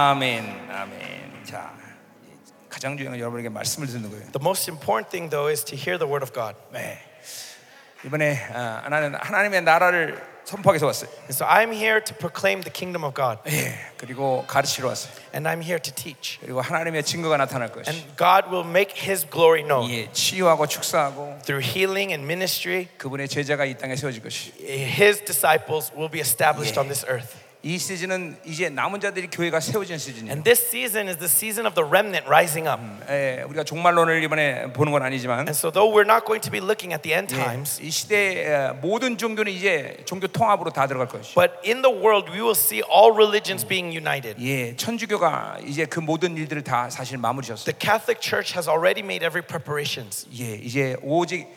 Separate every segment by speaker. Speaker 1: 아멘, 아멘. 자, 가장 중요한 건 여러분에게 말씀을 듣는 거예요.
Speaker 2: The most important thing, though, is to hear the word of God.
Speaker 1: 네. 이번에 아, 나는 하나님의 나라를 선포하기 위해서 왔어요.
Speaker 2: And so I'm here to proclaim the kingdom of God,
Speaker 1: 예, 그리고 가르치러 왔어요.
Speaker 2: and I'm here to teach.
Speaker 1: 그리고 하나님의 증거가 나타날
Speaker 2: And
Speaker 1: 것이.
Speaker 2: God will make His glory known
Speaker 1: 예, 치유하고 축사하고
Speaker 2: through healing and ministry.
Speaker 1: 그분의 제자가 이 땅에 세워질 것이.
Speaker 2: His disciples will be established
Speaker 1: Yeah.
Speaker 2: on this earth.
Speaker 1: 이 시즌은 이제 남은 자들이 교회가 세워진 시즌이에요.
Speaker 2: And this season is the season of the remnant rising up.
Speaker 1: 예, 우리가 종말론을 이번에 보는 건 아니지만
Speaker 2: And so, though we're not going to be looking at the end
Speaker 1: 예,
Speaker 2: times,
Speaker 1: 이 시대의 어, 모든 종교는 이제 종교 통합으로 다 들어갈 것이.
Speaker 2: but in the world, we will see all religions being united.
Speaker 1: 예, 천주교가 이제 그 모든 일들을 다 사실 마무리셨어요.
Speaker 2: The Catholic Church has already made every preparations.
Speaker 1: 예, 이제 오직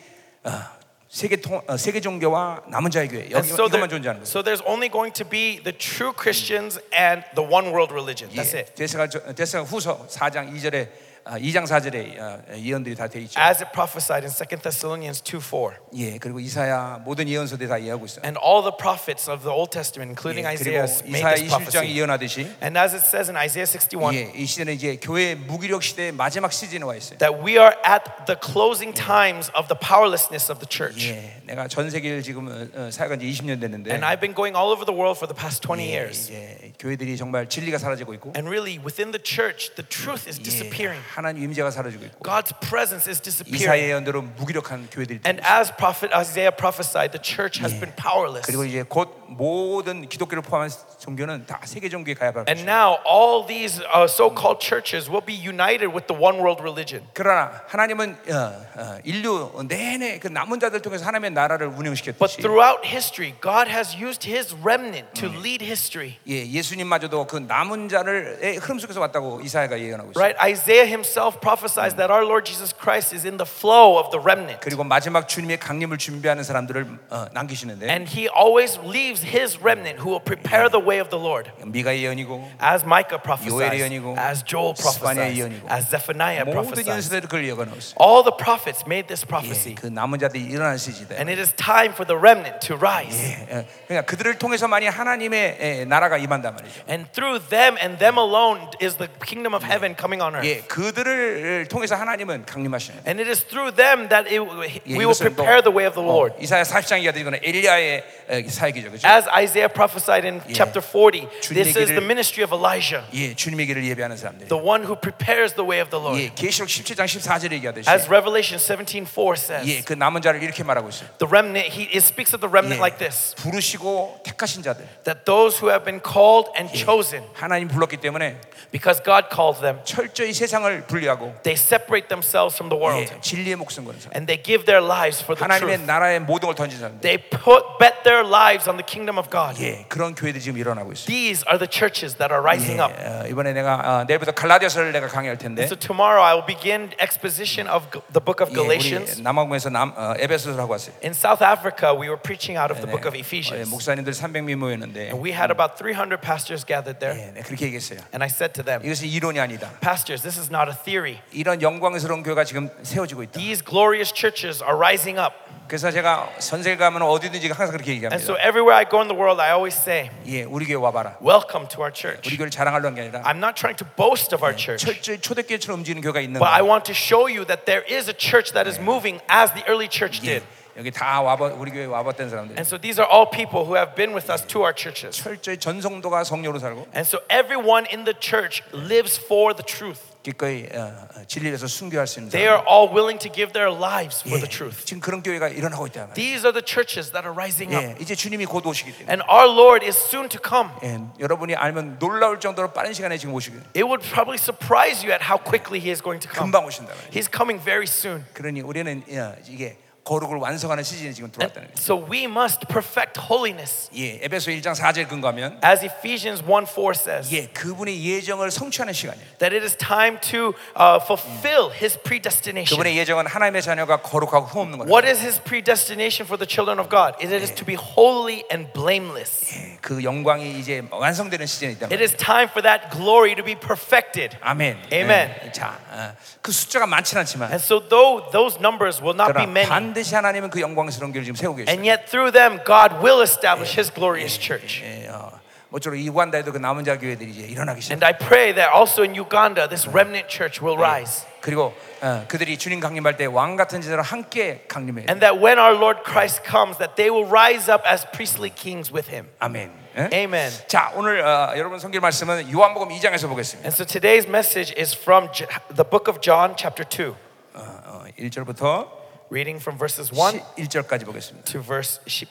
Speaker 1: 어, 세계 통 어, 세계 종교와 남은 자의 교회
Speaker 2: And
Speaker 1: 여기
Speaker 2: so,
Speaker 1: 이것만
Speaker 2: there,
Speaker 1: 존재하는 거예요.
Speaker 2: so there's only going to be the true Christians and the one world religion. That's
Speaker 1: 예,
Speaker 2: it.
Speaker 1: 데스가 데스가 후서 4장 2절에 아, 2장 4절에 어, 예언들이 다 돼 있죠.
Speaker 2: As it prophesied in 2 Thessalonians 2 4.
Speaker 1: 예, 그리고 이사야 모든 예언서들이 다 이해하고 있어요.
Speaker 2: And all the prophets of the Old Testament,
Speaker 1: 예,
Speaker 2: including
Speaker 1: 그리고
Speaker 2: Isaiah, made
Speaker 1: 이사야
Speaker 2: this
Speaker 1: 20장이
Speaker 2: prophecy.
Speaker 1: 예언하듯이
Speaker 2: And as it says in Isaiah 61,
Speaker 1: 예, 이 시대는 이제 교회 무기력 시대의 마지막 시즌에 와 있어요.
Speaker 2: that we are at the closing times of the powerlessness of the church.
Speaker 1: 예, 내가 전 세계를 지금 어, 어, 사역한 지 20년 됐는데
Speaker 2: And I've been going all over the world for the past 20
Speaker 1: 예,
Speaker 2: years.
Speaker 1: 이제 교회들이 정말 진리가 사라지고 있고
Speaker 2: And really, within the church, the truth is
Speaker 1: 예,
Speaker 2: disappearing.
Speaker 1: 하나님 임재가 사라지고 있고
Speaker 2: God's presence
Speaker 1: 이사야
Speaker 2: is disappearing.
Speaker 1: 예언대로 무기력한 교회들이
Speaker 2: And as Prophet Isaiah prophesied, the church has been powerless.
Speaker 1: 그리고 이제 곧 모든 기독교를 포함한 종교는 다 세계 종교에 가입할
Speaker 2: And
Speaker 1: 것이다.
Speaker 2: now, all these uh, so called churches will be united with the one world religion.
Speaker 1: 그러나 하나님은 어, 어, 인류 내내 그 남은 자들 통해서 하나님의 나라를
Speaker 2: But
Speaker 1: 운영시켰듯이
Speaker 2: throughout history, God has used his remnant to lead history.
Speaker 1: 예, 예수님마저도 그 남은 자를의 흐름 속에서 왔다고 이사야가 예언하고 있어요.
Speaker 2: Right? Isaiah himself prophesies that our Lord Jesus Christ is in the flow of the remnant.
Speaker 1: 그리고 마지막 주님의 강림을 준비하는 사람들을 어, 남기시는데
Speaker 2: And he always leaves his remnant who will prepare the way of the Lord.
Speaker 1: 미가 예언이고
Speaker 2: As Micah
Speaker 1: 요엘의
Speaker 2: prophesied,
Speaker 1: 예언이고,
Speaker 2: as Joel
Speaker 1: 스바냐의
Speaker 2: prophesied,
Speaker 1: 예언이고,
Speaker 2: as Zephaniah
Speaker 1: 모든
Speaker 2: prophesied.
Speaker 1: 연세대를 그걸 예언하고 있어요.
Speaker 2: All the prophets made this
Speaker 1: 예,
Speaker 2: prophecy.
Speaker 1: 그 남은 자들이 일어날 시기다.
Speaker 2: And it is time for the remnant to rise.
Speaker 1: 예, 예, 그러니까 그들을 통해서만이 하나님의 예, 나라가 임한단 말이죠.
Speaker 2: And through them and them alone is the kingdom of heaven coming on earth.
Speaker 1: 예, 그들을 통해서 하나님은 강림하시는.
Speaker 2: And it is through them that it,
Speaker 1: 예,
Speaker 2: we will
Speaker 1: 이것은 또,
Speaker 2: prepare the way of the
Speaker 1: 어,
Speaker 2: Lord.
Speaker 1: 이사야 40장 이하도 이거는 엘리야의 에, 사역이죠, 그렇죠?
Speaker 2: As Isaiah prophesied in chapter 40, this is the
Speaker 1: 주님의 길을-
Speaker 2: ministry of Elijah.
Speaker 1: 예, 주님의 길을 예배하는 사람들.
Speaker 2: the one who prepares the way of the Lord.
Speaker 1: 예, 계시록 17장 14절에 얘기하듯이
Speaker 2: As Revelation 17:4 says,
Speaker 1: 예, 그 남은 자를 이렇게 말하고 있어요.
Speaker 2: the remnant he it speaks of the remnant
Speaker 1: 예,
Speaker 2: like this,
Speaker 1: 부르시고 택하신 자들.
Speaker 2: that those who have been called and chosen
Speaker 1: 하나님 불렀기 때문에
Speaker 2: because God called them,
Speaker 1: 철저히 세상을 분리하고
Speaker 2: they separate themselves from the
Speaker 1: 예,
Speaker 2: world
Speaker 1: 진리의 목숨 거는 사람.
Speaker 2: and they give their lives for the
Speaker 1: 하나님의
Speaker 2: truth.
Speaker 1: 나라의 모든 걸 던진 사람들.
Speaker 2: They put bet their lives on the kingdom of God.
Speaker 1: 예, 그런 교회들이 지금 일어나고 있어요.
Speaker 2: These are the churches that are rising
Speaker 1: 예,
Speaker 2: up.
Speaker 1: 어, 이번에 내가 어, 내일부터 갈라디아서를 내가 강의할 텐데
Speaker 2: So tomorrow I will begin exposition of G- the book of
Speaker 1: 예, 우리
Speaker 2: Galatians.
Speaker 1: 남아공에서 남 어, 에베소서를 하고 왔어요.
Speaker 2: In South Africa, we were preaching out of the
Speaker 1: 네.
Speaker 2: book of
Speaker 1: 어, 예,
Speaker 2: Ephesians.
Speaker 1: 목사님들 300명 모였는데
Speaker 2: And we had about 300 pastors gathered there.
Speaker 1: 예, 네, 그렇게 얘기했어요.
Speaker 2: And I said to them,
Speaker 1: 이것은 이론이 아니다.
Speaker 2: Pastors, this is not a theory.
Speaker 1: 이런 영광스러운 교회가 지금 세워지고 있다.
Speaker 2: These glorious churches are rising up.
Speaker 1: 그래서 제가 전 세계 가면 어디든지 항상 그렇게
Speaker 2: And so
Speaker 1: 얘기합니다.
Speaker 2: everywhere I go in the world, I always say,
Speaker 1: 예, 우리 교회 와봐라.
Speaker 2: Welcome to our
Speaker 1: 우리
Speaker 2: church.
Speaker 1: 교회를 자랑하려는 게 아니라
Speaker 2: I'm not trying to boast of our church,
Speaker 1: 철저히 초대교회처럼 움직이는 교회가 있는
Speaker 2: but I
Speaker 1: 거예요.
Speaker 2: want to show you that there is a church that is moving as the early church
Speaker 1: 예,
Speaker 2: did.
Speaker 1: 여기 다 와봐 우리 교회 와봤던 사람들.
Speaker 2: And so these are all people who have been with us to our churches.
Speaker 1: 철저히 전성도가 성령으로 살고
Speaker 2: And so everyone in the church lives for the truth.
Speaker 1: 기꺼이 어, 어, 진리에서 순교할 수 있는
Speaker 2: They
Speaker 1: 사람.
Speaker 2: are all willing to give their lives for
Speaker 1: 예,
Speaker 2: the truth.
Speaker 1: 지금 그런 교회가 일어나고 있다. 말이에요.
Speaker 2: These are the churches that are rising up.
Speaker 1: 예, 이제 주님이 곧 오시기 때문에
Speaker 2: And our Lord is soon to come.
Speaker 1: 예, 여러분이 알면 놀라울 정도로 빠른 시간에 지금 오시기 때문에
Speaker 2: It would probably surprise you at how quickly he is going to come.
Speaker 1: 금방 오신다. 말이에요.
Speaker 2: He's coming very soon.
Speaker 1: 그러니 우리는 예, 이게 거룩을 완성하는 시즌이 지금
Speaker 2: And
Speaker 1: 들어왔다는 거예요.
Speaker 2: so we must perfect holiness.
Speaker 1: 예, 에베소 1장 4절 근거하면
Speaker 2: As Ephesians 1 4 says,
Speaker 1: 예, 그분의 예정을 성취하는 시간이에요.
Speaker 2: that it is time to uh, fulfill his predestination.
Speaker 1: 그분의 예정은 하나님의 자녀가 거룩하고 흠없는 거예요.
Speaker 2: What is his predestination for the children of God? It is to be holy and blameless.
Speaker 1: 예, 그 영광이 이제 완성되는 시즌이 있다.
Speaker 2: It is time for that glory to be perfected.
Speaker 1: 아멘.
Speaker 2: Amen.
Speaker 1: 예, 자, 어, 그 숫자가 많진 않지만
Speaker 2: And so, though those numbers will not be
Speaker 1: 그러나
Speaker 2: many,
Speaker 1: 반드시 하나님은 그 영광스러운 교회를 지금 세우고 계시죠.
Speaker 2: and yet through them, God will establish his glorious church.
Speaker 1: 예, 어, 모쪼록 이관다에도 그 남은 자 교회들이 이제 일어나기 시작.
Speaker 2: And I pray that also in Uganda, this remnant church will rise.
Speaker 1: 그리고 어, 그들이 주님 강림할 때 왕 같은 제자로 함께 강림해요.
Speaker 2: And that when our Lord Christ comes, that they will rise up as priestly kings with him.
Speaker 1: 아멘. 예?
Speaker 2: Amen.
Speaker 1: 자 오늘 어, 여러분 성길 말씀은 요한복음 2장에서 보겠습니다.
Speaker 2: And so today's message is from J- the book of John, chapter 2,
Speaker 1: 어, 어, 1절부터
Speaker 2: reading from verses 1
Speaker 1: 11절까지 보겠습니다.
Speaker 2: to verse, sh-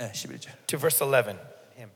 Speaker 1: 예, 11절.
Speaker 2: to verse 11. Him.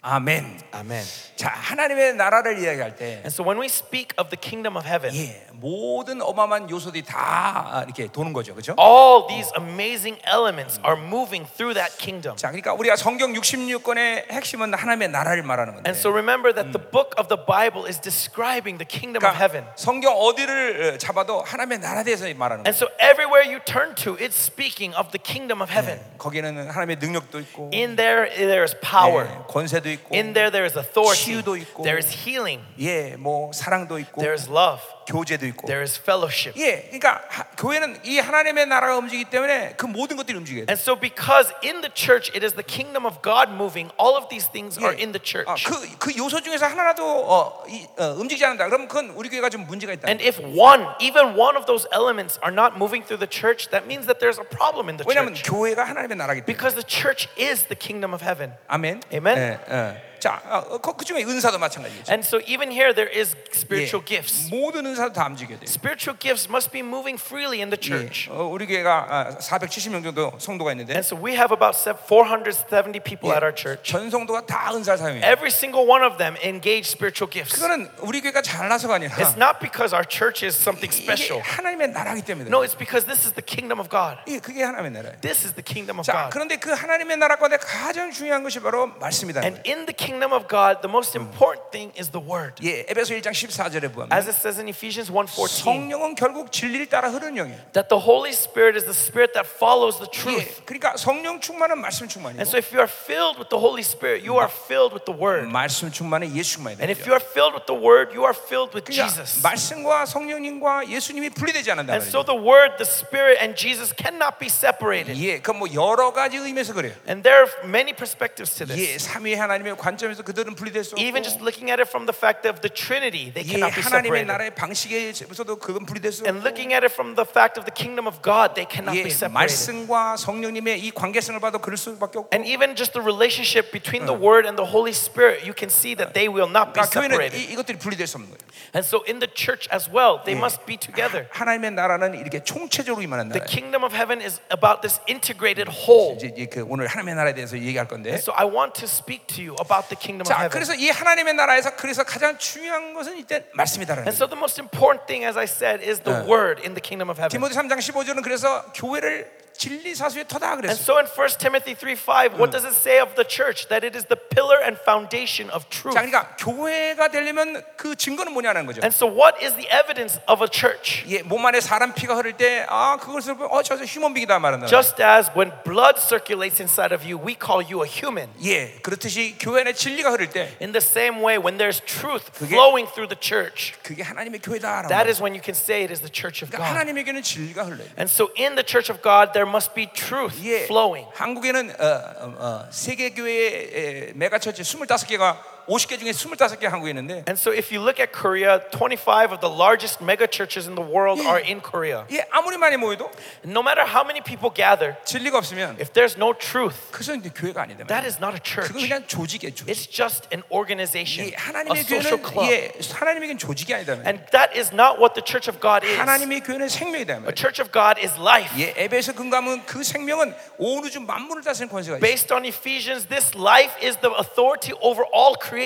Speaker 1: 아멘.
Speaker 2: Amen.
Speaker 1: 자 하나님의 나라를 이야기할 때
Speaker 2: And so when we speak of the kingdom of heaven,
Speaker 1: 예, 모든 어마어마한 요소들이 다 아, 이렇게 도는 거죠, 그렇죠?
Speaker 2: all these amazing elements are moving through that kingdom.
Speaker 1: 자, 그러니까 우리가 성경 66권의 핵심은 하나님의 나라를 말하는 건데.
Speaker 2: And so remember that the book of the Bible is describing the kingdom of heaven.
Speaker 1: 그러니까 성경 어디를 어, 잡아도 하나님의 나라에 대해서 말하는
Speaker 2: And
Speaker 1: 거예요.
Speaker 2: so everywhere you turn to, it's speaking of the kingdom of heaven.
Speaker 1: 거기는 하나님의 능력도 있고
Speaker 2: In there, there is power.
Speaker 1: 예, 권세도 있고
Speaker 2: In there, there is authority.
Speaker 1: 치유도 있고.
Speaker 2: There is healing.
Speaker 1: 예, 뭐 사랑도 있고
Speaker 2: There is love.
Speaker 1: 교제도 있고
Speaker 2: There is fellowship.
Speaker 1: 예, 그러니까 하- 교회는 이 하나님의 나라가 움직이기 때문에 그 모든 것들이 움직여야 돼.
Speaker 2: And so, because in the church it is the kingdom of God moving, all of these things are in the
Speaker 1: 아,
Speaker 2: church.
Speaker 1: 그, 그 요소 중에서 하나라도 어, 이, 어, 움직이지 않는다. 그럼 그건 우리 교회가 좀 문제가 있다.
Speaker 2: And if one, even one of those elements are not moving through the church, that means that there's a problem in the
Speaker 1: 왜냐하면
Speaker 2: church.
Speaker 1: 교회가 하나님의 나라기 때문에.
Speaker 2: Because the church is the kingdom of heaven.
Speaker 1: 아멘.
Speaker 2: Amen.
Speaker 1: 예, 예. 자, 어, 그, 그 중에 은사도 마찬가지죠.
Speaker 2: And so, even here, there is
Speaker 1: 예.
Speaker 2: spiritual gifts.
Speaker 1: 모든 은사도 다 움직여야 돼요.
Speaker 2: Spiritual gifts must be moving freely in the
Speaker 1: 예.
Speaker 2: church.
Speaker 1: 어, 우리 교회가 470명 정도 성도가 있는데
Speaker 2: And so, we have about se- 470 people
Speaker 1: 예,
Speaker 2: at our church.
Speaker 1: 전 성도가 다 은사를 사용해요.
Speaker 2: Every single one of them engage spiritual gifts.
Speaker 1: 그거는 우리 교회가 잘나서가 아니라
Speaker 2: It's not because our church is something
Speaker 1: 이게
Speaker 2: special.
Speaker 1: 하나님의 나라기 때문에
Speaker 2: No, it's because this is the kingdom of God.
Speaker 1: 예, 그게 하나님의 나라예요.
Speaker 2: This is the kingdom of
Speaker 1: 자,
Speaker 2: God.
Speaker 1: 그런데 그 하나님의 나라 가운데 가장 중요한 것이 바로 말씀이다.
Speaker 2: And in the kingdom of God, the most important thing is the word.
Speaker 1: 예, 에베소 1장 14절에 보면
Speaker 2: As it says in Ephesians 1:14,
Speaker 1: 성령은 결국 진리를 따라 흐르는 영이에요.
Speaker 2: that the Holy Spirit is the spirit that follows the
Speaker 1: 예,
Speaker 2: truth.
Speaker 1: 그러니까 성령 충만은 말씀 충만이고
Speaker 2: And so if you are filled with the Holy Spirit, you are filled with the word.
Speaker 1: 말씀 충만은 예수 충만이
Speaker 2: And
Speaker 1: 되죠.
Speaker 2: if you are filled with the word, you are filled with
Speaker 1: 그러니까
Speaker 2: Jesus.
Speaker 1: 말씀과 성령님과 예수님이 분리되지 않는다
Speaker 2: And so
Speaker 1: 말이죠.
Speaker 2: the word, the spirit and Jesus cannot be separated.
Speaker 1: 예, 그뭐 여러 가지 의미에서 그래요.
Speaker 2: And there are many perspectives to this.
Speaker 1: 예, 삼위 하나님의 관점에서 그들은 분리될 수 없고
Speaker 2: Even just looking at it from the fact of the Trinity, they
Speaker 1: 예,
Speaker 2: cannot be
Speaker 1: 하나님의
Speaker 2: separated.
Speaker 1: 나라의 방식에서도 그건 분리될 수
Speaker 2: And
Speaker 1: 없고
Speaker 2: looking at it from the fact of the kingdom of God, they cannot be
Speaker 1: 예,
Speaker 2: separated.
Speaker 1: 말씀과 성령님의 이 관계성을 봐도 그럴 수밖에 없고
Speaker 2: And even just the relationship between the Word and the Holy Spirit, you can see that they will not be
Speaker 1: 그러니까 교회는
Speaker 2: separated.
Speaker 1: 이, 것들이 분리될 수 없는 거예요.
Speaker 2: And so in the church as well, they must be together.
Speaker 1: 하나님의 나라는 이렇게 총체적으로 임하는
Speaker 2: The
Speaker 1: 나라예요.
Speaker 2: kingdom of heaven is about this integrated whole.
Speaker 1: 이제 이제 그 오늘 하나님의 나라에 대해서 얘기할 건데.
Speaker 2: So I want to speak to you about the kingdom of
Speaker 1: 자,
Speaker 2: heaven.
Speaker 1: 그래서 이 하나님의 나라에서 그래서 가장 중요한 것은 일단 말씀이다라는
Speaker 2: And
Speaker 1: 거예요.
Speaker 2: so the most important thing, as I said, is the Word in the kingdom of heaven.
Speaker 1: 디모데 3장 15절은 그래서 교회를 진리 사수에 터다
Speaker 2: And
Speaker 1: 그랬어요.
Speaker 2: so in 1 Timothy 3:5, what does it say of the church? That it is the pillar and foundation of truth.
Speaker 1: 자, 그러니까 교회가 되려면 그 증거는 뭐냐는 거죠.
Speaker 2: And so what is the evidence of a church?
Speaker 1: 예, 몸 안에 사람 피가 흐를 때 아, 그것을 보면 어, 저저 휴먼비이다 말한다.
Speaker 2: Just as when blood circulates inside of you, we call you a human.
Speaker 1: 예, 그렇듯이 교회 안에 진리가 흐를 때
Speaker 2: In the same way, when there's truth
Speaker 1: 그게-
Speaker 2: flowing through the church,
Speaker 1: 그게 하나님의 교회다라고.
Speaker 2: that
Speaker 1: 말해요.
Speaker 2: is when you can say it is the church of
Speaker 1: 그러니까
Speaker 2: God.
Speaker 1: 하나님에게는 진리가 흘러요.
Speaker 2: And so in the church of God, there must be truth
Speaker 1: 예,
Speaker 2: flowing.
Speaker 1: 한국에는 어, 어, 어, 세계 교회 메가처치 25개가 50개 중에 25개 한국에 있는데
Speaker 2: And so if you look at Korea, 25 of the largest mega churches in the world are in Korea.
Speaker 1: 예, 아무리 많이 모여도
Speaker 2: No matter how many people gather,
Speaker 1: 진리가 없으면
Speaker 2: if there's no truth,
Speaker 1: 그것은 이제 교회가 아니다.
Speaker 2: that is not a church.
Speaker 1: 그건 그냥 조직이에요. 조직.
Speaker 2: It's just an organization,
Speaker 1: 예,
Speaker 2: a
Speaker 1: 하나님의
Speaker 2: social
Speaker 1: 교회는
Speaker 2: club.
Speaker 1: 예, 하나님에게는 조직이 아니다.
Speaker 2: And that is not what the church of God is.
Speaker 1: 하나님의 교회는 생명이다.
Speaker 2: The church of God is life.
Speaker 1: 예, 에베소 근감은 그 생명은 온 우주 만물을 다스리는 권세가 있어.
Speaker 2: Based on Ephesians, this life is the authority over all creation.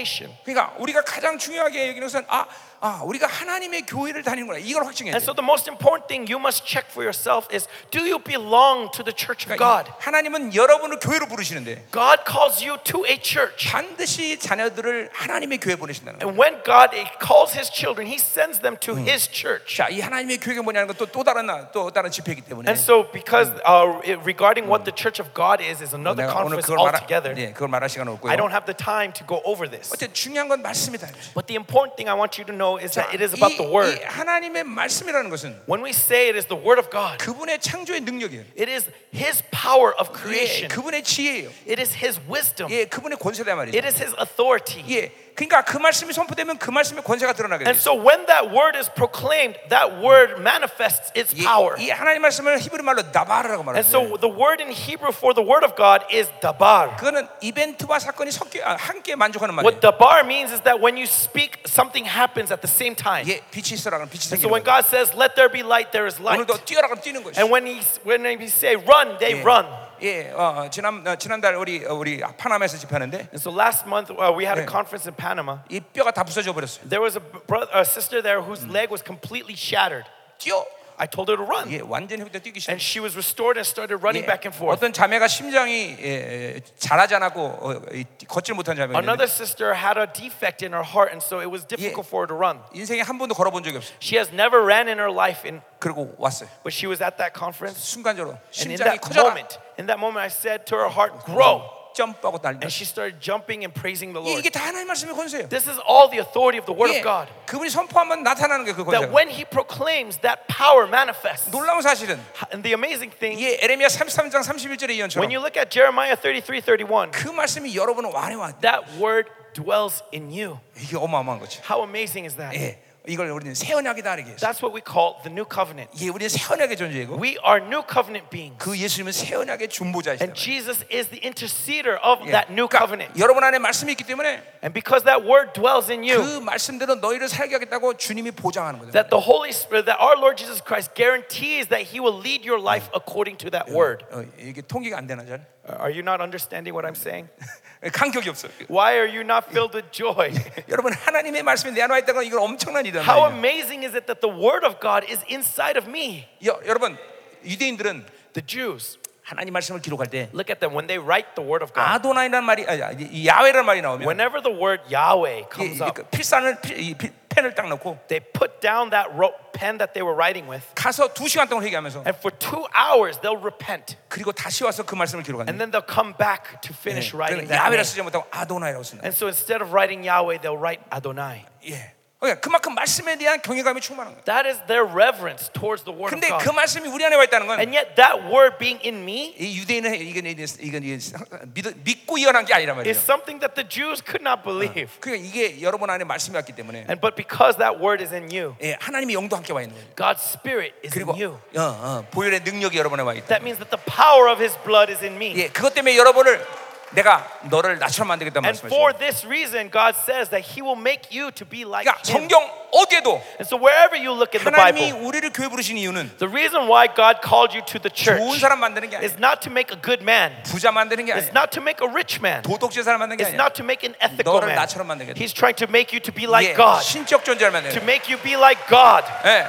Speaker 1: 그러니까 우리가 가장 중요하게 여기는 것은 아, 아, 우리가 하나님의 교회를 다니는구나. 이걸 확증해야 돼.
Speaker 2: And so, the most important thing you must check for yourself is do you belong to the church of
Speaker 1: 그러니까 이-
Speaker 2: God?
Speaker 1: 하나님은 여러분을 교회로 부르시는데
Speaker 2: God calls you to a church.
Speaker 1: 반드시 자녀들을 하나님의 교회 보내신다는 거예요.
Speaker 2: And when God calls his children, he sends them to his church.
Speaker 1: 자, 이 하나님의 교회가 뭐냐는 건 또 또 다른 나- 또 다른 집회이기 때문에
Speaker 2: And so, because uh, regarding what the church of God is, is another
Speaker 1: 내가 오늘
Speaker 2: conference
Speaker 1: 그걸 말하
Speaker 2: altogether.
Speaker 1: 네, 그걸 말할 시간은 없고요.
Speaker 2: I don't have the time to go over this.
Speaker 1: 어쨌든 중요한 건 말씀이다. 이거지.
Speaker 2: But the important thing I want you to know is
Speaker 1: 자,
Speaker 2: that it is about
Speaker 1: 이-
Speaker 2: the
Speaker 1: 이
Speaker 2: word.
Speaker 1: 하나님의 말씀이라는 것은
Speaker 2: When we say it is the word of God,
Speaker 1: 그분의 창조의 능력이에요.
Speaker 2: it is his power of
Speaker 1: 예,
Speaker 2: creation.
Speaker 1: 그분의 지혜예요.
Speaker 2: It is his wisdom.
Speaker 1: 예, 그분의 권세다 말이죠.
Speaker 2: It is his authority.
Speaker 1: 예, 그러니까 그 말씀이 선포되면 그 말씀의 권세가 드러나게
Speaker 2: And
Speaker 1: 돼요.
Speaker 2: so when that word is proclaimed, that word manifests its
Speaker 1: 이,
Speaker 2: power.
Speaker 1: 이 하나님 말씀을 히브리 말로 나바르라고
Speaker 2: And
Speaker 1: 말합니다.
Speaker 2: so the word in Hebrew for the word of God is dabar.
Speaker 1: 그거는 이벤트와 사건이 섞여 아, 함께 만족하는 말이에요.
Speaker 2: What dabar means is that when you speak, something happens at the same time.
Speaker 1: 예, 빛이 있어라면 빛이
Speaker 2: And so
Speaker 1: 생기는
Speaker 2: when
Speaker 1: 거예요.
Speaker 2: God says, "Let there be light," there is light.
Speaker 1: 오늘도 뛰어라면 뛰는 거죠.
Speaker 2: And when he when he say run, they run.
Speaker 1: 예, 어, 지난 어, 지난달 우리 어, 우리 파나마에서 집회하는데
Speaker 2: And so last month uh, we had
Speaker 1: Yeah.
Speaker 2: a conference in Panama.
Speaker 1: 이 뼈가 다 부서져 버렸어요.
Speaker 2: There was a brother, a sister there whose leg was completely shattered.
Speaker 1: 뛰어.
Speaker 2: I told her to run,
Speaker 1: 예, 완전히 회복 뛰기 시작.
Speaker 2: and she was restored and started
Speaker 1: 예,
Speaker 2: running back and forth.
Speaker 1: 어떤 자매가 심장이 예, 예, 잘하지 않았고 어, 이, 걷질 못한 자매가 있는데
Speaker 2: Another sister had a defect in her heart, and so it was difficult for her to run.
Speaker 1: 인생에 한 번도 걸어본 적이 없어요.
Speaker 2: She has never ran in her life, in,
Speaker 1: 그리고 왔어요.
Speaker 2: but she was at that conference.
Speaker 1: 순간적으로
Speaker 2: And in
Speaker 1: 심장이
Speaker 2: that
Speaker 1: 커져라. 음,
Speaker 2: moment, in that moment, I said to her heart, "Grow,"
Speaker 1: 점프하고 난리다.
Speaker 2: and she started jumping and praising
Speaker 1: 예,
Speaker 2: the Lord.
Speaker 1: 이게 다 하나님 말씀의 권세예요.
Speaker 2: This is all the authority of the Word
Speaker 1: 예,
Speaker 2: of God.
Speaker 1: 그분이 선포하면 나타나는 게 그 권세.
Speaker 2: That when He proclaims, that power manifests.
Speaker 1: 놀라운 사실은
Speaker 2: And the amazing thing,
Speaker 1: 예, 에레미야 33장 31절의
Speaker 2: when
Speaker 1: 예언처럼
Speaker 2: you look at Jeremiah 33, 31,
Speaker 1: 그 말씀이 여러분 안에 와.
Speaker 2: that Word dwells in you.
Speaker 1: 이게 어마어마한 거죠.
Speaker 2: How amazing is that?
Speaker 1: 예, 이걸 우리는 새 언약이다 이렇게 했어.
Speaker 2: That's what we call the new covenant.
Speaker 1: 예, 우리는 새 언약의 존재이고
Speaker 2: We are new covenant beings.
Speaker 1: 그 예수님은 새 언약의 중보자이시다.
Speaker 2: And Jesus is the interceder of that new covenant.
Speaker 1: 여러분 안에 말씀이 있기 때문에
Speaker 2: And because that word dwells in you,
Speaker 1: 그 말씀대로 너희를 살게 하겠다고 주님이 보장하는 거죠.
Speaker 2: that the Holy Spirit, that our Lord Jesus Christ guarantees that He will lead your life according to that word.
Speaker 1: 어, 이게 통기가 안 되나 잘?
Speaker 2: Are you not understanding what I'm saying?
Speaker 1: 간격이 없어.
Speaker 2: Why are you not filled with joy?
Speaker 1: 여러분 하나님의 말씀이 내 안에 와 있다는 건 이건 엄청난 일이다.
Speaker 2: How amazing is it that the word of God is inside of me?
Speaker 1: 여, 여러분 유대인들은
Speaker 2: The Jews,
Speaker 1: 하나님 말씀을 기록할 때
Speaker 2: look at them when they write the word of God.
Speaker 1: 아도나이라는 말이 아니, 아니, 이 야훼라는 말이 나오면
Speaker 2: Whenever the word Yahweh
Speaker 1: 이-
Speaker 2: comes
Speaker 1: 이-
Speaker 2: up,
Speaker 1: 그 필산을 필- 이 필- 펜을 딱 넣고
Speaker 2: they put down that rope pen that they were writing with.
Speaker 1: 가서 두 시간 동안 회개하면서
Speaker 2: And for two hours, they'll repent.
Speaker 1: 그리고 다시 와서 그 말씀을 기록한다.
Speaker 2: And then they'll come back to finish
Speaker 1: Eh,
Speaker 2: writing
Speaker 1: 그러니까
Speaker 2: that.
Speaker 1: 야훼라
Speaker 2: name.
Speaker 1: 쓰지 못하고 아도나이라고 쓴다.
Speaker 2: And so instead of writing Yahweh, they'll write Adonai.
Speaker 1: 예. 그러니까 그만큼 말씀에 대한 경외감이 충만한 거예요.
Speaker 2: That is their reverence towards the Word of
Speaker 1: 근데 그
Speaker 2: God.
Speaker 1: 말씀이 우리 안에 와 있다는 건
Speaker 2: And yet, that Word being in me
Speaker 1: 이 유대인은 이건 이건, 이건, 이건 믿, 믿고 이어난 게 아니란 말이에요.
Speaker 2: is something that the Jews could not believe.
Speaker 1: 그러니까 이게 여러분 안에 말씀이 왔기 때문에
Speaker 2: And but because that Word is in you,
Speaker 1: 예, 하나님의 영도 함께 와 있는 거예요.
Speaker 2: God's Spirit is
Speaker 1: 그리고
Speaker 2: in you.
Speaker 1: 어, 어, 보혈의 능력이 여러분 안에 와 있다.
Speaker 2: That means that the power of His blood is in me.
Speaker 1: 예, 그것 때문에 여러분을 내가 너를 나처럼 만들겠다
Speaker 2: And
Speaker 1: 말씀하셨어요.
Speaker 2: for this reason, God says that He will make you to be like
Speaker 1: 그러니까
Speaker 2: Him.
Speaker 1: 성경 어디에도
Speaker 2: And so, wherever you look in the
Speaker 1: 하나님이
Speaker 2: Bible,
Speaker 1: 우리를 교회 부르신 이유는
Speaker 2: the reason why God called you to the
Speaker 1: 좋은
Speaker 2: church
Speaker 1: 사람 만드는 게 아니야.
Speaker 2: is not to make a good man.
Speaker 1: 부자 만드는 게 아니야.
Speaker 2: It's not to make a rich man.
Speaker 1: 도덕질 사람 만드는 게
Speaker 2: It's
Speaker 1: 아니야.
Speaker 2: not to make an ethical
Speaker 1: 너를
Speaker 2: man.
Speaker 1: 나처럼 만들겠다.
Speaker 2: He's trying to make you to be
Speaker 1: 예,
Speaker 2: like God.
Speaker 1: 신적 존재를 만드는
Speaker 2: To
Speaker 1: 거야.
Speaker 2: make you be like God.
Speaker 1: 예.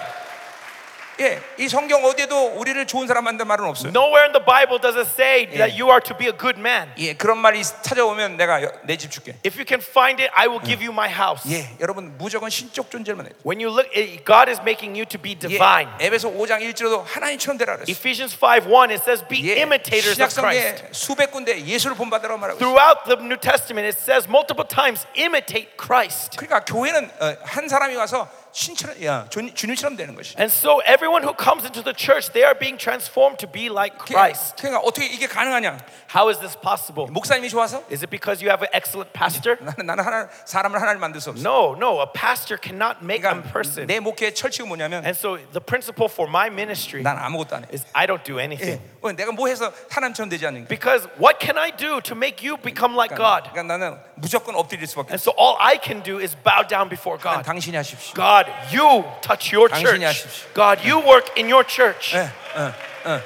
Speaker 1: 예, 이 성경 어디에도 우리를 좋은 사람 만든 말은 없어요.
Speaker 2: Nowhere in the Bible does it say that you are to be a good man.
Speaker 1: 예, 그런 말이 찾아오면 내가 내 집 줄게.
Speaker 2: If you can find it, I will give you my house.
Speaker 1: 예, 여러분 무조건 신적 존재만 해요.
Speaker 2: When you look, it- God is making you to be
Speaker 1: 예,
Speaker 2: divine.
Speaker 1: 에베소 5장 1절도 하나님처럼 되라 그랬어.
Speaker 2: Ephesians 5:1 it says be
Speaker 1: 예,
Speaker 2: imitators of Christ.
Speaker 1: 신약성에 수백 군데 예수를 본받으라고 말하고 있어.
Speaker 2: Throughout the New Testament it says multiple times imitate Christ.
Speaker 1: 그러니까 교회는 어, 한 사람이 와서 신처럼 야, 주- 주님처럼 되는 것이.
Speaker 2: And so everyone who comes into the church they are being transformed to be like Christ.
Speaker 1: 그러니까 어떻게 이게 가능하냐?
Speaker 2: How is this possible?
Speaker 1: 목사님이 좋아서?
Speaker 2: Is it because you have an excellent pastor?
Speaker 1: 나는 나는 하나 사람을 하나님 만들 수 없어.
Speaker 2: No, no, a pastor cannot make a
Speaker 1: 그러니까
Speaker 2: person.
Speaker 1: 내 목회의 철칙은 뭐냐면
Speaker 2: And so the principle for my ministry
Speaker 1: 난 아무것도 안 해.
Speaker 2: is I don't do
Speaker 1: 예,
Speaker 2: anything.
Speaker 1: 왜 내가 뭐 해서 하나님처럼 되지 않는 게.
Speaker 2: Because what can I do to make you become like God?
Speaker 1: 그러니까 나는 무조건 엎드릴 수밖에.
Speaker 2: And so all I can do is bow down before
Speaker 1: 없어.
Speaker 2: God.
Speaker 1: 당신이 하십시오.
Speaker 2: God, you touch your
Speaker 1: 당신이
Speaker 2: church.
Speaker 1: 하십시오.
Speaker 2: God, you work in your church.
Speaker 1: 예, 예, 예.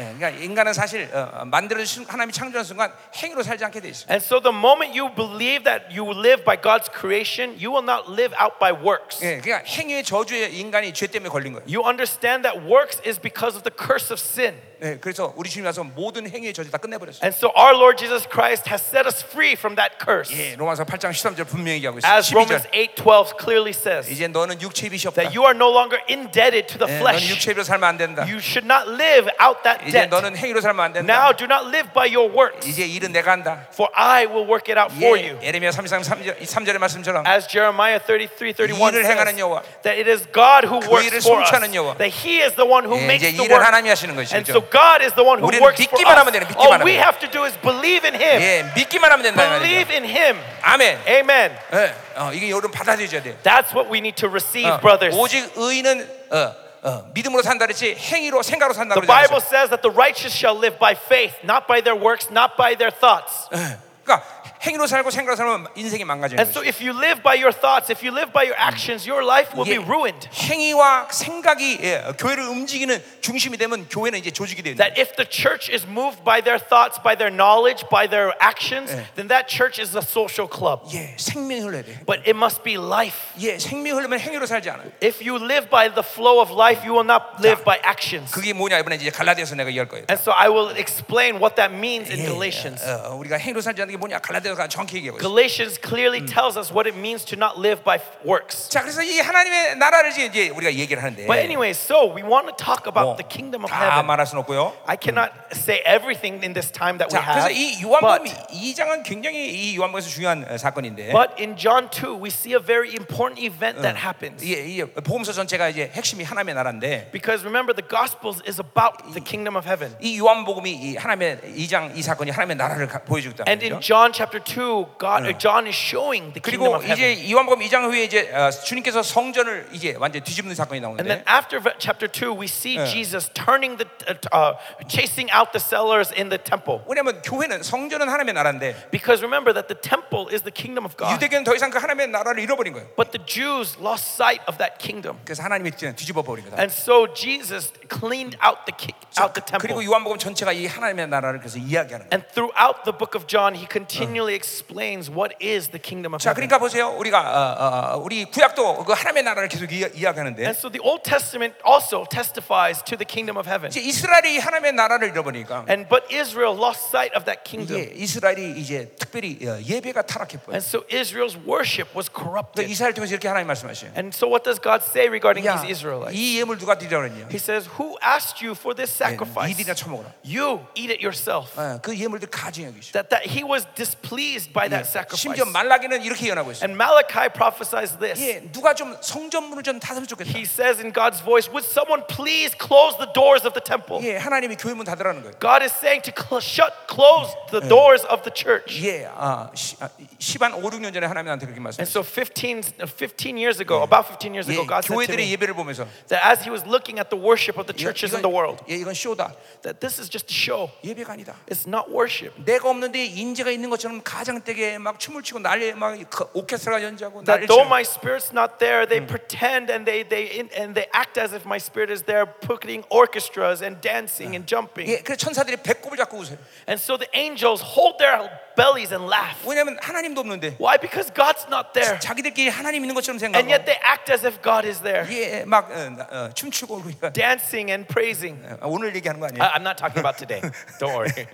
Speaker 1: 예, 그러니까 인간은 사실 어, 어, 만들어 주신 하나님이 창조한 순간 행위로 살지 않게 돼 있어.
Speaker 2: And so the moment you believe that you live by God's creation, you will not live out by works.
Speaker 1: 예, 그러니까 행위의 저주에 인간이 죄 때문에 걸린 거예요.
Speaker 2: You understand that works is because of the curse of sin.
Speaker 1: 네, 그래서 우리 주님 와서 모든 행위의 저주 다 끝내버렸어요.
Speaker 2: And so our Lord Jesus Christ has set us free from that curse.
Speaker 1: 예, 로마서 8장 13절 분명히 얘기하고 있어요.
Speaker 2: As Romans
Speaker 1: 12절.
Speaker 2: 8:12 clearly says
Speaker 1: 이제 너는 육체의 빚이 없다.
Speaker 2: that you are no longer indebted to the
Speaker 1: 예, 너는
Speaker 2: flesh.
Speaker 1: 육체의 빚로 살면 안 된다.
Speaker 2: You should not live out that
Speaker 1: 이제
Speaker 2: debt.
Speaker 1: 너는 행위로 살면 안 된다.
Speaker 2: Now do not live by your works,
Speaker 1: 이제 일은 내가 한다.
Speaker 2: for I will work it out
Speaker 1: 예,
Speaker 2: for you.
Speaker 1: 예레미야 33, 3절, 3절의 말씀처럼
Speaker 2: As Jeremiah 33, 31
Speaker 1: 일을
Speaker 2: says,
Speaker 1: 행하는 여호와.
Speaker 2: that it is God who
Speaker 1: 그
Speaker 2: works
Speaker 1: 일을
Speaker 2: for us,
Speaker 1: 성취하는 여호와.
Speaker 2: that He is the one who
Speaker 1: 예, 이제
Speaker 2: makes the
Speaker 1: 일을
Speaker 2: work.
Speaker 1: 하나님이 하시는 것이죠.
Speaker 2: And so God is the one who
Speaker 1: 우리는
Speaker 2: works for
Speaker 1: 믿기만 하면
Speaker 2: us.
Speaker 1: 되는, 믿기만 하면
Speaker 2: All we
Speaker 1: 돼요.
Speaker 2: have to do is believe in Him.
Speaker 1: 예, 믿기만 하면 된다. 이 말이죠.
Speaker 2: Believe in Him.
Speaker 1: 아멘.
Speaker 2: Amen.
Speaker 1: 예, 어, 이게 여러분 받아들여야 돼요.
Speaker 2: That's what we need to receive,
Speaker 1: 어,
Speaker 2: brothers.
Speaker 1: 오직 의인은 어, 어, 믿음으로 산다 그랬지 행위로 생각으로 산다
Speaker 2: The
Speaker 1: 그러지
Speaker 2: Bible
Speaker 1: 않았어요.
Speaker 2: says that the righteous shall live by faith, not by their works, not by their thoughts.
Speaker 1: 예, 그러니까 행위로 살고 생각으로 살면 인생이 망가지는
Speaker 2: And
Speaker 1: 거죠.
Speaker 2: so if you live by your thoughts, if you live by your actions, your life will be
Speaker 1: 이게
Speaker 2: ruined.
Speaker 1: 예, 행위와 생각이 예, 교회를 움직이는 중심이 되면 교회는 이제 조직이 되는 거예요.
Speaker 2: That if the church is moved by their thoughts, by their knowledge, by their actions, then that church is a social club.
Speaker 1: 예, 생명이 흘러야 돼.
Speaker 2: But it must be life.
Speaker 1: 예, 생명이 흐르면 행위로 살지 않아요.
Speaker 2: If you live by the flow of life, you will not live
Speaker 1: 자,
Speaker 2: by actions.
Speaker 1: 그게 뭐냐 이번에 이제 갈라디아서 내가 얘기할 거예요.
Speaker 2: And so I will explain what that means in
Speaker 1: 예,
Speaker 2: Galatians.
Speaker 1: 어, 어, 우리가 행위로 살지 않는 게 뭐냐 갈라디아서가 정확히 얘기하고 있어요.
Speaker 2: Galatians clearly tells us what it means to not live by f- works.
Speaker 1: 자, 그래서 이 하나님의 나라를 이제- 이제 우리가 얘기를 하는데
Speaker 2: But anyway, so we want to talk
Speaker 1: 뭐,
Speaker 2: about the kingdom of
Speaker 1: 다
Speaker 2: heaven.
Speaker 1: 말할 수는 없고요.
Speaker 2: I cannot say everything in this time that we
Speaker 1: 자, 그래서
Speaker 2: have.
Speaker 1: 이
Speaker 2: But,
Speaker 1: 요한복음 이 장은 굉장히 이 요한복음에서 중요한 어, 사건인데
Speaker 2: but in John 2, we see a very important event that happens.
Speaker 1: 이, 이 복음서 전체가 이제 핵심이 하나님의 나라인데
Speaker 2: Because remember, the Gospels is about the kingdom of heaven.
Speaker 1: 이 요한복음이 이 하나님의 이장 이 사건이 하나님의 나라를 가- 보여주고 있다.
Speaker 2: And in John chapter 2, God, uh, John is showing the kingdom
Speaker 1: 그리고
Speaker 2: of heaven.
Speaker 1: 이제 요한복음 2장 후에 이제 어, 주님께서 성전을 이제 완전 히 뒤집는 사건이
Speaker 2: And
Speaker 1: 나오는데
Speaker 2: then after v- chapter 2, we see Jesus turning the, uh, t- uh, chasing out the sellers in the temple.
Speaker 1: 왜냐하면 교회는 성전은 하나님의 나라인데
Speaker 2: Because remember that the temple is the kingdom of God.
Speaker 1: 유대교는 더 이상 그 하나님의 나라를 잃어버린 거예요.
Speaker 2: But the Jews lost sight of that kingdom.
Speaker 1: 그래서 하나님이 그냥 뒤집어 버린 거다.
Speaker 2: And so Jesus cleaned out the, ki- out the temple.
Speaker 1: 그리고 요한복음 전체가 이 하나님의 나라를 그래서 이야기하는 거예요.
Speaker 2: And throughout the book of John, he continually explains what is the kingdom of
Speaker 1: 자,
Speaker 2: heaven.
Speaker 1: 그러니까 보세요. 우리가 어, 어, 우리 구약도 그 하나님의 나라를 계속 이야, 이야기하는데
Speaker 2: And so the Old Testament also testifies to the kingdom of heaven.
Speaker 1: 이제 이스라엘이 하나님의 나라를 잃어버리니까
Speaker 2: And but Israel lost sight of that
Speaker 1: 이게
Speaker 2: kingdom.
Speaker 1: 이스라엘이 이제 특별히 어, 예배가 타락했고요.
Speaker 2: And so Israel's worship was corrupted.
Speaker 1: 그래서 이스라엘 통해서 이렇게 하나님 말씀하시요.
Speaker 2: And so what does God say regarding
Speaker 1: 야,
Speaker 2: these Israelites?
Speaker 1: 이 예물 누가 드리라 그랬냐?
Speaker 2: He says, "Who asked you for this sacrifice?
Speaker 1: 이들이나 처먹어라.
Speaker 2: You eat it yourself."
Speaker 1: 어, 그 예물들 가증 여기시.
Speaker 2: That that he was displeased by that sacrifice.
Speaker 1: 심지어 말라기는 이렇게 예언하고 있어요.
Speaker 2: And Malachi prophesies this.
Speaker 1: 예, 누가 좀 성전문을 좀 닫으면 좋겠다.
Speaker 2: He says in God's voice, "Would someone please close the doors of the temple?"
Speaker 1: 예, 하나님이 교회 문 닫으라는 거예요.
Speaker 2: God is saying to cl- shut, close the doors of the church.
Speaker 1: 예, 아, 시, 아, 10한 5, 6년 전에 하나님 나한테 그렇게
Speaker 2: And
Speaker 1: 말씀하셨어요.
Speaker 2: so 15, 15 years ago, about 15 years ago,
Speaker 1: 예,
Speaker 2: God said to
Speaker 1: 교회들의
Speaker 2: me
Speaker 1: 예배를 보면서
Speaker 2: that as he was looking at the worship of the
Speaker 1: 이거-
Speaker 2: churches in the world,
Speaker 1: 예, 이건 쇼다.
Speaker 2: that this is just a show.
Speaker 1: 예배가 아니다.
Speaker 2: It's not worship.
Speaker 1: 내가 없는데 인재가 있는 것처럼 가장되게 막 춤을 추고 난리 막 그 오케스트라 연주하고 난리
Speaker 2: That though
Speaker 1: 치고
Speaker 2: my spirit's not there, they pretend and they, they in, and they act as if my spirit is there, putting orchestras and dancing and jumping.
Speaker 1: 예, 그래서 천사들이 배꼽을 잡고 웃어요.
Speaker 2: And so the angels hold their bellies and laugh.
Speaker 1: 왜냐면 하나님도 없는데
Speaker 2: Why? Because God's not there.
Speaker 1: 자기들끼리 하나님 있는 것처럼
Speaker 2: And
Speaker 1: 생각하고
Speaker 2: yet they act as if God is there,
Speaker 1: 예, 막 어, 나- 어, 춤추고 그러니까
Speaker 2: dancing and praising.
Speaker 1: 어, 오늘 얘기하는 거
Speaker 2: I-
Speaker 1: 아니에요? 아,
Speaker 2: I'm not talking about today. Don't worry.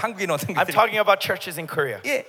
Speaker 1: 한국인 어떤
Speaker 2: I'm
Speaker 1: 것들이
Speaker 2: talking about churches in Korea.
Speaker 1: 예,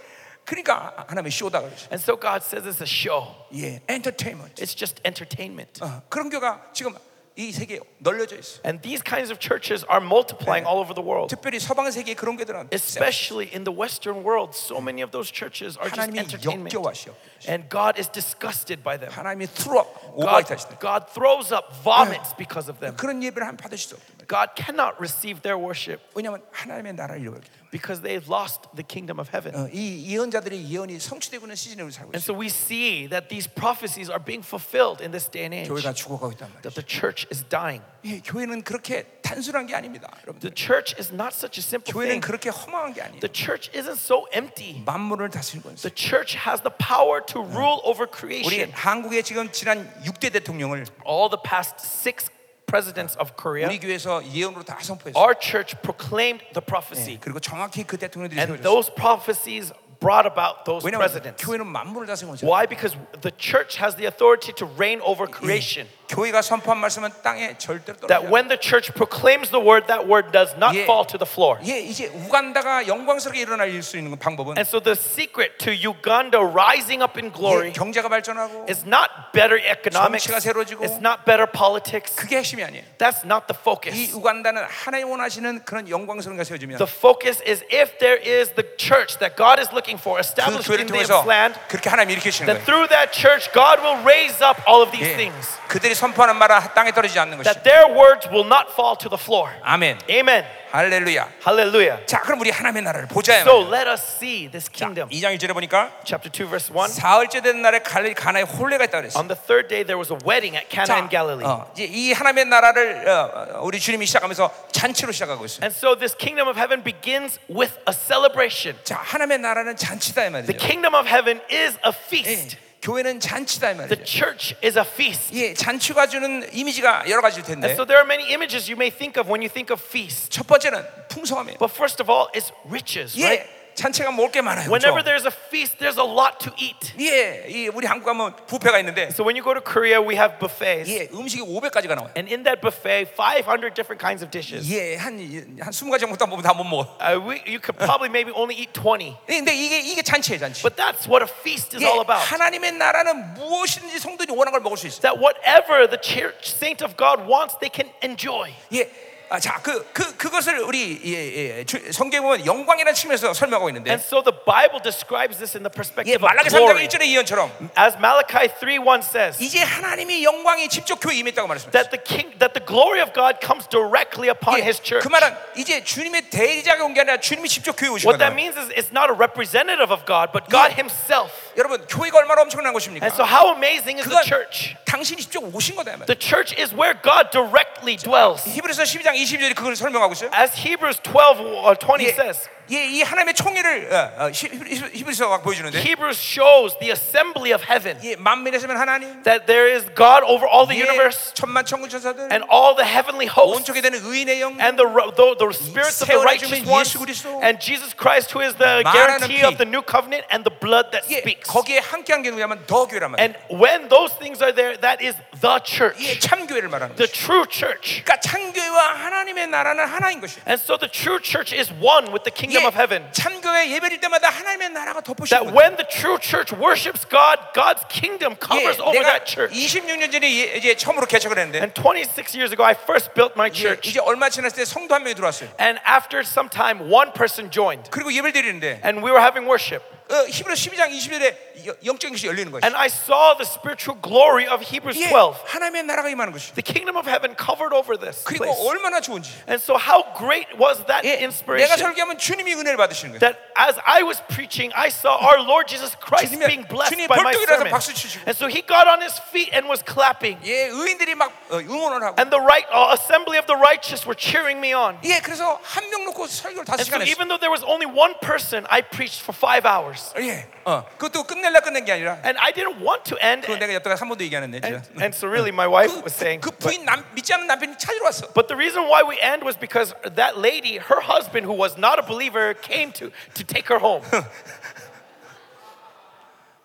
Speaker 1: 그러니까 하나님의 쇼다 그러죠.
Speaker 2: And so God says it's a show.
Speaker 1: 예, 엔터테인먼트.
Speaker 2: It's just entertainment.
Speaker 1: 어, 그런 교가 지금 이 세계에 널려져 있어.
Speaker 2: And these kinds of churches are multiplying all over the world.
Speaker 1: 특별히 서방 세계에 그런 교들은
Speaker 2: Especially in the Western world, so many of those churches are just
Speaker 1: 하나님이
Speaker 2: entertainment.
Speaker 1: 역겨워하시오.
Speaker 2: And God is disgusted by them.
Speaker 1: 하나님이 트럭
Speaker 2: God,
Speaker 1: 오바이트 하시다.
Speaker 2: God throws up vomits because of them.
Speaker 1: 그런 예배를 한 받으실 수 없다.
Speaker 2: God cannot receive their worship
Speaker 1: 왜냐하면 하나님의 나라를 잃어버렸기 때문에.
Speaker 2: because they've lost the kingdom of heaven.
Speaker 1: 어, 이 예언자들의 예언이 성취되고 있는 시즌에 우리 살고
Speaker 2: And
Speaker 1: 있어.
Speaker 2: so we see that these prophecies are being fulfilled in this day and age,
Speaker 1: 교회가 죽어가고 있단 말이야.
Speaker 2: that the church is dying.
Speaker 1: 예, 교회는 그렇게 단순한 게 아닙니다. 여러분들.
Speaker 2: The church is not such a simple
Speaker 1: 교회는
Speaker 2: thing.
Speaker 1: 그렇게 허망한 게 아니에요.
Speaker 2: The church isn't so empty.
Speaker 1: 만물을 다스리고
Speaker 2: The
Speaker 1: 있어요.
Speaker 2: church has the power to
Speaker 1: Mm.
Speaker 2: rule over
Speaker 1: 우리
Speaker 2: creation.
Speaker 1: 한국의 지금 지난 6대 대통령을
Speaker 2: All the past six presidents of
Speaker 1: 우리
Speaker 2: Korea,
Speaker 1: 교회에서 예언으로 다 선포했어요. 예,
Speaker 2: our church proclaimed the prophecy.
Speaker 1: 그리고 정확히 그 대통령들이
Speaker 2: And
Speaker 1: 세워졌어요.
Speaker 2: those prophecies brought about those
Speaker 1: 왜냐하면
Speaker 2: presidents.
Speaker 1: 교회는 만물을 다스리고 있어요. Mm.
Speaker 2: Why? Because the church has the authority to reign over creation.
Speaker 1: 예, 교회가 선포한 말씀은 땅에 절대로 떨어지지
Speaker 2: that
Speaker 1: 않아.
Speaker 2: when the church proclaims the word, that word does not
Speaker 1: Yeah.
Speaker 2: fall to the floor.
Speaker 1: 예, 이제 우간다가 영광스럽게 일어날 수 있는 방법은
Speaker 2: And so the secret to Uganda rising up in
Speaker 1: 예,
Speaker 2: glory
Speaker 1: 경제가 발전하고
Speaker 2: is not better economics.
Speaker 1: 정치가 새로워지고.
Speaker 2: It's not better politics.
Speaker 1: 그게 핵심이 아니에요.
Speaker 2: That's not the
Speaker 1: 이
Speaker 2: focus.
Speaker 1: 우간다는 하나님 원하시는 그런 영광스러운 것이 세워지면
Speaker 2: The focus is if there is the church that God is looking for
Speaker 1: 그
Speaker 2: established
Speaker 1: 교회를
Speaker 2: in this
Speaker 1: 통해서
Speaker 2: land,
Speaker 1: 그렇게 하나님 일으키시는
Speaker 2: then
Speaker 1: 거예요.
Speaker 2: through that church, God will raise up all of these
Speaker 1: 예,
Speaker 2: things.
Speaker 1: 그들이 선포하는 말은 땅에 떨어지지 않는 것이.
Speaker 2: That their words will not fall to the floor.
Speaker 1: 아멘.
Speaker 2: Amen.
Speaker 1: 할렐루야.
Speaker 2: Hallelujah.
Speaker 1: 자, 그럼 우리 하나님의 나라를 보자.
Speaker 2: So let us see this kingdom.
Speaker 1: 2장 1절에 보니까
Speaker 2: Chapter 2, verse 1.
Speaker 1: 사흘째 되는 날에 갈- 가나에 혼례가 있다 그랬어.
Speaker 2: On the third day, there was a wedding at Cana in Galilee.
Speaker 1: 어, 이제 이 하나님의 나라를 어, 어, 우리 주님이 시작하면서 잔치로 시작하고 있어요.
Speaker 2: And so this kingdom of heaven begins with a celebration.
Speaker 1: 자, 하나님의 나라는 잔치다 이
Speaker 2: The
Speaker 1: 말이죠.
Speaker 2: kingdom of heaven is
Speaker 1: 예,
Speaker 2: a feast.
Speaker 1: 교회는 잔치다 이
Speaker 2: The
Speaker 1: 말이죠.
Speaker 2: church is a feast.
Speaker 1: 예, 잔치가 주는 이미지가 여러 가지일 텐데
Speaker 2: And so there are many images you may think of when you think of feast.
Speaker 1: 첫 번째는 풍성함이에요.
Speaker 2: But first of all, it's riches, right?
Speaker 1: 예, 잔치가 먹을 게 많아요.
Speaker 2: Whenever
Speaker 1: 그렇죠?
Speaker 2: there's a feast, there's a lot to eat.
Speaker 1: 예, 이 우리 한국 가면 부페가 있는데
Speaker 2: So when you go to Korea, we have buffets.
Speaker 1: 예, 음식이 500가지가 나와요.
Speaker 2: And in that buffet, 500 different kinds of dishes.
Speaker 1: 예, 한한 20가지 정도 다 먹으면 다 못 먹어.
Speaker 2: Uh, we, you could probably maybe only eat 20.
Speaker 1: 예, 근데 이게 이게 잔치예요, 잔치.
Speaker 2: But that's what a feast is
Speaker 1: 예,
Speaker 2: all about.
Speaker 1: 하나님의 나라는 무엇인지 성도들이 원하는 걸 먹을 수 있어요.
Speaker 2: That whatever the church saint of God wants, they can enjoy.
Speaker 1: 예. 아, 자, 그, 그, 그것을 우리 예, 예, 주- 성경에 보면 영광이라는 측면에서 설명하고 있는데
Speaker 2: And so the Bible describes this in
Speaker 1: 예,
Speaker 2: the perspective
Speaker 1: 말라기
Speaker 2: of
Speaker 1: 3장
Speaker 2: glory.
Speaker 1: 1절의 이언처럼
Speaker 2: As Malachi 3:1 says,
Speaker 1: 이제 하나님이 영광이 직접 교회에 임했다고 말씀하셨어요.
Speaker 2: that the king that the glory of God comes directly
Speaker 1: 예,
Speaker 2: upon his church.
Speaker 1: 그 말은 이제 주님의 대리자가 온 게 아니라 주님이 직접 교회에 오신
Speaker 2: What
Speaker 1: 거다.
Speaker 2: that means is it's not a representative of God, but God
Speaker 1: Yeah.
Speaker 2: himself.
Speaker 1: 여러분, 교회가 얼마나 엄청난 것입니까?
Speaker 2: And so how amazing is the
Speaker 1: 그건-
Speaker 2: church?
Speaker 1: 당신이 직접 오신 거다. 이 말이에요.
Speaker 2: The church is where God directly dwells.
Speaker 1: 히브리서 12장 22절이 그걸 설명하고 있어요.
Speaker 2: As Hebrews 12 or 20
Speaker 1: 예,
Speaker 2: says,
Speaker 1: 예, 이 하나님의 총회를 어, 어, 히- 히브리- 히브리서가 보여주는데
Speaker 2: Hebrews shows the assembly of heaven
Speaker 1: 예, 만민에서면 하나님
Speaker 2: that there is God over all the
Speaker 1: 예,
Speaker 2: universe
Speaker 1: 천만 천군 천사들
Speaker 2: and all the heavenly hosts
Speaker 1: 온쪽에 되는 의인의 영
Speaker 2: and the, ro- the, the spirits of the
Speaker 1: 세월의 주인
Speaker 2: righteous ones
Speaker 1: 예수 그리스도.
Speaker 2: and Jesus Christ who is the
Speaker 1: 말하는 피.
Speaker 2: guarantee of the new covenant and the blood that
Speaker 1: 예,
Speaker 2: speaks.
Speaker 1: 거기에 함께한 게 누구냐면 더 교회란 말이에요.
Speaker 2: And when those things are there, that is the
Speaker 1: 예,
Speaker 2: church,
Speaker 1: 참 교회를 말하는
Speaker 2: the
Speaker 1: 거죠.
Speaker 2: true church.
Speaker 1: 그러니까 참 교회와 하나님의 나라는 하나인 것이에요.
Speaker 2: And so the true church is one with the
Speaker 1: 예,
Speaker 2: kingdom of heaven.
Speaker 1: 참 교회 예배일 때마다 하나님의 나라가 덮어주는
Speaker 2: That
Speaker 1: 거예요.
Speaker 2: when the true church worships God, God's kingdom
Speaker 1: 예,
Speaker 2: covers over
Speaker 1: 내가
Speaker 2: that church.
Speaker 1: 26년 전에 예- 이제 처음으로 개척을 했는데
Speaker 2: And 26 years ago, I first built my
Speaker 1: 예,
Speaker 2: church.
Speaker 1: 이제 얼마 지났을 때 성도 한 명이 들어왔어요.
Speaker 2: And after some time, one person joined.
Speaker 1: 그리고 예배를 드리는데
Speaker 2: And we were having worship.
Speaker 1: 어, 히브리 12장 20절에 영적인 것이 열리는 것이죠.
Speaker 2: And I saw the spiritual glory of Hebrews
Speaker 1: 예,
Speaker 2: 12.
Speaker 1: 하나님의 나라가 임하는 것이죠.
Speaker 2: The kingdom of heaven covered over this
Speaker 1: 그리고
Speaker 2: place.
Speaker 1: 얼마나 좋은지.
Speaker 2: And so, how great was that
Speaker 1: 예, 내가
Speaker 2: inspiration?
Speaker 1: 설교하면 주님이 은혜를 받으시는 거예요.
Speaker 2: That as I was preaching, I saw our Lord Jesus Christ
Speaker 1: 주님의-
Speaker 2: being blessed
Speaker 1: 주님이
Speaker 2: by my
Speaker 1: 벌떡 일어나서
Speaker 2: sermon.
Speaker 1: 박수 치시고.
Speaker 2: And so he got on his feet and was clapping.
Speaker 1: 예, 의인들이 막 어, 응원을 하고.
Speaker 2: And the right uh, assembly of the righteous were cheering me on.
Speaker 1: 예, 그래서 한 명 놓고 설교를 다섯
Speaker 2: And
Speaker 1: 시간 했어요.
Speaker 2: so, even though there was only one person, I preached for five hours.
Speaker 1: 예, 어, 그것도 끝낼라 끝낸 게 아니라
Speaker 2: And I didn't want to end.
Speaker 1: 그건 내가 여태까지 한 번도 얘기하는데
Speaker 2: And,
Speaker 1: 진짜.
Speaker 2: and so, really, my wife
Speaker 1: 그,
Speaker 2: was saying,
Speaker 1: 그
Speaker 2: but,
Speaker 1: 부인 남, 믿지 않는 남편이 찾으러 왔어.
Speaker 2: but the reason why we end was because that lady, her husband, who was not a believer, came to, to take her home.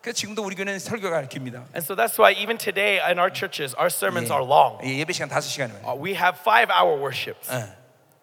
Speaker 1: 그래서 지금도 우리 교회는 설교가 깁니다.
Speaker 2: and so, that's why even today in our churches, our sermons are long.
Speaker 1: 예, 예배 시간 다섯 시간이에요.
Speaker 2: Uh, We have five hour worships.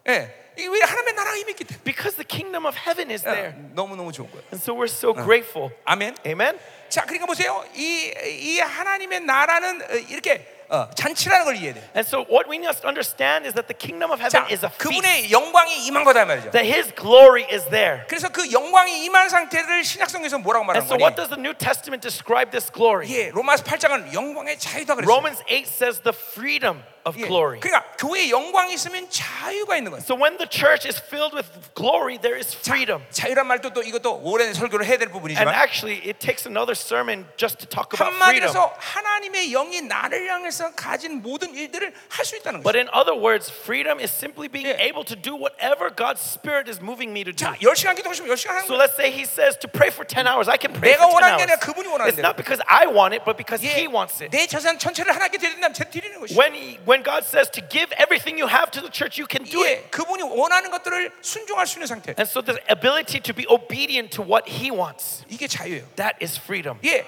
Speaker 1: 예, 이게 왜 하나님의 나라가 임했기 때문에 예.
Speaker 2: Because the kingdom of heaven is there. 예.
Speaker 1: 너무 너무 좋은 거예요.
Speaker 2: And so we're so grateful.
Speaker 1: 아멘.
Speaker 2: Amen.
Speaker 1: 자, 그러니까 보세요. 이, 이 하나님의 나라는 어, 이렇게 어, 잔치라는 걸 이해해야 돼.
Speaker 2: And so what we must understand is that the kingdom of
Speaker 1: 자,
Speaker 2: heaven is a feast.
Speaker 1: 그분의 영광이 임한 거다 이 말이죠.
Speaker 2: That his glory is there.
Speaker 1: 그래서 그 영광이 임한 상태를 신약성에서 뭐라고
Speaker 2: And
Speaker 1: 말하는
Speaker 2: so
Speaker 1: 거니?
Speaker 2: what does the New Testament describe this glory?
Speaker 1: 예, 로마서 8장은 영광의 자유다 그랬어요.
Speaker 2: Romans 8 says the freedom of
Speaker 1: 예,
Speaker 2: glory.
Speaker 1: 그러니까 교회에 영광이 있으면 자유가 있는 거예요.
Speaker 2: So when the church is filled with glory, there is freedom.
Speaker 1: 자유란 말도 또 이것도 오랜 설교를 해야 될
Speaker 2: And
Speaker 1: 부분이지만
Speaker 2: actually, it takes another sermon just to talk about freedom.
Speaker 1: 한마디로서 하나님의 영이 나를 향해서 가진 모든 일들을 할 수 있다는 거죠.
Speaker 2: But in other words, freedom is simply being
Speaker 1: Yeah.
Speaker 2: able to do whatever God's Spirit is moving me to do.
Speaker 1: 자, 아, 10시간 기도하시면 10시간 하는
Speaker 2: So
Speaker 1: 거예요.
Speaker 2: let's say he says to pray for 10 hours. I can pray
Speaker 1: 내가
Speaker 2: for 10
Speaker 1: 원하는 게
Speaker 2: hours.
Speaker 1: 아니라 그분이 원하는
Speaker 2: It's
Speaker 1: 대로.
Speaker 2: not because I want it, but because
Speaker 1: 예,
Speaker 2: he wants it.
Speaker 1: 내 재산 전체를 하나님께 드린다면 제 드리는 것이죠.
Speaker 2: When, he, when God says to give everything you have to the church, you can do
Speaker 1: 예,
Speaker 2: it.
Speaker 1: 그분이 원하는 것들을 순종할 수 있는 상태.
Speaker 2: And so the ability to be obedient to what he wants,
Speaker 1: 이게 자유예요.
Speaker 2: that is freedom.
Speaker 1: 예.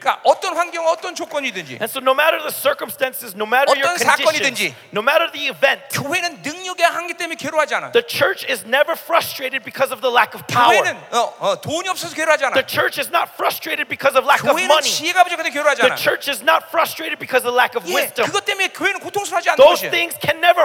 Speaker 1: 그러니까 어떤 환경, 어떤 조건이든지
Speaker 2: And so, no matter the circumstances, no matter your
Speaker 1: 어떤
Speaker 2: conditions,
Speaker 1: 사건이든지.
Speaker 2: no matter the event,
Speaker 1: 교회는 능력의 한계 때문에 괴로워하지 않아.
Speaker 2: the church is never frustrated because of the lack of power.
Speaker 1: 교회는 어, 어, 돈이 없어서 괴로워하지 않아.
Speaker 2: The church is not frustrated because of lack of
Speaker 1: 교회는
Speaker 2: money.
Speaker 1: 지혜가 부족해서 괴로워하지
Speaker 2: The
Speaker 1: 않아.
Speaker 2: church is not frustrated because of lack of
Speaker 1: 예,
Speaker 2: wisdom.
Speaker 1: 그것 때문에 교회는 고통스러워하지 않는
Speaker 2: Those
Speaker 1: 것이.
Speaker 2: things can never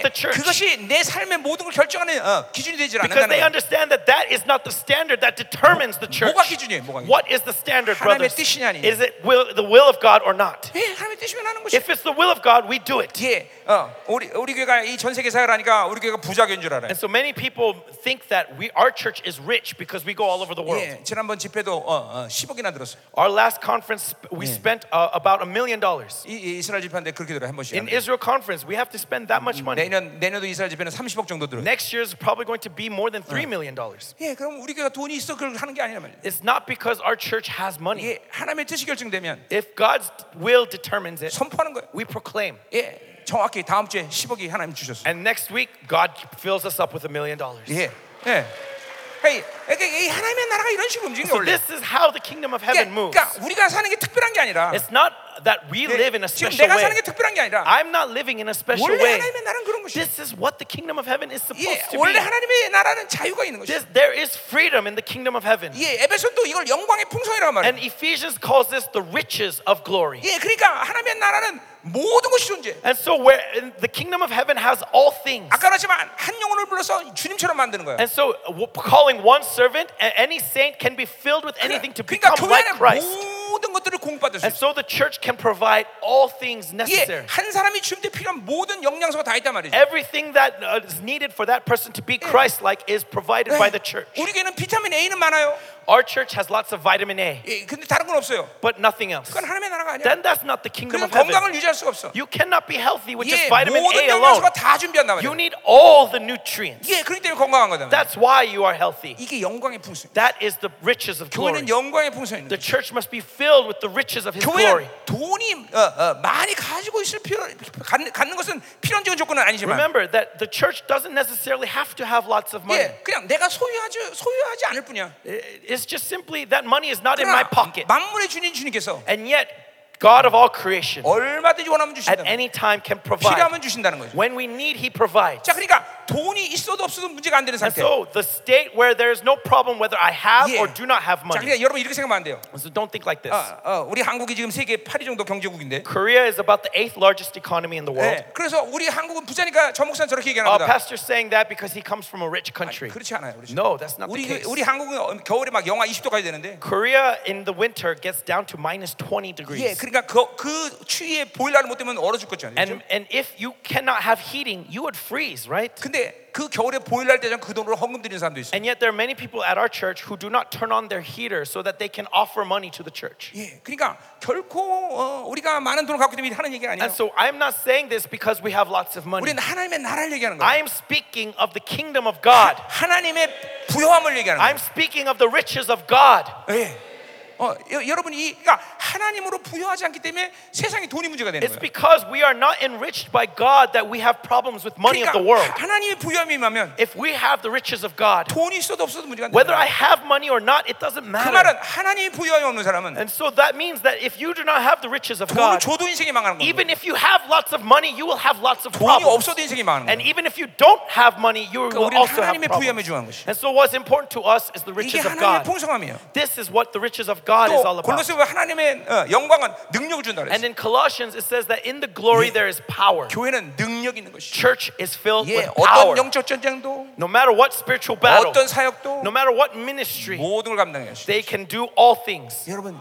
Speaker 1: 예,
Speaker 2: the church
Speaker 1: 그것이 내 삶의 모든 걸 결정하는 어, 기준이 되질
Speaker 2: because
Speaker 1: 않는다는
Speaker 2: they
Speaker 1: 거예요.
Speaker 2: understand that that is not the standard that determines the church.
Speaker 1: 뭐가 기준이에요? 뭐가 기준?
Speaker 2: What is the standard,
Speaker 1: 하나님의
Speaker 2: brothers?
Speaker 1: 뜻이냐, 아니냐?
Speaker 2: Is it will, the will of God or not?
Speaker 1: 예, 하나님 뜻이면 하는 것이.
Speaker 2: If it's the will of God, we do it.
Speaker 1: 예, 어, 우리 우리 교회가 이 전 세계 사회를 하니까 우리 교회가 부자인 줄 알아요.
Speaker 2: And so many people think that we, our church is rich because we go all over the world.
Speaker 1: 예, 지난번 집회도 어, 어, 10억이나 들었어요.
Speaker 2: Our last conference, sp- we spent uh, about a million dollars.
Speaker 1: 이, 이 이스라엘 집회인데 그렇게 들어요 한 번씩.
Speaker 2: In Israel conference, we have to spend that much money.
Speaker 1: 내년 내년도 이스라엘 집회는 30억 정도 들어요.
Speaker 2: Next year is probably going to be more than three
Speaker 1: Uh.
Speaker 2: million dollars.
Speaker 1: 예, 그럼 우리 교회가 돈이 있어 그걸 하는 게 아니라 말이에요.
Speaker 2: It's not because our church has money.
Speaker 1: 예, 하나님의 뜻이 결정되면
Speaker 2: If God's will determines it,
Speaker 1: 선포하는 거예요.
Speaker 2: we proclaim.
Speaker 1: 예, 정확히 다음 주에 10억이 하나님 주셨어.
Speaker 2: And next week, God fills us up with a million dollars.
Speaker 1: 예, 예. 그러니까 이, 이 하나님의 나라가 이런 식으로 움직이는
Speaker 2: So
Speaker 1: 원래.
Speaker 2: this is how the kingdom of heaven moves.
Speaker 1: 그러니까 우리가 사는 게 특별한 게 아니라
Speaker 2: It's not that we
Speaker 1: 예,
Speaker 2: live in a
Speaker 1: 지금
Speaker 2: special
Speaker 1: 내가
Speaker 2: way.
Speaker 1: 사는 게 특별한 게 아니라
Speaker 2: I'm not living in a special
Speaker 1: 원래
Speaker 2: way.
Speaker 1: 하나님의 나라는 그런 것이.
Speaker 2: This is what the kingdom of heaven is supposed
Speaker 1: 예,
Speaker 2: to
Speaker 1: 원래
Speaker 2: be.
Speaker 1: 하나님의 나라는 자유가 있는 것이.
Speaker 2: This, there is freedom in the kingdom of heaven.
Speaker 1: 예, 에베소도 이걸 영광의 풍성이라고 말해.
Speaker 2: And Ephesians calls this the riches of glory.
Speaker 1: 예, 그러니까 하나님의 나라는 모든 것이 존재.
Speaker 2: And so where in the kingdom of heaven has all things.
Speaker 1: 아까 말했지만 한 영혼을 불러서 주님처럼 만드는 거예요.
Speaker 2: And so w- calling one servant, a- any saint can be filled with anything to
Speaker 1: 그러니까
Speaker 2: become like
Speaker 1: 교회는
Speaker 2: Christ.
Speaker 1: 모든 것들을 공급받을 수
Speaker 2: And
Speaker 1: 있어.
Speaker 2: so the church can provide all things
Speaker 1: 예,
Speaker 2: necessary.
Speaker 1: 한 사람이 주님 때 필요한 모든 영양소가 다 있단 말이죠.
Speaker 2: Everything that uh, is needed for that person to be Christ like is provided by the church.
Speaker 1: 예, 우리 교회는 비타민 A는 많아요.
Speaker 2: Our church has lots of vitamin A,
Speaker 1: 예, 근데 다른 건 없어요.
Speaker 2: but nothing else.
Speaker 1: 그건 하나님의 나라가 아니야.
Speaker 2: Then that's not the kingdom
Speaker 1: 그래서
Speaker 2: of heaven.
Speaker 1: 건강을 유지할 수가 없어.
Speaker 2: You cannot be healthy with
Speaker 1: 예,
Speaker 2: just vitamin
Speaker 1: 모든
Speaker 2: A
Speaker 1: 영양소가
Speaker 2: alone.
Speaker 1: 다 준비한단
Speaker 2: You
Speaker 1: 말이야.
Speaker 2: need all the nutrients.
Speaker 1: 예, 그렇기 때문에 건강한 거다. 말이야.
Speaker 2: That's why you are healthy.
Speaker 1: 이게 영광의 풍성.
Speaker 2: That is the riches of
Speaker 1: 교회는
Speaker 2: glory.
Speaker 1: 영광의 풍성이 있는.
Speaker 2: The church must be filled with the riches of His 그 glory.
Speaker 1: 교회는 그 돈이 어, 어, 많이 가지고 있을 필요 갖는, 갖는 것은 필연적인 조건은 아니지만
Speaker 2: Remember that the church doesn't necessarily have to have lots of money.
Speaker 1: 예, 그냥 내가 소유하지 소유하지 않을 뿐이야.
Speaker 2: It's just simply that money is not in my
Speaker 1: 그러나
Speaker 2: pocket.
Speaker 1: 만물의 주인 주님께서
Speaker 2: And yet, God of all creation,
Speaker 1: 얼마든지 원하면 주신다.
Speaker 2: at any time, can provide.
Speaker 1: 필요하면 주신다는 거죠.
Speaker 2: When we need, He provides.
Speaker 1: 자, 그러니까 돈이 있어도 없어도 문제가 안 되는
Speaker 2: And
Speaker 1: 상태.
Speaker 2: so, the state where there is no problem whether I have
Speaker 1: 예.
Speaker 2: or do not have
Speaker 1: 자,
Speaker 2: money.
Speaker 1: 그러니까 여러분 이렇게 생각하면 안 돼요.
Speaker 2: So, don't think like this.
Speaker 1: 어, 어, 우리 한국이 지금 세계 8위 정도 경제국인데.
Speaker 2: Korea is about the eighth largest economy in the world.
Speaker 1: 예, 그래서 우리 한국은 부자니까 저 목사는 저렇게 얘기하는 거다.
Speaker 2: Our pastor's saying that because he comes from a rich country.
Speaker 1: 그렇지 않아요. 그렇지.
Speaker 2: No, that's not the
Speaker 1: 우리
Speaker 2: case.
Speaker 1: 우리 한국은 겨울에 막 영하 20도까지 되는데.
Speaker 2: Korea in the winter gets down to minus 20
Speaker 1: 예,
Speaker 2: degrees.
Speaker 1: 그러니까 그, 그 추위에 보일러를 못 되면 얼어 죽겠죠. 그렇죠?
Speaker 2: And, and if you cannot have heating, you would freeze, right?
Speaker 1: 근데 그 겨울에 보일러를 대장 그 돈으로 헌금 드리는 사람도 있어요.
Speaker 2: And yet there are many people at our church who do not turn on their heater so that they can offer money to the church.
Speaker 1: 예, 그러니까 결코 어, 우리가 많은 돈을 갖고 있기 하는 얘기 아니에요.
Speaker 2: And so I'm not saying this because we have lots of money.
Speaker 1: 우리는 하나님의 나라를 얘기하는 거예요.
Speaker 2: I am speaking of the kingdom of God.
Speaker 1: 하나님의 부여함을 얘기하는 거예요.
Speaker 2: I'm speaking of the riches of God.
Speaker 1: 예. 어, 여, 여러분 이 그러니까 하나님으로 부여하지 않기 때문에 세상에 돈이 문제가 되는
Speaker 2: It's
Speaker 1: 거예요.
Speaker 2: because we are not enriched by God that we have problems with money of
Speaker 1: 그러니까
Speaker 2: the world.
Speaker 1: 하- 하나님의 부여함이 임하면
Speaker 2: If we have the riches of God,
Speaker 1: 돈이 있어도 없어도 문제가 되는
Speaker 2: Whether I
Speaker 1: 거예요.
Speaker 2: have money or not, it doesn't
Speaker 1: 그
Speaker 2: matter.
Speaker 1: 말은 하나님의 부여함이 없는 사람은
Speaker 2: And so that means that if you do not have the riches of
Speaker 1: 돈을
Speaker 2: God,
Speaker 1: 줘도 인생이 망하는 거예요.
Speaker 2: even if you have lots of money, you will have lots of
Speaker 1: 돈이
Speaker 2: problems.
Speaker 1: 없어도 인생이 망하는
Speaker 2: And
Speaker 1: 거예요.
Speaker 2: even if you don't have money, you will
Speaker 1: 그 우리는
Speaker 2: also have
Speaker 1: 하나님의 부여함에 중요한 것이.
Speaker 2: problems. And so what's important to us is the
Speaker 1: 이게
Speaker 2: riches of
Speaker 1: 하나님의
Speaker 2: God.
Speaker 1: 풍성함이에요.
Speaker 2: This is what the riches of God is
Speaker 1: 또
Speaker 2: all about.
Speaker 1: 골로새 하나님의 어, 영광은 능력을 준다 그랬어요.
Speaker 2: And in Colossians, it says that in the glory there is power.
Speaker 1: 교회는 능력 있는 것이.
Speaker 2: Church is filled
Speaker 1: 예,
Speaker 2: with
Speaker 1: 어떤
Speaker 2: power.
Speaker 1: 영적 전쟁도
Speaker 2: No matter what spiritual battle,
Speaker 1: 어떤 사역도
Speaker 2: no matter what ministry,
Speaker 1: 모든 걸 감당해요.
Speaker 2: they can do all things.
Speaker 1: 여러분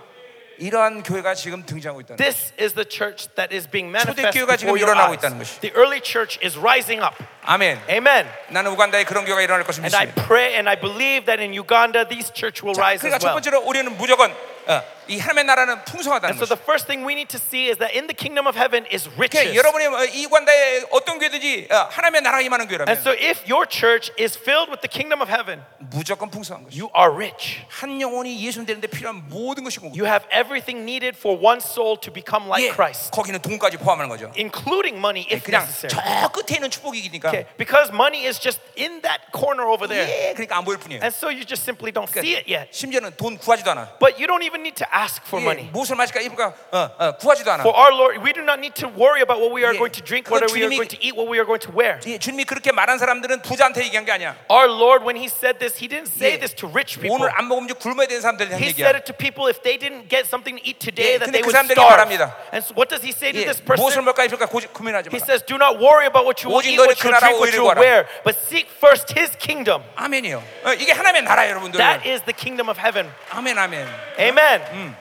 Speaker 1: 이러한 교회가 지금 등장하고 있다는
Speaker 2: This is the church that is being manifested
Speaker 1: 초대교회가 지금
Speaker 2: before your
Speaker 1: 일어나고
Speaker 2: eyes.
Speaker 1: 있다는 것이.
Speaker 2: The early church is rising up.
Speaker 1: 거예요. 아멘.
Speaker 2: Amen.
Speaker 1: 나는 우간다에 그런 교회가 일어날 것을
Speaker 2: And I
Speaker 1: 믿습니다.
Speaker 2: pray and I believe that in Uganda these church will rise
Speaker 1: 그러니까
Speaker 2: as
Speaker 1: 첫
Speaker 2: well.
Speaker 1: 번째로 우리는 무조건 어, 이 하나님의 나라는
Speaker 2: And
Speaker 1: 풍성하다는
Speaker 2: so
Speaker 1: 거죠.
Speaker 2: the first thing we need to see is that in the kingdom of heaven is
Speaker 1: 그러니까
Speaker 2: riches.
Speaker 1: 여러분의 어, 이 우간다에 어떤 교회든지 어, 하나님의 나라가 임하는
Speaker 2: And
Speaker 1: 교회라면
Speaker 2: so if your church is filled with the kingdom of heaven,
Speaker 1: 무조건 풍성한 것이.
Speaker 2: you are rich.
Speaker 1: 한 영혼이 예수 되는데 필요한 모든 것이 공급.
Speaker 2: You have everything needed for one soul to become like
Speaker 1: 예,
Speaker 2: Christ,
Speaker 1: 거기는 돈까지 포함하는 거죠. 예,
Speaker 2: including money if
Speaker 1: 그냥
Speaker 2: necessary.
Speaker 1: 저 끝에 있는 축복이니까.
Speaker 2: Okay, because money is just in that corner over there.
Speaker 1: 예, 그러니까 안 보일 뿐이에요.
Speaker 2: And so you just simply don't see it yet.
Speaker 1: 심지어는 돈 구하지도 않아.
Speaker 2: But you don't even need to ask for
Speaker 1: 이게
Speaker 2: money.
Speaker 1: 무엇을 마실까 입을까 어, 어, 구하지도 않아.
Speaker 2: For our Lord, we do not need to worry about what we are
Speaker 1: 예,
Speaker 2: going to drink,
Speaker 1: 그건
Speaker 2: what we are
Speaker 1: 주님이-
Speaker 2: going to eat, what we are going to wear.
Speaker 1: 이 예, 주님이 그렇게 말한 사람들은 부자한테 얘기한 게 아니야.
Speaker 2: Our Lord, when He said this, He didn't
Speaker 1: 예.
Speaker 2: say this to rich people.
Speaker 1: 오늘 안 먹으면 이제 굶어야 되는 사람들한테 한
Speaker 2: He said
Speaker 1: 얘기야.
Speaker 2: it to people if they didn't get something to eat today,
Speaker 1: 예,
Speaker 2: that
Speaker 1: 근데
Speaker 2: they
Speaker 1: 그
Speaker 2: would
Speaker 1: 사람들에게
Speaker 2: starve.
Speaker 1: 말합니다.
Speaker 2: And so what does He say to
Speaker 1: 예,
Speaker 2: this
Speaker 1: 무엇을
Speaker 2: person?
Speaker 1: 먹을까 입을까 고지, 고민하지 마라.
Speaker 2: He says, "Do not worry about what you will
Speaker 1: 오직
Speaker 2: eat,
Speaker 1: 너희
Speaker 2: what
Speaker 1: 그
Speaker 2: you will drink,
Speaker 1: 나라와
Speaker 2: what you
Speaker 1: 의를
Speaker 2: will
Speaker 1: 구하라.
Speaker 2: wear, but seek first His kingdom."
Speaker 1: 아멘이요. 어, 이게 하나님의 나라 여러분들.
Speaker 2: That is the kingdom of heaven.
Speaker 1: 아멘 아멘.
Speaker 2: Amen.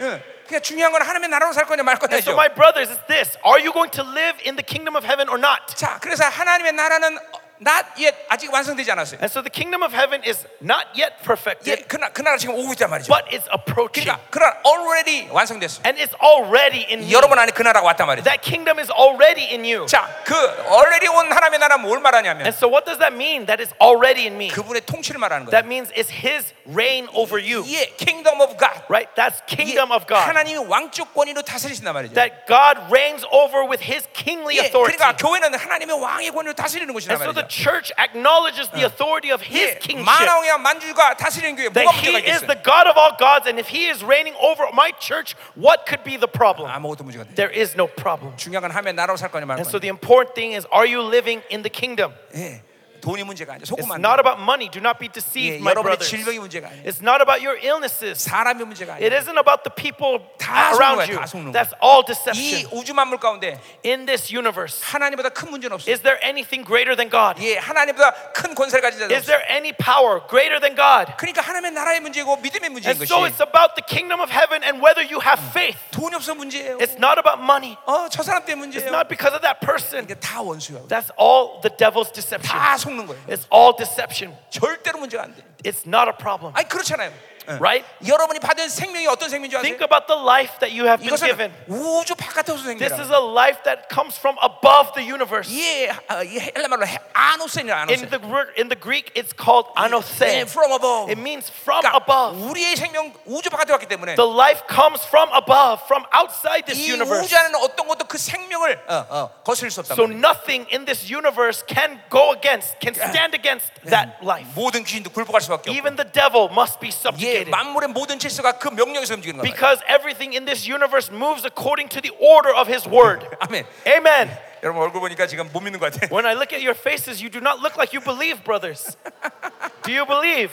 Speaker 1: 예, 그냥 중요한 건 하나님의 나라로 살 거냐 말
Speaker 2: And so,
Speaker 1: 거냐죠.
Speaker 2: my brothers, it's this: Are you going to live in the kingdom of heaven or not?
Speaker 1: 자, 그래서 하나님의 나라는 not yet 아직 완성되지 않았어요.
Speaker 2: And so, the kingdom of heaven is not yet
Speaker 1: 예,
Speaker 2: perfected,
Speaker 1: 그, 나, 그 나라 지금 오고 있단 말이죠.
Speaker 2: but it's approaching,
Speaker 1: 그러니까 그 나라 already 완성됐어.
Speaker 2: and it's already in you.
Speaker 1: 여러분 안에 그 나라가 왔단 말이죠.
Speaker 2: That kingdom is already in you.
Speaker 1: 자, 그 already 온 하나님의 나라 뭘
Speaker 2: And
Speaker 1: 말하냐면
Speaker 2: so, what does that mean? That it's already in me.
Speaker 1: 그분의 통치를 말하는 거예요.
Speaker 2: That means it's His reign over you,
Speaker 1: 예, kingdom of God.
Speaker 2: right? That's
Speaker 1: 예,
Speaker 2: kingdom of God.
Speaker 1: 하나님이 왕족 권위로 다스리신단 말이죠.
Speaker 2: That God reigns over with His kingly
Speaker 1: 예,
Speaker 2: authority.
Speaker 1: 그러니까 교회는 하나님의 왕의 권위로 다스리는 곳이란
Speaker 2: And so, the
Speaker 1: 말이죠.
Speaker 2: church acknowledges the authority of His
Speaker 1: 예,
Speaker 2: kingship.
Speaker 1: 만왕의 만주가 다스리는 교회
Speaker 2: that
Speaker 1: 뭐가
Speaker 2: he
Speaker 1: 문제가
Speaker 2: is
Speaker 1: 있겠어요?
Speaker 2: the God of all gods, and if he is reigning over my church, what could be the problem?
Speaker 1: 아무것도 문제가 돼.
Speaker 2: There is no problem.
Speaker 1: 중요한 건 하면 나라로 살 거냐 말
Speaker 2: And so
Speaker 1: 거냐.
Speaker 2: the important thing is, are you living in the kingdom?
Speaker 1: 예, 돈이 문제가 아니죠.
Speaker 2: It's
Speaker 1: 속만
Speaker 2: not about money. Do not
Speaker 1: 예,
Speaker 2: be deceived, my
Speaker 1: 여러분의
Speaker 2: brothers.
Speaker 1: 질병이 문제가 아니에요.
Speaker 2: It's not about your illnesses.
Speaker 1: 사람의 문제가
Speaker 2: It
Speaker 1: 아니에요.
Speaker 2: isn't about the people
Speaker 1: 다 속는
Speaker 2: around
Speaker 1: 거야, 다 속는
Speaker 2: you.
Speaker 1: 거야.
Speaker 2: That's all
Speaker 1: 이
Speaker 2: deception
Speaker 1: 우주 만물 가운데
Speaker 2: in this universe.
Speaker 1: 하나님보다 큰 문제는 없어요.
Speaker 2: Is there anything greater than God?
Speaker 1: 예, 하나님보다 큰 권세를 가진 자는
Speaker 2: Is
Speaker 1: 없어요.
Speaker 2: there any power greater than God?
Speaker 1: 그러니까 하나님의 나라의 문제고 믿음의 문제인
Speaker 2: And
Speaker 1: 것이
Speaker 2: so it's about the kingdom of heaven and whether you have faith.
Speaker 1: 돈이 없어 문제예요.
Speaker 2: It's not about money.
Speaker 1: 어, 저 사람 때문에
Speaker 2: It's
Speaker 1: 문제예요.
Speaker 2: not because of that person.
Speaker 1: 이게 다 원수야.
Speaker 2: That's all the devil's deception.
Speaker 1: 다 속는 거예요.
Speaker 2: It's all deception.
Speaker 1: 절대로 문제가 안 돼.
Speaker 2: It's not a problem,
Speaker 1: 아니 그렇잖아요. 예.
Speaker 2: right?
Speaker 1: 여러분이 받은 생명이 어떤 생명인지 아세요?
Speaker 2: Think about the life that you have been
Speaker 1: 이것은
Speaker 2: given.
Speaker 1: 우주 바깥에서
Speaker 2: This
Speaker 1: 생겨라.
Speaker 2: is a life that comes from above the universe.
Speaker 1: 예, 아, 예, 헬라 말로 해- 아노센이라 아노센.
Speaker 2: In the word- in the Greek, it's called
Speaker 1: 예,
Speaker 2: anothe.
Speaker 1: from above.
Speaker 2: It means from
Speaker 1: 그러니까
Speaker 2: above.
Speaker 1: 우리의 생명 우주 바깥에 왔기 때문에
Speaker 2: The life comes from above, from outside this
Speaker 1: 이
Speaker 2: universe.
Speaker 1: 우주 안에는 어떤 것도 그 생명을 어, 어, 거슬릴 수 없다.
Speaker 2: So nothing in this universe can go against, can stand against that life.
Speaker 1: 모든 귀신도 굴복할 수밖에 없고.
Speaker 2: Even the devil must be
Speaker 1: 예,
Speaker 2: subjugated.
Speaker 1: 만물의 모든 질서가 그 명령에서 움직이는 거예요.
Speaker 2: Because everything in this universe moves according to the order of his word.
Speaker 1: 아멘.
Speaker 2: Amen.
Speaker 1: 여러분 얼굴 보니까 지금 못 믿는 것 같아.
Speaker 2: When I look at your faces, you do not look like you believe, brothers. Do you believe?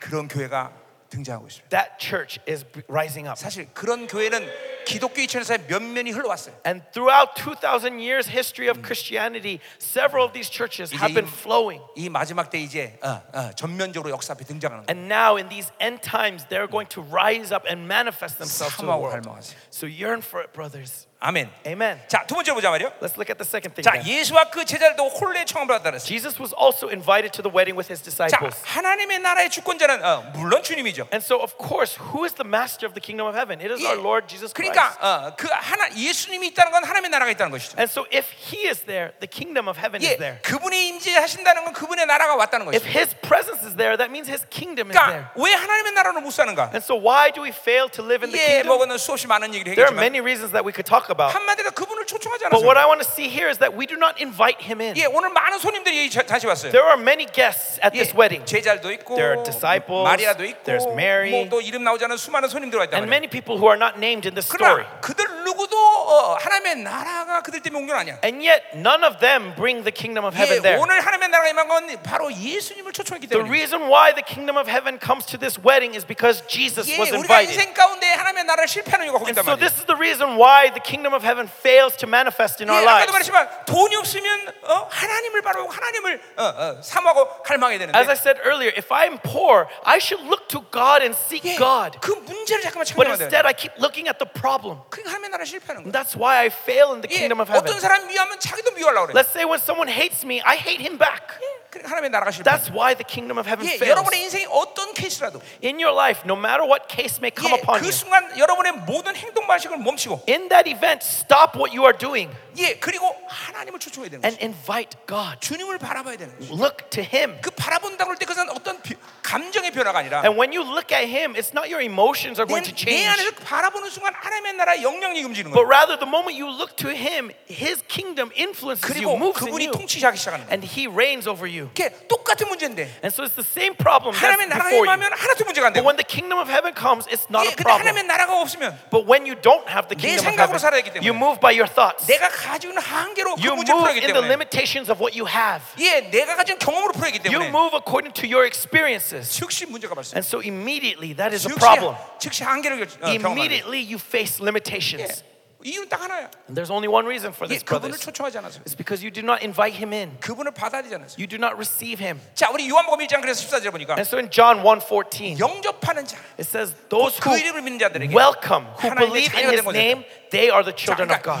Speaker 1: 그런 교회가 등장하고 있습니다.
Speaker 2: That church is b- rising up.
Speaker 1: 사실 그런 교회는 기독교 이천에서 몇 면이 흘러왔어요.
Speaker 2: And throughout 2000 years history of Christianity, several of these churches
Speaker 1: 이제
Speaker 2: have
Speaker 1: 이-
Speaker 2: been flowing.
Speaker 1: 이 마지막 때 이제 어, 어, 전면적으로 역사 앞에 등장하는 거예요.
Speaker 2: And now in these end times, they're going to rise up and manifest themselves to the
Speaker 1: 사모하고
Speaker 2: world.
Speaker 1: 갈망하세요.
Speaker 2: So yearn for it, brothers.
Speaker 1: 아멘.
Speaker 2: Amen.
Speaker 1: 자, 두 번째 보자 말이요.
Speaker 2: Let's look at the second thing.
Speaker 1: 자,
Speaker 2: then.
Speaker 1: 예수와 그 제자들도 혼례 청함을 받았다 그랬어요.
Speaker 2: Jesus was also invited to the wedding with his
Speaker 1: 자,
Speaker 2: disciples.
Speaker 1: 하나님의 나라의 주권자는 어, 물론 주님이죠.
Speaker 2: And so, of course, who is the master of the kingdom of heaven? It is
Speaker 1: 예.
Speaker 2: our Lord Jesus Christ.
Speaker 1: 그러니까 어, 그 하나 예수님이 있다는 건 하나님의 나라가 있다는 것이죠.
Speaker 2: And so, if He is there, the kingdom of heaven
Speaker 1: 예,
Speaker 2: is there.
Speaker 1: 그분이 임재하신다는 건 그분의 나라가 왔다는 것이죠.
Speaker 2: If His presence is there, that means His kingdom is there.
Speaker 1: 그러니까 왜 하나님의 나라를 못 사는가?
Speaker 2: And so, why do we fail to live in the
Speaker 1: 예,
Speaker 2: kingdom?
Speaker 1: 먹는 수없이 많은 얘기를
Speaker 2: There are
Speaker 1: 했지만
Speaker 2: many reasons that we could talk about.
Speaker 1: 한마디로 그분을 초청하지
Speaker 2: But what
Speaker 1: 않았어요.
Speaker 2: I want to see here is that we do not invite Him in.
Speaker 1: 예, 오늘 많은 손님들이 자- 다시 왔어요.
Speaker 2: There are many guests at
Speaker 1: 예,
Speaker 2: this wedding,
Speaker 1: 제자도 있고
Speaker 2: There are disciples,
Speaker 1: 마리아도 있고
Speaker 2: there's Mary.
Speaker 1: 뭐또 이름 나오지 않은 수많은 손님들 와 있단
Speaker 2: and
Speaker 1: 말이야.
Speaker 2: many people who are not named in this story.
Speaker 1: 그러나 그들 누구도 어, 하나님의 나라가 그들 때문에 온 건 아니야.
Speaker 2: And yet, none of them bring the kingdom of heaven
Speaker 1: 예,
Speaker 2: there.
Speaker 1: 오늘 하나님의 나라가 임한 건 바로 예수님을 초청했기
Speaker 2: The
Speaker 1: 때문에.
Speaker 2: reason why the kingdom of heaven comes to this wedding is because Jesus
Speaker 1: 예,
Speaker 2: was
Speaker 1: 우리가
Speaker 2: invited.
Speaker 1: 인생 가운데 하나님의 나라를 실패하는 이유가 거기
Speaker 2: And
Speaker 1: 있단
Speaker 2: so
Speaker 1: 말이야.
Speaker 2: this is the reason why the kingdom of heaven fails to manifest in our
Speaker 1: 예, 아까도
Speaker 2: lives.
Speaker 1: 말했지만 돈이 없으면 어, 하나님을 바라보고 하나님을 어, 어, 사모하고 갈망해야 되는데
Speaker 2: As I said earlier, if I'm poor, I should look to God and seek
Speaker 1: 예,
Speaker 2: God.
Speaker 1: 그 문제를 잠깐만
Speaker 2: But
Speaker 1: 참고해야 돼.
Speaker 2: instead, I keep looking at the problem.
Speaker 1: 그 하나님의 나라를 실패하는 거야.
Speaker 2: And that's why I fail in the
Speaker 1: 예,
Speaker 2: kingdom of heaven.
Speaker 1: 어떤 사람 미워하면 자기도 미워하려고 그래.
Speaker 2: Let's say when someone hates me, I hate him back.
Speaker 1: 그러니까 하나님의 나라가 실패.
Speaker 2: That's why the kingdom of heaven
Speaker 1: 예,
Speaker 2: fails.
Speaker 1: 여러분의 인생이 어떤 케이스라도
Speaker 2: In your life, no matter what case may come
Speaker 1: 예,
Speaker 2: upon
Speaker 1: 그
Speaker 2: you,
Speaker 1: 순간 여러분의 모든 행동 방식을 멈추고
Speaker 2: in that event, stop what you are doing
Speaker 1: 예 그리고 하나님을 초청해야 되는
Speaker 2: and
Speaker 1: 거죠.
Speaker 2: invite God.
Speaker 1: 주님을 바라봐야 되는 거죠.
Speaker 2: Look to Him.
Speaker 1: 그 바라본다고 할 때 그것은 어떤 비- 감정의 변화가 아니라
Speaker 2: And when you look at Him, it's not your emotions are
Speaker 1: 내,
Speaker 2: going to
Speaker 1: 내
Speaker 2: change.
Speaker 1: 안에서 바라보는 순간 하나님의 나라의 영향력이 움직이는 거예요.
Speaker 2: But rather, the moment you look to Him, His kingdom influences you,
Speaker 1: 그리고
Speaker 2: moves in
Speaker 1: 그분이
Speaker 2: you,
Speaker 1: 통치하기 시작하는 거예요.
Speaker 2: and He reigns over you. you.
Speaker 1: 이렇게 똑같은 문제인데
Speaker 2: And so it's the same problem that's
Speaker 1: 하나님의 나라가
Speaker 2: before you.
Speaker 1: 임하면 하나도 문제가 안
Speaker 2: But
Speaker 1: 돼요.
Speaker 2: when the kingdom of heaven comes, it's not
Speaker 1: 예,
Speaker 2: a
Speaker 1: 근데
Speaker 2: problem.
Speaker 1: 하나님의 나라가 없으면
Speaker 2: But when you don't have the
Speaker 1: 내
Speaker 2: kingdom of
Speaker 1: 생각으로 살아야 하기 때문에.
Speaker 2: heaven, you move by your thoughts.
Speaker 1: 내가 가지고 있는 한계로 그
Speaker 2: You
Speaker 1: 문제를
Speaker 2: move
Speaker 1: 풀어야 하기
Speaker 2: in the
Speaker 1: 때문에
Speaker 2: limitations of what you have.
Speaker 1: 예, 내가 가진 경험으로 풀어야 하기
Speaker 2: You
Speaker 1: 때문에
Speaker 2: move according to your experiences.
Speaker 1: 즉시 문제가 발생.
Speaker 2: And so immediately that is a
Speaker 1: 즉시
Speaker 2: problem.
Speaker 1: 즉시 한계를 결- 어, 경험하는. 거예요.
Speaker 2: Immediately you face
Speaker 1: 예,
Speaker 2: limitations.
Speaker 1: 이유는 딱 하나야.
Speaker 2: And there's only one reason for
Speaker 1: 예,
Speaker 2: this,
Speaker 1: 그분을
Speaker 2: brothers.
Speaker 1: 초청하지 않았어요.
Speaker 2: It's because you do not invite him in.
Speaker 1: 그분을 받아들이지 않았어요.
Speaker 2: You do not receive him.
Speaker 1: 자, 우리 요한복음 1장 그래서 14절 보니까
Speaker 2: And so in John 1:14,
Speaker 1: 영접하는 자.
Speaker 2: it says those
Speaker 1: 그
Speaker 2: who
Speaker 1: 이름을 믿는 자들에게
Speaker 2: welcome, who
Speaker 1: 하나님의
Speaker 2: believe in
Speaker 1: 자녀가
Speaker 2: his
Speaker 1: 된
Speaker 2: name, they are the
Speaker 1: 자,
Speaker 2: children of
Speaker 1: 그러니까
Speaker 2: God.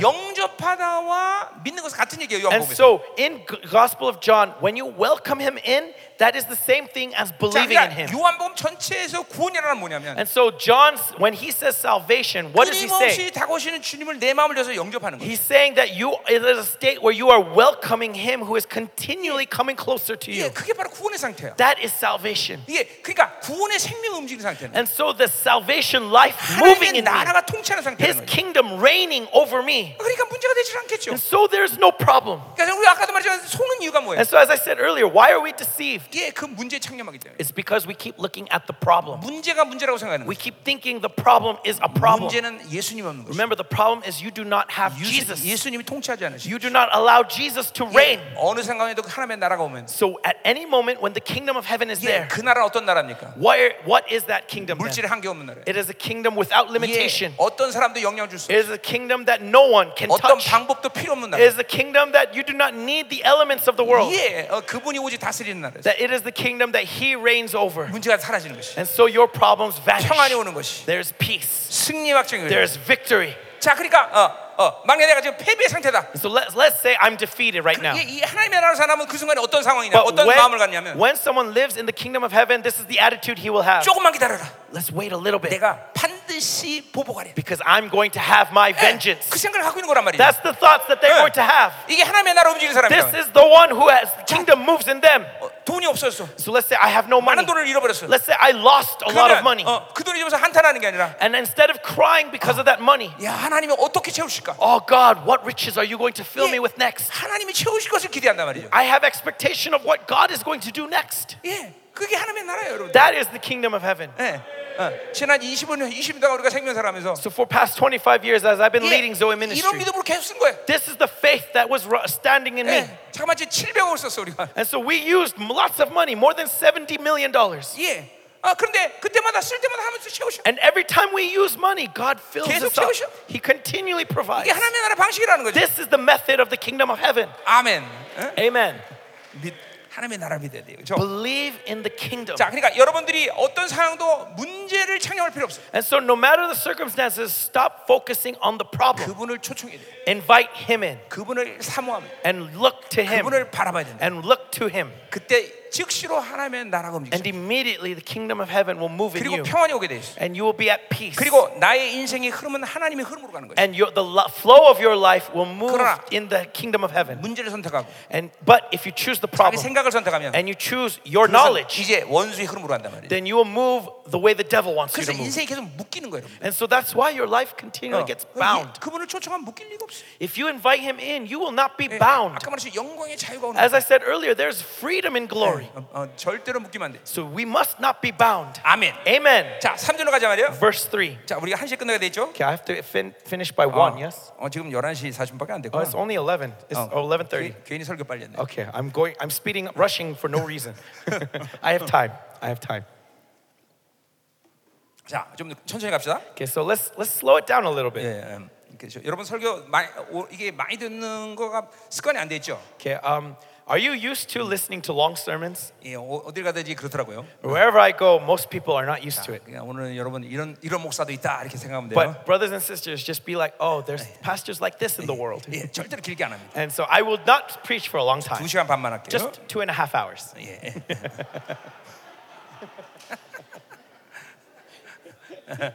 Speaker 1: 영접하다와 믿는 것은 같은 얘기예요.
Speaker 2: And
Speaker 1: 요한복음에서.
Speaker 2: so in G- Gospel of John, when you welcome him in, that is the same thing as
Speaker 1: 자,
Speaker 2: believing in
Speaker 1: 그러니까
Speaker 2: him.
Speaker 1: 요한복음 전체에서 구원이라는 건 뭐냐면
Speaker 2: And so John's when he says salvation, what does he say?
Speaker 1: 끊임없이 다가오시는 주님을 내 마음을 열어서 영접하는 거예요.
Speaker 2: He's saying that you it is a state where you are welcoming him who is continually coming closer to
Speaker 1: 이게
Speaker 2: you.
Speaker 1: 예, 그게 바로 구원의 상태야.
Speaker 2: That is salvation.
Speaker 1: 이게 그러니까 구원의 생명 움직이는 상태는
Speaker 2: And so the salvation life moving
Speaker 1: 하나님의
Speaker 2: in me,
Speaker 1: 나라가 통치하는 상태는
Speaker 2: his
Speaker 1: 거예요.
Speaker 2: kingdom reigning over me.
Speaker 1: 그러니까 문제가 되지 않겠죠.
Speaker 2: And so there's no problem.
Speaker 1: 그러니까 우리 아까도 말했지만 속는 이유가 뭐예요?
Speaker 2: And so as I said earlier, why are we deceived?
Speaker 1: 이게 그 문제에 창념하기 때문에.
Speaker 2: It's because we keep looking at the problem.
Speaker 1: 문제가 문제라고 생각하는
Speaker 2: We
Speaker 1: 거예요.
Speaker 2: keep thinking the problem is a problem.
Speaker 1: 문제는 예수님 없는 거죠.
Speaker 2: Remember, the problem is you do not have
Speaker 1: 예수,
Speaker 2: Jesus.
Speaker 1: 예수님이 통치하지 않으시죠.
Speaker 2: You do not allow Jesus to reign.
Speaker 1: 예, 어느 상황에도 하나님의 나라가 오면
Speaker 2: So at any moment when the kingdom of heaven is
Speaker 1: 예,
Speaker 2: there,
Speaker 1: 그 나라 어떤 나라입니까?
Speaker 2: where, what is that kingdom? then?
Speaker 1: 물질의 한계 없는 나라.
Speaker 2: It is a kingdom without
Speaker 1: 예,
Speaker 2: limitation.
Speaker 1: 어떤 사람도 영향 줄 수.
Speaker 2: It
Speaker 1: 없어요.
Speaker 2: is a kingdom that no one can
Speaker 1: 어떤
Speaker 2: touch.
Speaker 1: 방법도 필요 없는 나라.
Speaker 2: It is a kingdom that you do not need the elements of the world.
Speaker 1: 예, 어, 그분이 오직 다스리는 나라.
Speaker 2: That it is the kingdom that he reigns over.
Speaker 1: 문제가 사라지는 것이.
Speaker 2: And so your problems vanish.
Speaker 1: 평안이 오는 것이.
Speaker 2: There's peace.
Speaker 1: 승리 확정이. 돼요.
Speaker 2: There's victory.
Speaker 1: 자, 그러니까 어, 어, 막내 내가 지금 패배의 상태다.
Speaker 2: So let's, let's say I'm defeated right now.
Speaker 1: 이, 이 하나님의 나라로 사람은 그 순간에 어떤 상황이냐,
Speaker 2: But
Speaker 1: 어떤 마음을
Speaker 2: when,
Speaker 1: 갖냐면
Speaker 2: when someone lives in the kingdom of heaven, this is the attitude he will have.
Speaker 1: 조금만 기다려라.
Speaker 2: Let's wait a little bit
Speaker 1: 내가 반드시 보복하리.
Speaker 2: because I'm going to have my
Speaker 1: 그
Speaker 2: vengeance.
Speaker 1: 생각을 하고 있는 거란 말이야.
Speaker 2: That's the thoughts that they're
Speaker 1: Yeah.
Speaker 2: going to have.
Speaker 1: 이게 하나님의 나라 움직이는
Speaker 2: This
Speaker 1: 사람이야.
Speaker 2: is the one who has kingdom moves in them.
Speaker 1: 어, 돈이 없었어.
Speaker 2: So let's say I have no
Speaker 1: 많은
Speaker 2: money.
Speaker 1: 돈을 잃어버렸어.
Speaker 2: Let's say I lost a lot of money.
Speaker 1: 그러면 어, 그 돈이 집어서 한탄하는 게 아니라
Speaker 2: And instead of crying because of that money,
Speaker 1: 야 하나님이 어떻게 채우실까?
Speaker 2: oh God, what riches are you going to fill me with next?
Speaker 1: 하나님이 채우실 것을 기대한단 말이죠.
Speaker 2: I have expectation of what God is going to do next.
Speaker 1: 예, 그게 하나님의 나라예요, 여러분.
Speaker 2: That is the kingdom of heaven.
Speaker 1: 예, 어, 지난 25년, 20년간 우리가 생명 살아면서
Speaker 2: So for past 25 years as I've been
Speaker 1: 예,
Speaker 2: leading Zoe
Speaker 1: 이런
Speaker 2: ministry,
Speaker 1: 믿음으로 계속 쓴 거예요.
Speaker 2: this is the faith that was ru- standing in me.
Speaker 1: 예, 잠깐만 지금 700억을 썼어 우리가.
Speaker 2: And so we used lots of money, more than 70 million dollars.
Speaker 1: 예. 아 그런데 그때마다 쓸 때마다 하면서 채우셔.
Speaker 2: And every time we use money, God fills
Speaker 1: 계속
Speaker 2: us up.
Speaker 1: 채우셔.
Speaker 2: He continually provides.
Speaker 1: 이게 하나님의 나라 방식이라는 거죠.
Speaker 2: This is the method of the kingdom of heaven.
Speaker 1: 아멘. 예?
Speaker 2: Amen.
Speaker 1: 믿- 하나님의 나라 믿어야 돼요. 그렇죠?
Speaker 2: Believe in the kingdom.
Speaker 1: 자, 그러니까 여러분들이 어떤 상황도 문제를 창념할 필요 없어요.
Speaker 2: And so no matter the circumstances, stop focusing on the problem.
Speaker 1: 그분을 초청해야 돼요.
Speaker 2: Invite him in
Speaker 1: 그분을 사모하면 돼요.
Speaker 2: and look to him
Speaker 1: 그분을 바라봐야 된다.
Speaker 2: and look to him.
Speaker 1: 네. 그때 즉시로 하나님의 나라가 움직여.
Speaker 2: And immediately the kingdom of heaven will move in
Speaker 1: 그리고
Speaker 2: you
Speaker 1: 평안이 오게 돼 있어.
Speaker 2: and you will be at peace.
Speaker 1: 그리고 나의 인생의 흐름은 하나님의 흐름으로 가는 거예요.
Speaker 2: And your, the lo- flow of your life will move
Speaker 1: 그러나-
Speaker 2: in the kingdom of heaven.
Speaker 1: 문제를 선택하고
Speaker 2: And but if you choose the
Speaker 1: 자기
Speaker 2: problem,
Speaker 1: 생각을 선택하면
Speaker 2: and you choose your
Speaker 1: 그것은
Speaker 2: knowledge,
Speaker 1: 이제 원수의 흐름으로 간단 말이에요.
Speaker 2: then you will move the way the devil wants you
Speaker 1: 네. 그래서
Speaker 2: to move.
Speaker 1: 인생이 계속 묶이는 거예요. 여러분.
Speaker 2: And so that's why your life
Speaker 1: 어.
Speaker 2: continually gets
Speaker 1: 이-
Speaker 2: bound.
Speaker 1: 그분을 초청하면 묶일 리가 없어.
Speaker 2: If you invite him in, you will not be
Speaker 1: 예,
Speaker 2: bound.
Speaker 1: 아까 말했듯이 영광의 자유가 오는
Speaker 2: As
Speaker 1: 거예요.
Speaker 2: I said earlier, there's freedom in glory.
Speaker 1: 어, 어, 절대로 묶이면 안 돼.
Speaker 2: So we must not be bound.
Speaker 1: 아멘.
Speaker 2: Amen.
Speaker 1: 자, 3절로 가자 말이에요.
Speaker 2: Verse 3.
Speaker 1: 자, 우리가 1시에 끝나게 돼 있죠?
Speaker 2: Okay, I have to fin- finish by
Speaker 1: 어,
Speaker 2: 1, yes?
Speaker 1: 어, 지금 11시 40분밖에 안
Speaker 2: Oh,
Speaker 1: 됐구나.
Speaker 2: it's only 11. It's
Speaker 1: 어,
Speaker 2: 11:30.
Speaker 1: 괜히- 괜히 설교 빨리 했네.
Speaker 2: Okay, I'm going I'm speeding up, rushing for no reason. I have time. I have time.
Speaker 1: 자, 좀 천천히 갑시다.
Speaker 2: Okay, so let's let's slow it down a little
Speaker 1: 예,
Speaker 2: bit.
Speaker 1: 음, 그렇죠. 여러분 설교 많이, 오, 이게 많이 듣는 거가 습관이 안 돼 있죠.
Speaker 2: Okay, um are you used to listening to long sermons?
Speaker 1: 예, 어, 어딜 가든지 그렇더라고요.
Speaker 2: Wherever I go, most people are not used to it.
Speaker 1: 그냥 오늘 여러분 이런 이런 목사도 있다 이렇게 생각하면 돼요.
Speaker 2: But brothers and sisters, just be like, "Oh, there's pastors like this in the world."
Speaker 1: 예, 절대로 길게 안 합니다.
Speaker 2: And so I will not preach for a long
Speaker 1: 두
Speaker 2: time.
Speaker 1: 시간 반만 할게요.
Speaker 2: Just two and a half hours.
Speaker 1: 예.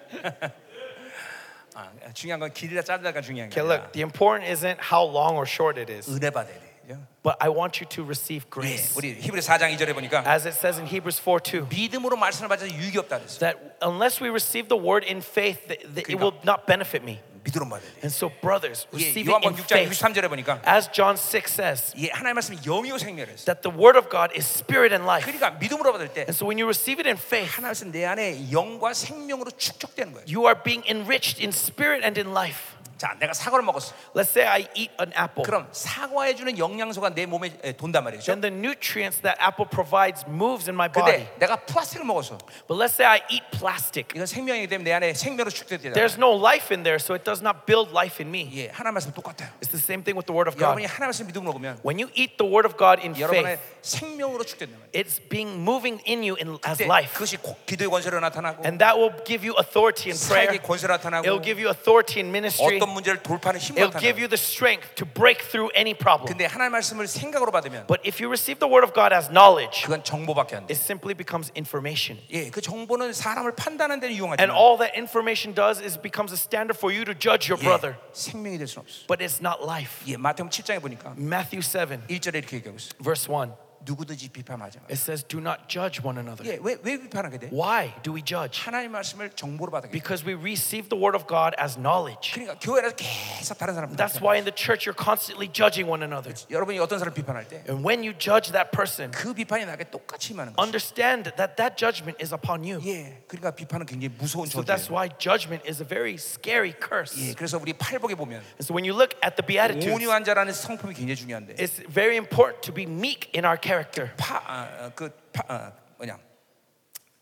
Speaker 1: 아, 중요한 건 길이라 짧다가 중요한 게
Speaker 2: Okay,
Speaker 1: 아니라
Speaker 2: look, the important isn't how long or short it is,
Speaker 1: 은혜 받아야 돼. 그죠?
Speaker 2: but I want you to receive
Speaker 1: 예,
Speaker 2: grace.
Speaker 1: 우리 히브리 4장 2절에 보니까
Speaker 2: As it says in Hebrews 4 2,
Speaker 1: 믿음으로 말씀을 받아서 유익이 없다 그랬어요.
Speaker 2: that unless we receive the word in faith, th- th- it
Speaker 1: 그러니까-
Speaker 2: will not benefit me.
Speaker 1: 믿음으로 받아야 돼.
Speaker 2: And so, brothers,
Speaker 1: 예,
Speaker 2: receive it in
Speaker 1: 요한복음 6장
Speaker 2: faith. Uh,
Speaker 1: 63절에 보니까
Speaker 2: As John 6 says,
Speaker 1: 예, 하나님의 말씀이 영이요 생명이랬어.
Speaker 2: that the word of God is spirit and life.
Speaker 1: 그러니까 믿음으로 받을 때
Speaker 2: And so, when you receive it in faith,
Speaker 1: 하나님의 말씀 내 안에 영과 생명으로 축적되는 거예요.
Speaker 2: you are being enriched in spirit and in life.
Speaker 1: 자, 내가 사과를 먹었어.
Speaker 2: Let's say I eat an apple.
Speaker 1: 그럼 사과해 주는 영양소가 내 몸에 에, 돈단 말이죠.
Speaker 2: Then the nutrients that apple provides moves in my body.
Speaker 1: 근데 내가 플라스틱을 먹었어.
Speaker 2: But let's say I eat plastic.
Speaker 1: 이건 생명이기 때문에 내 안에 생명으로 축적되잖아.
Speaker 2: There's no life in there, so it does not build life in me.
Speaker 1: 예, 하나님 말씀 똑같아요.
Speaker 2: It's the same thing with the word of
Speaker 1: 여러분이
Speaker 2: God.
Speaker 1: 하나님 말씀 믿음으로 먹으면
Speaker 2: When you eat the word of God in
Speaker 1: 여러분의
Speaker 2: faith,
Speaker 1: 생명으로 축적된단 말이에요.
Speaker 2: it's being moving in you in, as
Speaker 1: 그때
Speaker 2: life.
Speaker 1: 그것이 고- 기도의 권세로 나타나고
Speaker 2: And that will give you authority in prayer.
Speaker 1: 사역의 권세로 나타나고
Speaker 2: It'll give you authority in ministry.
Speaker 1: 어떤 문제를 돌파하는 힘으로
Speaker 2: It'll give
Speaker 1: 나타나고
Speaker 2: you the strength to break through any problem.
Speaker 1: 근데 하나님 말씀을 생각으로 받으면
Speaker 2: But if you receive the word of God as knowledge,
Speaker 1: 그건 정보밖에 안 돼.
Speaker 2: it simply becomes information.
Speaker 1: 예, 그 정보는 사람을 판단하는 데는
Speaker 2: And
Speaker 1: 이용하지만
Speaker 2: all that information does is becomes a standard for you to judge your brother.
Speaker 1: 예, 생명이 될 수는 없어.
Speaker 2: But it's not life.
Speaker 1: 예, 마태복음 7장에 보니까
Speaker 2: Matthew 7,
Speaker 1: 1절에 이렇게 얘기하고 있어.
Speaker 2: verse 1,
Speaker 1: 누구든지 비판하지 마.
Speaker 2: it 사ys, Do not judge one another.
Speaker 1: 예, 왜, 왜 비판하게 돼?
Speaker 2: Why do we judge?
Speaker 1: 하나님 말씀을 정보로 받아게 돼.
Speaker 2: Because we receive the word of God as knowledge.
Speaker 1: 그러니까 교회에서 계속 다른 사람
Speaker 2: That's
Speaker 1: 비판.
Speaker 2: why in the church you're constantly judging one another.
Speaker 1: 여러분이 어떤 사람 비판할 때 그
Speaker 2: And when you judge that person,
Speaker 1: 비판이 나게 똑같이 임하는 거죠.
Speaker 2: understand that that judgment is upon you.
Speaker 1: 예, 그러니까 비판은 굉장히 무서운
Speaker 2: So
Speaker 1: 존재예요.
Speaker 2: that's why judgment is a very
Speaker 1: 예,
Speaker 2: scary curse.
Speaker 1: 그래서 우리 팔복에 보면
Speaker 2: And so when you look at the Beatitudes,
Speaker 1: 온유한 자라는 성품이 굉장히 중요한데
Speaker 2: it's very important to be meek in our character.
Speaker 1: 파, 아, 어, 그 파, 어, 뭐냐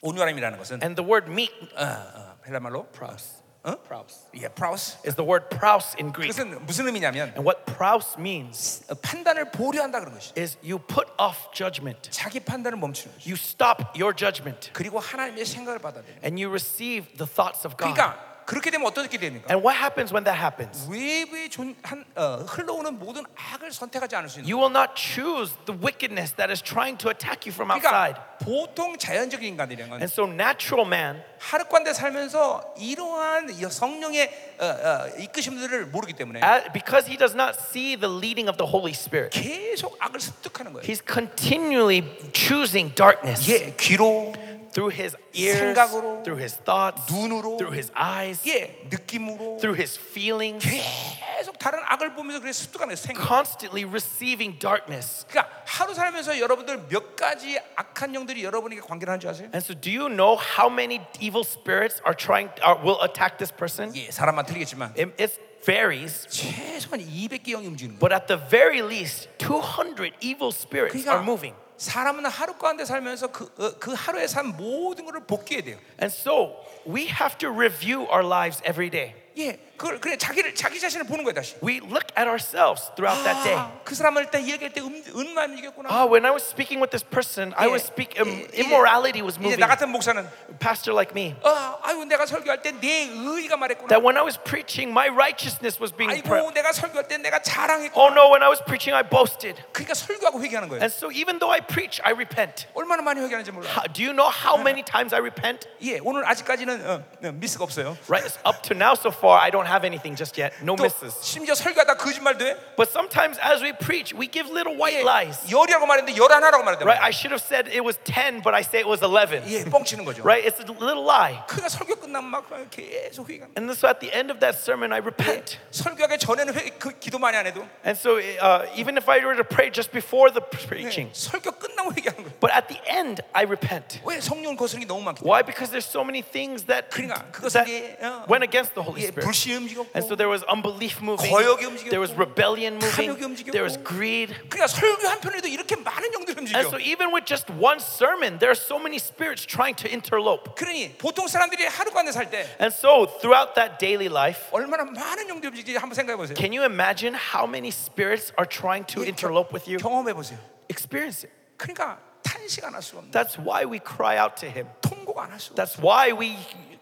Speaker 1: 온유함이라는 것은
Speaker 2: And the word meek
Speaker 1: 어, 어, 헬라말로
Speaker 2: Praus.
Speaker 1: 어?
Speaker 2: Praus.
Speaker 1: 예, 프라우스.
Speaker 2: Is the word praus in Greek.
Speaker 1: 그것은 무슨 의미냐면
Speaker 2: And what praus means
Speaker 1: 어, 판단을 보류한다 그런 것이.
Speaker 2: is you put off judgment.
Speaker 1: 자기 판단을 멈추는 것이.
Speaker 2: You stop your judgment
Speaker 1: 그리고 하나님의 생각을 받아들여.
Speaker 2: and you receive the thoughts of God.
Speaker 1: 그러니까 그렇게 되면 어떻게 되는가?
Speaker 2: And what happens when that happens?
Speaker 1: 외부의 존, 한, 어, 흘러오는 모든 악을 선택하지 않을 수 있는.
Speaker 2: You will not choose the wickedness that is trying to attack you from outside.
Speaker 1: 그러니까 보통 자연적인 인간들이란 건
Speaker 2: And so natural man
Speaker 1: 하루관대 살면서 이러한 여- 성령의 어, 어, 이끄심들을 모르기 때문에
Speaker 2: uh, because he does not see the leading of the Holy Spirit,
Speaker 1: 계속 악을 습득하는 거예요.
Speaker 2: he's continually choosing darkness
Speaker 1: 예, 귀로,
Speaker 2: through his ears,
Speaker 1: 생각으로,
Speaker 2: through his thoughts,
Speaker 1: 눈으로,
Speaker 2: through his eyes,
Speaker 1: 예, 느낌으로
Speaker 2: through his feelings,
Speaker 1: 계속 다른 악을 보면서 그래 습득하는 거예요. 생각.
Speaker 2: constantly receiving darkness.
Speaker 1: 그러니까 하루 살면서 여러분들 몇 가지 악한 영들이 여러분에게 관계를 하는 줄 아세요?
Speaker 2: And so, do you know how many evil spirits are trying are, will attack this person?
Speaker 1: 예, 사람만 틀리겠지만
Speaker 2: It, it varies,
Speaker 1: 최소한 200개 영이 움직이는 거예요.
Speaker 2: but at the very least, 200 evil spirits are moving.
Speaker 1: 그러니까 사람은 하루 가운데 살면서 그, 어, 그 하루에 산 모든 것을 복귀해야 돼요.
Speaker 2: And so, we have to review our lives every day.
Speaker 1: 예, 그걸 그래 자기를 자기 자신을 보는 거예요 다시.
Speaker 2: We look at ourselves throughout that day.
Speaker 1: 아, 그 사람을 때 얘기할 때 음, 음란 얘기했구나.
Speaker 2: Ah, when I was speaking with this person, I was speaking
Speaker 1: 예, 이제-
Speaker 2: immorality was
Speaker 1: 이제
Speaker 2: moving.
Speaker 1: 나 같은 목사는
Speaker 2: Pastor like me,
Speaker 1: 아, 아유 내가 설교할 때 내 의가 말했구나.
Speaker 2: that when I was preaching, my righteousness was being.
Speaker 1: 아이고
Speaker 2: Pre-
Speaker 1: 내가 설교할 때 내가 자랑했고.
Speaker 2: oh no! When I was preaching, I boasted.
Speaker 1: 그러니까 설교하고 회개하는 거예요.
Speaker 2: And so even though I preach, I repent.
Speaker 1: 얼마나 많이 회개하는지 몰라. 요
Speaker 2: How- do you know how many times I repent?
Speaker 1: 예, 오늘 아직까지는 어, 어, 미스가 없어요.
Speaker 2: Right it's up to now so far, I don't have anything just yet. No
Speaker 1: 또
Speaker 2: misses.
Speaker 1: 심지어 설교하다 거짓말 돼.
Speaker 2: But sometimes as we preach, we give little
Speaker 1: 예,
Speaker 2: white lies.
Speaker 1: 열이라고 말했는데 열 하나라고 말했단
Speaker 2: Right?
Speaker 1: 말이야.
Speaker 2: I should have said it was 10, but I say it was 11.
Speaker 1: 예, 뻥치는 거죠.
Speaker 2: Right? It's a little lie.
Speaker 1: 그러니까 설교 끝나면 막 계속 회개하는. 거예요.
Speaker 2: And so at the end of that sermon, I repent.
Speaker 1: 설교하기 전에는 회, 그 기도 많이 안 해도
Speaker 2: And so uh, even if I were to pray just before the
Speaker 1: 예,
Speaker 2: preaching,
Speaker 1: 설교 끝나고 회개하는 거예요.
Speaker 2: but at the end, I repent.
Speaker 1: 왜 성령을 거스르는 게 너무 많기 때문에
Speaker 2: Why? Because there's so many things that,
Speaker 1: 그러니까 그것은 이제, 어,
Speaker 2: that went against the Holy
Speaker 1: 예,
Speaker 2: Spirit.
Speaker 1: 불신이 움직였고
Speaker 2: And so there was unbelief moving.
Speaker 1: 거역이 움직였고,
Speaker 2: There was rebellion
Speaker 1: 탐욕이
Speaker 2: moving.
Speaker 1: 움직였고,
Speaker 2: There was greed.
Speaker 1: 그러니까 설교 한 편에도 이렇게 많은 영들이 움직여
Speaker 2: And so even with just one sermon, there are so many spirits trying to interlope.
Speaker 1: 그러니 보통 사람들이 하루간에 살 때
Speaker 2: And so throughout that daily life,
Speaker 1: 얼마나 많은 영들이 움직이지 한번 생각해 보세요
Speaker 2: can you imagine how many spirits are trying to interlope with you?
Speaker 1: 경험해 보세요
Speaker 2: Experience it.
Speaker 1: 그러니까 탄식 안 할 수가 없는
Speaker 2: That's why we cry out to him.
Speaker 1: 통곡 안 할 수가 없는
Speaker 2: That's why we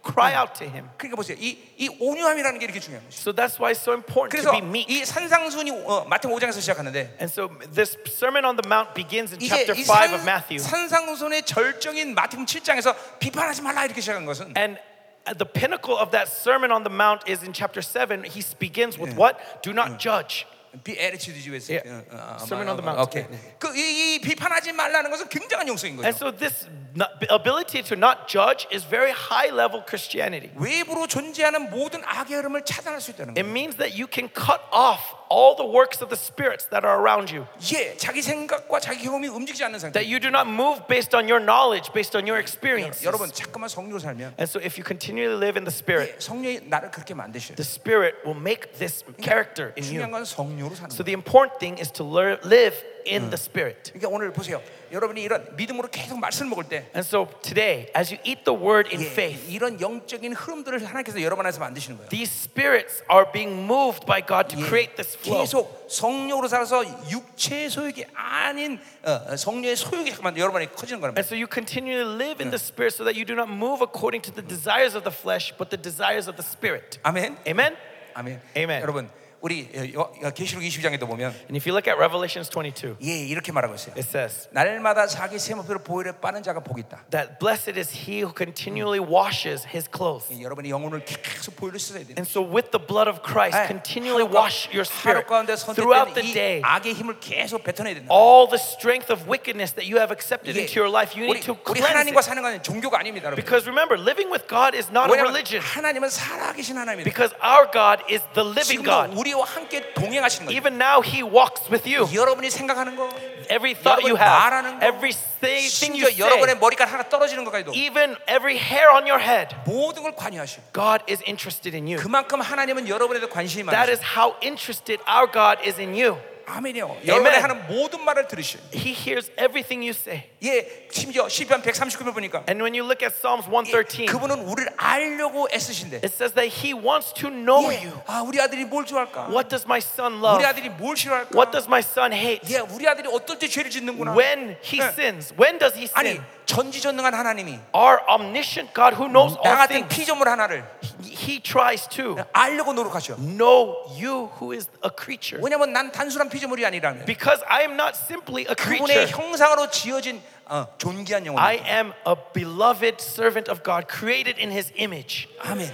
Speaker 2: cry out to him.
Speaker 1: 그러니까 보세요 이, 이 온유함이라는 게 이렇게 중요한 것이죠
Speaker 2: So that's why it's so important to
Speaker 1: 그래서
Speaker 2: be meek.
Speaker 1: 이 산상순이 어, 마태복음 5장에서 시작하는데
Speaker 2: And so this Sermon on the Mount begins in
Speaker 1: 이게
Speaker 2: chapter
Speaker 1: 이
Speaker 2: 5
Speaker 1: 산,
Speaker 2: of Matthew.
Speaker 1: 산상순의 절정인 마태복음 7장에서 비판하지 말라 이렇게 시작한 것은
Speaker 2: And at the pinnacle of that Sermon on the Mount is in chapter 7. He begins with what? Do not judge.
Speaker 1: 비에르치드지 왜
Speaker 2: 예.
Speaker 1: 어,
Speaker 2: Sermon on the Mount.
Speaker 1: 오케이. 그이 비판하지 말라는 것은 굉장한 용서인 거죠.
Speaker 2: And so this not- ability to not judge is very high level Christianity.
Speaker 1: 외부로 존재하는 모든 악의 흐름을 차단할 수 있다는
Speaker 2: It
Speaker 1: 거예요.
Speaker 2: means that you can cut off all the works of the spirits that are around you.
Speaker 1: 예, 자기 생각과 자기 경험이 움직이지 않는 상태.
Speaker 2: That you do not move based on your knowledge, based on your experience.
Speaker 1: 여러분 잠깐만 성료로 살면
Speaker 2: And so if you continually live in the
Speaker 1: 예,
Speaker 2: spirit,
Speaker 1: 성령이 나를 그렇게 만드셔요.
Speaker 2: the spirit will make this character in
Speaker 1: 중요한
Speaker 2: you.
Speaker 1: 건 성료로 사는
Speaker 2: So
Speaker 1: 거예요.
Speaker 2: the important thing is to lear- live in the spirit.
Speaker 1: 그러니까 오늘 보세요. 여러분이 이런 믿음으로 계속 말씀 먹을 때
Speaker 2: And so today, as you eat the word in
Speaker 1: 예,
Speaker 2: faith,
Speaker 1: 이런 영적인 흐름들을 하나님께서 여러분 안에서 만드시는 거예요.
Speaker 2: these spirits are being moved by God to create this flow.
Speaker 1: 계속 성령으로 살아서 육체의 소욕이 아닌 어, 어, 성령의 소욕이 잠깐만 여러분 안에 커지는 거란 말이에요.
Speaker 2: And so you continually live in the spirit so that you do not move according to the desires of the flesh, but the desires of the spirit.
Speaker 1: 아멘.
Speaker 2: Amen?
Speaker 1: 아멘.
Speaker 2: Amen.
Speaker 1: 여러분, 우리 어, 여- 여- 계시록 20장에도 보면
Speaker 2: And if you look at Revelations 22,
Speaker 1: 예, 이렇게 말하고 있어요.
Speaker 2: it says
Speaker 1: 날마다 자기 새 목표를 보일에 빠는 자가 복이 있다.
Speaker 2: that blessed is he who continually washes his clothes.
Speaker 1: 예, 여러분의 영혼을 계속 보일로 씻어야 돼요.
Speaker 2: And so with the blood of Christ,
Speaker 1: 예,
Speaker 2: continually
Speaker 1: 하루 가-
Speaker 2: wash your
Speaker 1: 하루
Speaker 2: spirit
Speaker 1: 가운데
Speaker 2: throughout the
Speaker 1: 선택된 이
Speaker 2: day.
Speaker 1: 악의 힘을 계속 뱉어내야 된다.
Speaker 2: All the strength of wickedness that you have accepted
Speaker 1: 예,
Speaker 2: into your life, you
Speaker 1: 우리,
Speaker 2: need to
Speaker 1: 우리
Speaker 2: cleanse
Speaker 1: 하나님과
Speaker 2: it.
Speaker 1: 사는 건 종교가 아닙니다, 여러분.
Speaker 2: Because remember, living with God is not a
Speaker 1: 왜냐면
Speaker 2: religion.
Speaker 1: 하나님은 살아계신 하나님입니다.
Speaker 2: Because our God is the living
Speaker 1: 지금도
Speaker 2: God.
Speaker 1: 우리와 함께 동행하시는 거예요.
Speaker 2: Even now, He walks with you.
Speaker 1: 여러분이 생각하는 거,
Speaker 2: Every thought
Speaker 1: 여러분
Speaker 2: you have,
Speaker 1: 말하는 거,
Speaker 2: every say- thing you
Speaker 1: 심지어 여러분의
Speaker 2: say,
Speaker 1: 머리카락 하나 떨어지는 것까지도
Speaker 2: even every hair on your head,
Speaker 1: 모든 걸 관여하셔.
Speaker 2: God is interested in you.
Speaker 1: 그만큼 하나님은 여러분에 대해 관심이
Speaker 2: That
Speaker 1: 많으셔.
Speaker 2: is how interested our God is in you.
Speaker 1: 아멘이요. 여러분의 하는 모든 말을 들으셔.
Speaker 2: He hears everything you say.
Speaker 1: 예, 심지어 시편 139편 보니까
Speaker 2: And when you look at Psalms
Speaker 1: 예,
Speaker 2: 113,
Speaker 1: 그분은 우리를 알려고 애쓰신데.
Speaker 2: it says that He wants to know
Speaker 1: 예,
Speaker 2: you.
Speaker 1: 아, 우리 아들이 뭘 좋아할까?
Speaker 2: What does my son
Speaker 1: 우리
Speaker 2: love?
Speaker 1: 아들이 뭘 싫어할까?
Speaker 2: What does my son hate?
Speaker 1: 예, 우리 아들이 어떨 때 죄를 짓는구나.
Speaker 2: When he
Speaker 1: 예.
Speaker 2: sins, when does he
Speaker 1: 아니,
Speaker 2: sin?
Speaker 1: 전지전능한 하나님이
Speaker 2: Our omniscient God who knows
Speaker 1: 나
Speaker 2: all
Speaker 1: 같은
Speaker 2: things,
Speaker 1: 피조물 하나를
Speaker 2: He tries to
Speaker 1: 알려고 노력하셔.
Speaker 2: know you who is a creature.
Speaker 1: 왜냐면 난 단순한 피조물이 아니라면
Speaker 2: Because I am not simply a creature.
Speaker 1: 그분의 형상으로 지어진 어, 존귀한 영혼.
Speaker 2: I am a beloved servant of God, created in His image.
Speaker 1: 아멘.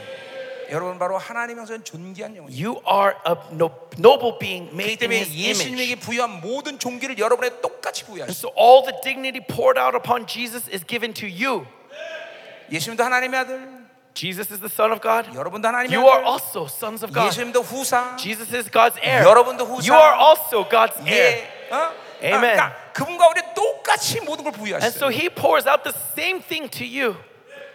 Speaker 1: 여러분 바로 하나님 형상은 존귀한 영혼.
Speaker 2: You are a no- noble being
Speaker 1: 그렇기
Speaker 2: made in
Speaker 1: 때문에
Speaker 2: His image.
Speaker 1: 예수님에게 부여한 모든 종기를 여러분에 똑같이
Speaker 2: And
Speaker 1: 부여하셨어.
Speaker 2: so all the dignity poured out upon Jesus is given to you.
Speaker 1: 예수님도 하나님의 아들,
Speaker 2: Jesus is the Son of God.
Speaker 1: 여러분도 하나님의
Speaker 2: You are
Speaker 1: 아들.
Speaker 2: also sons of God.
Speaker 1: 예수님도 후사.
Speaker 2: Jesus is God's heir.
Speaker 1: 여러분도 후사.
Speaker 2: You are also God's heir.
Speaker 1: 예. 어?
Speaker 2: Amen.
Speaker 1: 아, 그러니까 그분과 우리 똑같이 모든 걸
Speaker 2: And so
Speaker 1: 부여하셨어요.
Speaker 2: He pours out the same thing to you.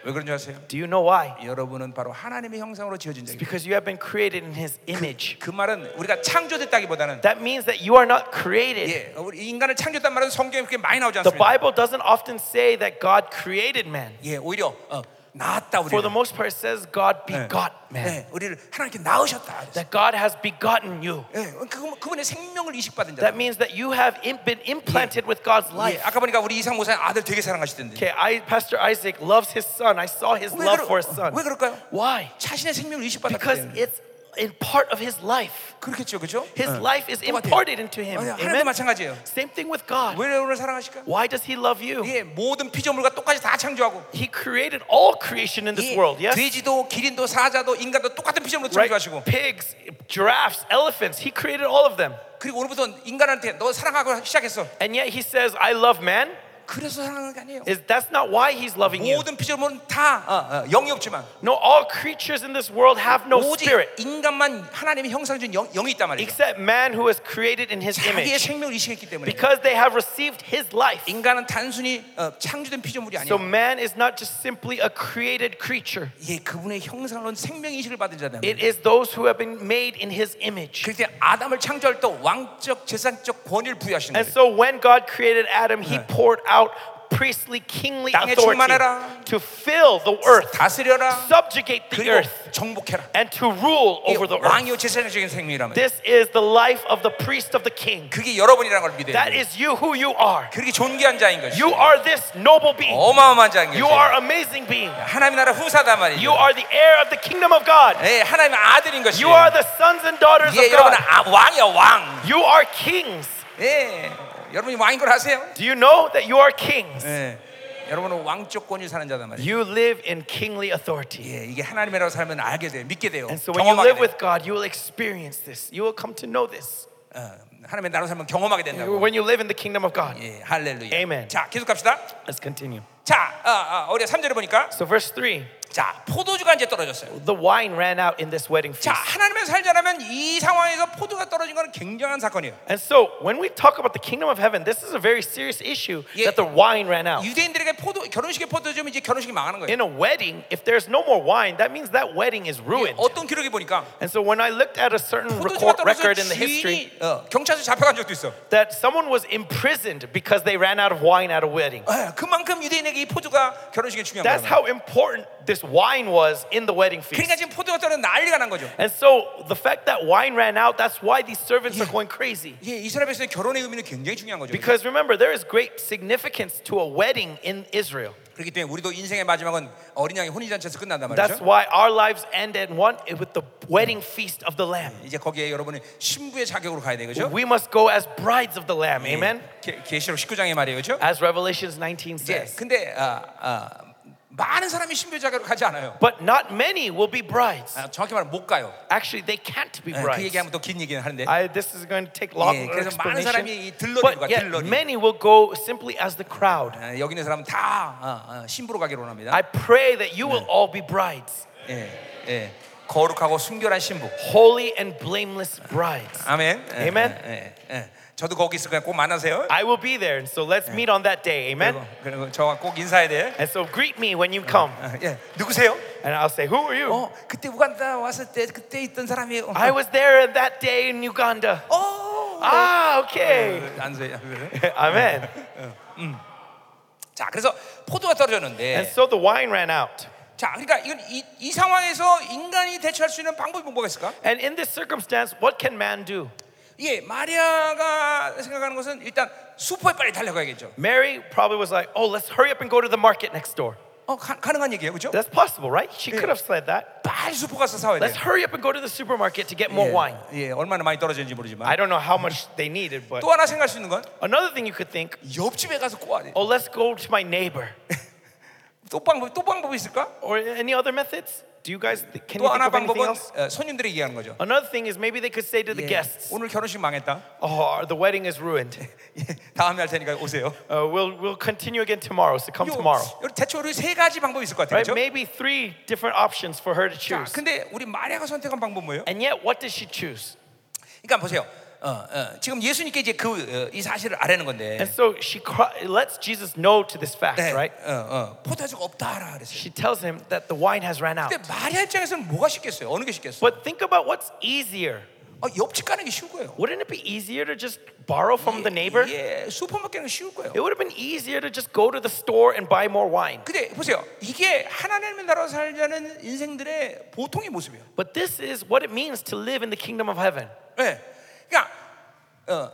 Speaker 1: 왜 그런 줄 아세요?
Speaker 2: Do you know why?
Speaker 1: 여러분은 바로 하나님의 형상으로 지어진 자예요.
Speaker 2: Because you have been created in His image.
Speaker 1: 그 말은 우리가 창조됐다기보다는
Speaker 2: That means that you are not created.
Speaker 1: 예, 우리 인간을 창조했단 말은 성경에 그렇게 많이 나오지
Speaker 2: The
Speaker 1: 않습니다.
Speaker 2: Bible doesn't often say that God created man.
Speaker 1: 예, 오히려 어, 낳았다
Speaker 2: For the
Speaker 1: 우리를.
Speaker 2: most part, it says God
Speaker 1: 예.
Speaker 2: begot man.
Speaker 1: 예, 우리를 하나님께 낳으셨다. 그랬어요.
Speaker 2: That God has begotten you.
Speaker 1: 예, 그, 그분의 생명을 이식받은 자.
Speaker 2: That means that you have im- been implanted with God's
Speaker 1: 예,
Speaker 2: life.
Speaker 1: 아까 보니까 우리 이상 모사님 아들 되게 사랑하시던데.
Speaker 2: Okay, I, Pastor Isaac loves his son. I saw his
Speaker 1: 왜,
Speaker 2: love for his
Speaker 1: 그러,
Speaker 2: son.
Speaker 1: 왜 그럴까요?
Speaker 2: Why?
Speaker 1: 자신의 생명을 이식받았기
Speaker 2: Because
Speaker 1: 때문에.
Speaker 2: it's in part of his life.
Speaker 1: 그렇겠죠, 그렇죠?
Speaker 2: His life is
Speaker 1: Uh. 똑같아요.
Speaker 2: imparted into him.
Speaker 1: 아니, 하나님도
Speaker 2: Amen?
Speaker 1: 마찬가지예요.
Speaker 2: Same thing with God.
Speaker 1: 왜 여러분을 사랑하실까?
Speaker 2: Why does he love you?
Speaker 1: 예, 모든 피조물과 똑같이 다 창조하고.
Speaker 2: He created all creation in this
Speaker 1: 예,
Speaker 2: world, yes?
Speaker 1: 돼지도, 기린도, 사자도, 인간도 똑같은 피조물로
Speaker 2: Right?
Speaker 1: 창조하시고.
Speaker 2: Pigs, giraffes, elephants. He created all of them.
Speaker 1: 그리고 오늘부터 인간한테 너 사랑하고 시작했어.
Speaker 2: And yet he says, I love man.
Speaker 1: 그래서 사랑하는 게 아니에요.
Speaker 2: Is that's not why he's loving you.
Speaker 1: 모든 피조물은 다 어, 어, 영이 없지만
Speaker 2: No, all creatures in this world have no
Speaker 1: 오직
Speaker 2: spirit
Speaker 1: 인간만 하나님의 형상 준 영, 영이 있단 말이에요.
Speaker 2: except man who is created in his
Speaker 1: 자기의
Speaker 2: image
Speaker 1: 생명을 이식했기 때문에
Speaker 2: because they have received his life.
Speaker 1: 인간은 단순히 어, 창조된 피조물이 아니에요.
Speaker 2: So man is not just simply a created creature.
Speaker 1: 예, 그분의 형상으로는 생명 이식을 받은 자다.
Speaker 2: It is those who have been made in his image.
Speaker 1: 그때 아담을 창조할 때 왕적 재산적 권위를 부여하신 거예요.
Speaker 2: And so when God created Adam, he poured out priestly kingly
Speaker 1: 땅에
Speaker 2: authority
Speaker 1: 충만하라.
Speaker 2: to fill the earth,
Speaker 1: 다스려라.
Speaker 2: subjugate the
Speaker 1: 그리고
Speaker 2: earth,
Speaker 1: 정복해라.
Speaker 2: and to rule
Speaker 1: 이게
Speaker 2: over the earth.
Speaker 1: 왕이요 재산적인 생명이라면
Speaker 2: This is the life of the priest of the king.
Speaker 1: 그게 여러분이라는 걸 믿어요.
Speaker 2: That is you who you are.
Speaker 1: 그렇게 존귀한 자인 것이.
Speaker 2: You are this noble being.
Speaker 1: 어마어마한 자인 것이.
Speaker 2: You are amazing being.
Speaker 1: 하나님 나라 후사다 말이죠.
Speaker 2: You are the heir of the kingdom of God.
Speaker 1: 예, 하나님의 아들인 것이.
Speaker 2: You are the sons and daughters
Speaker 1: 예,
Speaker 2: of
Speaker 1: 여러분
Speaker 2: God.
Speaker 1: 아, 왕이야 왕.
Speaker 2: You are kings.
Speaker 1: 예, 여러분이 왕인 걸 아세요?
Speaker 2: Do you know that you are kings?
Speaker 1: 예, 여러분은 왕족 권위 사는 자단 말이에요.
Speaker 2: You live in kingly authority.
Speaker 1: 예, 이게 하나님이라고 살면 알게 돼요, 믿게 돼요,
Speaker 2: And so when you
Speaker 1: 경험하게
Speaker 2: live
Speaker 1: 돼요.
Speaker 2: with God, you will experience this. You will come to know this.
Speaker 1: 어, 하나님의 나라로 살면 경험하게 된다고.
Speaker 2: When you live in the kingdom of God.
Speaker 1: 예, 할렐루야.
Speaker 2: Amen.
Speaker 1: 자, 계속 갑시다.
Speaker 2: Let's continue.
Speaker 1: 자, 아, 아, 우리가 3절에 보니까
Speaker 2: So, verse 3
Speaker 1: 자, 포도주가 이제 떨어졌어요.
Speaker 2: the wine ran out in this wedding
Speaker 1: 자,
Speaker 2: feast.
Speaker 1: 하나님의 살자라면 이 상황에서 포도가 떨어진 건 굉장한 사건이에요.
Speaker 2: And so, when we talk about the kingdom of heaven, this is a very serious issue
Speaker 1: Yeah.
Speaker 2: that the wine ran out.
Speaker 1: 유대인들에게 포도 결혼식에 포도주면 이제 결혼식이 망하는 거예요.
Speaker 2: Oh. In a wedding, if there's no more wine, that means that wedding is ruined.
Speaker 1: 어떤 기록이 보니까
Speaker 2: And so, when I looked at a certain
Speaker 1: 포도주가 떨어져
Speaker 2: record, record in the history,
Speaker 1: 주인이 어, 경찰서 잡혀간 적도 있어.
Speaker 2: that someone was imprisoned because they ran out of wine at a wedding.
Speaker 1: 예, 그만큼 유대인에게 이 포도가 결혼식에 중요한
Speaker 2: That's
Speaker 1: 거예요.
Speaker 2: how important this wine was in the wedding feast.
Speaker 1: 그러니까 지금 포도가 떨어져 난리가 난 거죠.
Speaker 2: And so, the fact that wine ran out, that's why these servants are going crazy.
Speaker 1: 예, 이스라엘에서는 결혼의 의미는 굉장히 중요한 거죠.
Speaker 2: Because remember, there is great significance to a wedding in Israel.
Speaker 1: 그렇기 때문에 우리도 인생의 마지막은 어린 양의 혼인 잔치에서 끝난단
Speaker 2: That's
Speaker 1: 말이죠.
Speaker 2: why our lives end in one eh, with the wedding feast of the Lamb.
Speaker 1: 이제 거기에 여러분이 신부의 자격으로 가야 되죠.
Speaker 2: We must go as brides of the Lamb. Amen.
Speaker 1: 계시록 19장의 말이에요, 그렇죠?
Speaker 2: As Revelations 19
Speaker 1: 예,
Speaker 2: says.
Speaker 1: 근데 아, 아, 많은 사람이 신부의 자격으로 가지 않아요.
Speaker 2: But not many will be brides.
Speaker 1: 아, 정확히 말하면 못 가요.
Speaker 2: Actually, they can't be
Speaker 1: 예, 그
Speaker 2: brides.
Speaker 1: 얘기하면 또 긴 얘기는 하는데.
Speaker 2: I, this is going to take long
Speaker 1: 예, 그래서 많은 사람이 이
Speaker 2: explanation.
Speaker 1: 들러리로 가,
Speaker 2: But yet,
Speaker 1: 들러리.
Speaker 2: many will go simply as the crowd.
Speaker 1: 아, 여기 있는 사람은 다 아, 아, 신부로 가기로 합니다.
Speaker 2: I pray that you will all be brides,
Speaker 1: 예, 예. 거룩하고 순결한 신부.
Speaker 2: holy and blameless brides.
Speaker 1: 아멘. 예,
Speaker 2: Amen.
Speaker 1: 예, 예, 예. 저도 거기 있을 거예요. 꼭 만나세요.
Speaker 2: I will be there, and so let's meet on that day. Amen.
Speaker 1: 그리고, 그리고 저와 꼭 인사해야 돼.
Speaker 2: And so greet me when you come,
Speaker 1: 아, 예. 누구세요?
Speaker 2: and I'll say, "Who are you?"
Speaker 1: 어, 그때 우간다 왔을 때 그때 있던 사람이에요. 어,
Speaker 2: I was there that day in Uganda.
Speaker 1: 어.
Speaker 2: Ah, okay.
Speaker 1: 안 돼요.
Speaker 2: Amen.
Speaker 1: 자, 그래서 포도가 떨어졌는데
Speaker 2: And so the wine ran out.
Speaker 1: 자, 그러니까 이건 이, 이 상황에서 인간이 대처할 수 있는 방법이 뭐가 있을까?
Speaker 2: And in this circumstance, what can man do?
Speaker 1: 예, 마리아가 생각하는 것은 일단 수포에 빨리 달려가야겠죠.
Speaker 2: Mary probably was like, oh, let's hurry up and go to the market next door.
Speaker 1: 어, 가, 가능한 얘기예요, 그렇죠?
Speaker 2: That's possible, right? She could have said that.
Speaker 1: 빨리 수포 가서 사와야 돼.
Speaker 2: 네. Let's hurry up and go to the supermarket to get more wine.
Speaker 1: 예, 예, 얼마나 많이 떨어지는지
Speaker 2: I
Speaker 1: 모르지만
Speaker 2: don't know how much they needed, but
Speaker 1: 또 하나 생각할 수 있는 건
Speaker 2: another thing you could think,
Speaker 1: 옆집에 가서 꼬아야 돼.
Speaker 2: oh, let's go to my neighbor.
Speaker 1: 또 방법 또 방법이 있을까?
Speaker 2: Or any other methods? Do you guys th- can you
Speaker 1: 또
Speaker 2: think
Speaker 1: 하나
Speaker 2: of anything
Speaker 1: 방법은
Speaker 2: else?
Speaker 1: 어, 손님들이 얘기하는 거죠.
Speaker 2: Another thing is maybe they could say to the
Speaker 1: 예,
Speaker 2: guests,
Speaker 1: 오늘 결혼식 망했다.
Speaker 2: oh, the wedding is ruined.
Speaker 1: 예, 다음에 할 테니까 오세요.
Speaker 2: Uh, we'll, we'll continue again tomorrow, so come
Speaker 1: 요-
Speaker 2: tomorrow.
Speaker 1: 요 대체 우리 세 가지 방법이 있을 것 같아요.
Speaker 2: Right?
Speaker 1: 그렇죠?
Speaker 2: Maybe three different options for her to
Speaker 1: 자,
Speaker 2: choose.
Speaker 1: 근데 우리 마리아가 선택한 방법 뭐예요?
Speaker 2: And yet, what does she choose?
Speaker 1: 그러니까 보세요. 어, 어, 지금 예수님께 이제 그 이 사실을 알아는 건데.
Speaker 2: And so she cry, lets Jesus know to this fact,
Speaker 1: 네,
Speaker 2: right?
Speaker 1: 어, 어, 포도주가 없다라 그랬어요.
Speaker 2: She tells him that the wine has ran out.
Speaker 1: 근데 마리아 입장에서는 뭐가 쉽겠어요? 어느 게 쉽겠어?
Speaker 2: But think about what's easier.
Speaker 1: 어, 옆집 가는 게 쉬운 거예요.
Speaker 2: Wouldn't it be easier to just borrow from the neighbor?
Speaker 1: 예, 슈퍼마켓 가는 게 쉬울 거예요.
Speaker 2: It would have been easier to just go to the store and buy more wine.
Speaker 1: 근데 보세요. 이게 하나님의 나라로 살자는 인생들의 보통의 모습이에요.
Speaker 2: But this is what it means to live in the kingdom of heaven.
Speaker 1: 예. 그러니까 어,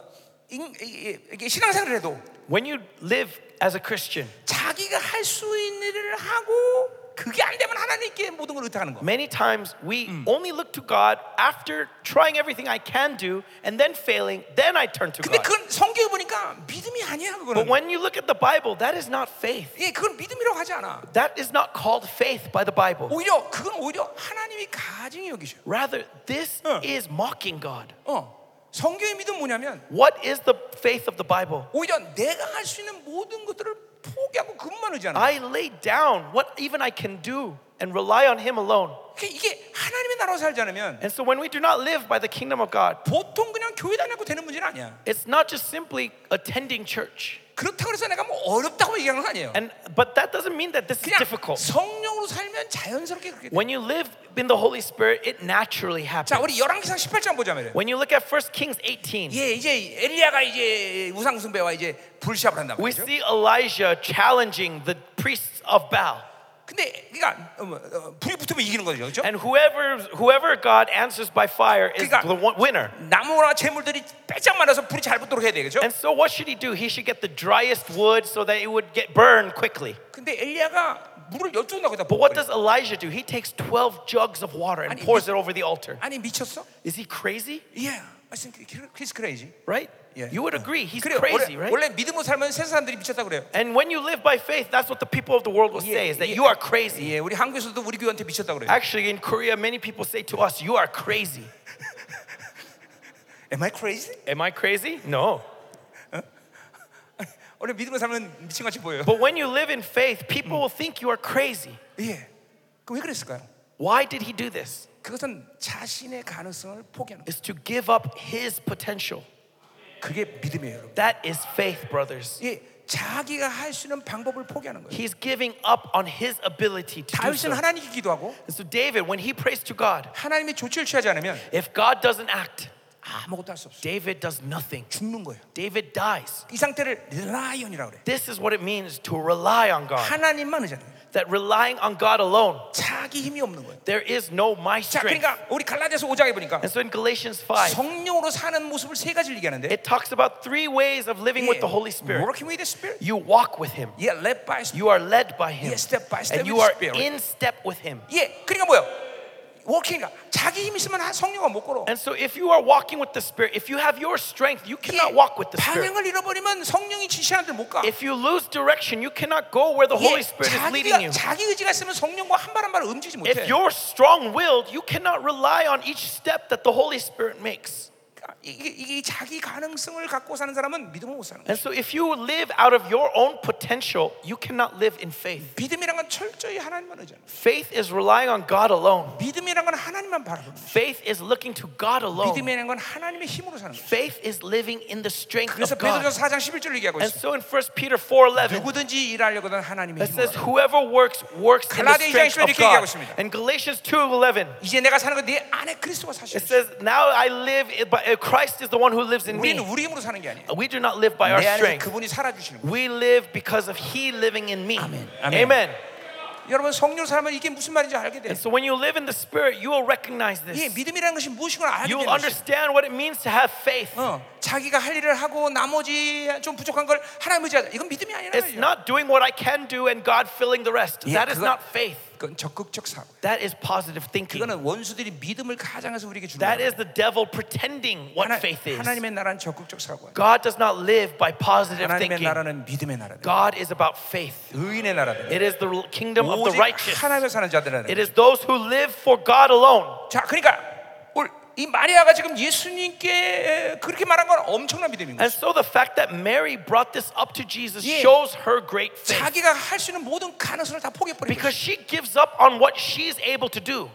Speaker 1: 인, 이- 이- 이게 신앙생활을 해도
Speaker 2: When you live as a Christian,
Speaker 1: 자기가 할 수 있는 일을 하고 그게 안 되면 하나님께 모든 걸 의탁하는 거.
Speaker 2: many times we only look to God after trying everything I can do and then failing, then I turn to
Speaker 1: 근데
Speaker 2: God.
Speaker 1: 그건 성경에 보니까 믿음이 아니야
Speaker 2: But
Speaker 1: 그거는.
Speaker 2: when you look at the Bible, that is not faith.
Speaker 1: 예, 그건 믿음이라고 하지 않아.
Speaker 2: That is not called faith by the Bible.
Speaker 1: 오히려 그건 오히려 하나님이 가증히 여기셔.
Speaker 2: Rather, this
Speaker 1: Huh.
Speaker 2: is mocking God.
Speaker 1: 어. 성경의 믿음 뭐냐면
Speaker 2: What is the faith of the Bible?
Speaker 1: 오히려 내가 할 수 있는 모든 것들을 포기하고 그것만 의지하는 거야.
Speaker 2: I lay down what even I can do and rely on Him alone.
Speaker 1: 그러니까 이게 하나님의 나라로 살지 않으면
Speaker 2: And so when we do not live by the kingdom of God,
Speaker 1: 보통 그냥 교회 다니고 되는 문제는 아니야.
Speaker 2: it's not just simply attending church.
Speaker 1: 그렇다고 해서 내가 뭐 어렵다고 얘기하는 건 아니에요.
Speaker 2: And but that doesn't mean that this is
Speaker 1: 그냥
Speaker 2: difficult.
Speaker 1: 성령으로 살면 자연스럽게 그렇게 돼.
Speaker 2: When you live in the Holy Spirit, it naturally
Speaker 1: 자,
Speaker 2: happens.
Speaker 1: 우리 열왕기상 18장 보자면
Speaker 2: When you look at 1 Kings 18,
Speaker 1: 예, 이제 엘리야가 이제 우상 숭배와 이제 불시합을 한다고
Speaker 2: we
Speaker 1: 그러죠.
Speaker 2: see Elijah challenging the priests of Baal.
Speaker 1: 근데 그러니까 어, 뭐, 어, 불이 붙으면 이기는 거죠. 그렇죠?
Speaker 2: And whoever whoever God answers by fire is
Speaker 1: 그러니까-
Speaker 2: the one- winner.
Speaker 1: 나무나 재물들이 빼짝 말라서 불이 잘 붙도록 해야 되겠죠.
Speaker 2: And so what should he do? He should get the driest wood so that it would get burned quickly.
Speaker 1: 근데 엘리야가 물을 열두 나고 다
Speaker 2: But what does Elijah do? He takes 12 jugs of water and
Speaker 1: 아니,
Speaker 2: pours it over the altar.
Speaker 1: 아니 미쳤어?
Speaker 2: Is he crazy?
Speaker 1: 예. I think he's crazy.
Speaker 2: Right?
Speaker 1: Yeah.
Speaker 2: You would agree. He's
Speaker 1: 그래요.
Speaker 2: crazy,
Speaker 1: 원래,
Speaker 2: right?
Speaker 1: 원래 믿음으로 살면 세상 사람들이 미쳤다 그래요.
Speaker 2: And when you live by faith, that's what the people of the world will say is that you are crazy.
Speaker 1: 예, 우리 한국에서도 우리 교회한테 미쳤다 그래요.
Speaker 2: Actually, in Korea, many people say to us, you are crazy.
Speaker 1: Am I crazy?
Speaker 2: Am I crazy? No.
Speaker 1: 원래 믿음으로 살면 미친 같이 보여요.
Speaker 2: But when you live in faith, people will think you are crazy.
Speaker 1: 예. 그왜 그랬을까요?
Speaker 2: Why did he do this?
Speaker 1: 그것은 자신의 가능성을 포기하는 거예요.
Speaker 2: Is to give up his potential.
Speaker 1: 그게 믿음이에요, 여러분.
Speaker 2: That is faith, brothers.
Speaker 1: 예, 자기가 할 수 있는 방법을 포기하는 거예요.
Speaker 2: He's giving up on his ability to do so.
Speaker 1: 다윗은 하나님께 기도하고
Speaker 2: And so David, when he prays to God,
Speaker 1: 하나님이 조치를 취하지 않으면
Speaker 2: if God doesn't act,
Speaker 1: 아무것도 할 수 없어요.
Speaker 2: David does nothing.
Speaker 1: 죽는 거예요.
Speaker 2: David dies.
Speaker 1: 이 상태를 라이언이라고 그래.
Speaker 2: This is what it means to rely on God.
Speaker 1: 하나님만 의지하는 거예요.
Speaker 2: That relying on God alone,
Speaker 1: 자기 힘이 없는 거예요.
Speaker 2: there is no my
Speaker 1: 자,
Speaker 2: strength.
Speaker 1: 그러니까 우리 갈라디아서 5장에 보니까
Speaker 2: And so in Galatians 5,
Speaker 1: 성령으로 사는 모습을 세 가지를 얘기하는데
Speaker 2: it talks about three ways of living with the Holy Spirit.
Speaker 1: working with the Spirit,
Speaker 2: You walk with Him.
Speaker 1: yeah, led by Spirit.
Speaker 2: You are led by Him.
Speaker 1: Yeah, step by step
Speaker 2: and you
Speaker 1: with the
Speaker 2: are
Speaker 1: Spirit.
Speaker 2: in step with Him.
Speaker 1: 예, 그러니까 뭐요? 워킹이가 자기 힘 있으면 성령과 못 걸어.
Speaker 2: And so if you are walking with the Spirit, if you have your strength, you
Speaker 1: 예,
Speaker 2: cannot walk with the Spirit.
Speaker 1: 방향을 잃어버리면 성령이 지시하는 데못 가.
Speaker 2: If you lose direction, you cannot go where the
Speaker 1: 예,
Speaker 2: Holy Spirit is
Speaker 1: 자기가
Speaker 2: leading you.
Speaker 1: 자기 의지가 있으면 성령과 한 발 한 발을 움직이지 못해.
Speaker 2: If you're strong willed, you cannot rely on each step that the Holy Spirit makes.
Speaker 1: 그러니까 이게, 이게 자기 가능성을 갖고 사는 사람은 믿음을 못 사는 거야.
Speaker 2: And so if you live out of your own potential, you cannot live in faith.
Speaker 1: 믿음이란 건 철저히 하나님만 의지하는. 거야.
Speaker 2: Faith is relying on God alone.
Speaker 1: 믿음이란 건 하나님만 바라보는. 거야.
Speaker 2: Faith is looking to God alone.
Speaker 1: 믿음이란 건 하나님의 힘으로 사는 거야.
Speaker 2: Faith is living in the strength
Speaker 1: 그래서
Speaker 2: of God.
Speaker 1: 베드로서 4장 11절을 얘기하고
Speaker 2: And
Speaker 1: 있어.
Speaker 2: so in 1 Peter 4:11
Speaker 1: 누구든지 일하려거든 하나님의 힘으로.
Speaker 2: it says whoever works works in the
Speaker 1: 갈라디아 2장 11
Speaker 2: strength of
Speaker 1: 이렇게 얘기하고
Speaker 2: God.
Speaker 1: 있습니다.
Speaker 2: And Galatians 2:11
Speaker 1: 이제 내가 사는 건 내 안에 그리스도가 사실.
Speaker 2: it says now I live but uh, Christ is the one who lives in
Speaker 1: 우리는
Speaker 2: me.
Speaker 1: 우리 힘으로 사는 게 아니에요.
Speaker 2: We do not live by our
Speaker 1: 내 안에
Speaker 2: strength.
Speaker 1: 그분이 살아 주시는 거예요.
Speaker 2: We live because of He living in me.
Speaker 1: Amen. Amen.
Speaker 2: Amen.
Speaker 1: 여러분 성령 사람은 이게 무슨 말인지 알게 돼.
Speaker 2: And so when you live in the Spirit, you will recognize
Speaker 1: 예,
Speaker 2: this.
Speaker 1: 믿음이라는 것이 무엇인가 알게
Speaker 2: You
Speaker 1: 되는
Speaker 2: will
Speaker 1: 것이.
Speaker 2: understand what it means to have faith.
Speaker 1: 어, 자기가 할 일을 하고 나머지 좀 부족한 걸 하나님 의지하자. 이건 믿음이 아니라 말이죠.
Speaker 2: It's not doing what I can do and God filling the rest.
Speaker 1: 예,
Speaker 2: That is
Speaker 1: 그거-
Speaker 2: not faith.
Speaker 1: 그건 적극적 사고.
Speaker 2: That is positive thinking.
Speaker 1: 그거는 원수들이 믿음을 가장해서 우리에게 주는
Speaker 2: That
Speaker 1: 거예요.
Speaker 2: is the devil pretending what
Speaker 1: 하나,
Speaker 2: faith is.
Speaker 1: 하나님의 나라는 적극적 사고예요.
Speaker 2: God does not live by positive
Speaker 1: 하나님의
Speaker 2: thinking.
Speaker 1: 나라는 믿음의 나라다.
Speaker 2: God is about faith.
Speaker 1: 의인의 나라다.
Speaker 2: It is the kingdom of the
Speaker 1: 오직
Speaker 2: righteous.
Speaker 1: 하나님을 사는 자들은
Speaker 2: It is those who live for God alone.
Speaker 1: 자, 그러니까 우리- 이 마리아가 지금 예수님께 그렇게 말한 건 엄청난 믿음인 거예요.
Speaker 2: And so the fact that Mary brought this up to Jesus
Speaker 1: Yeah.
Speaker 2: shows her great faith.
Speaker 1: 자기가 할 수 있는 모든 가능성을 다 포기해버린 거예요.
Speaker 2: 네. Because she gives up on what she's able to do.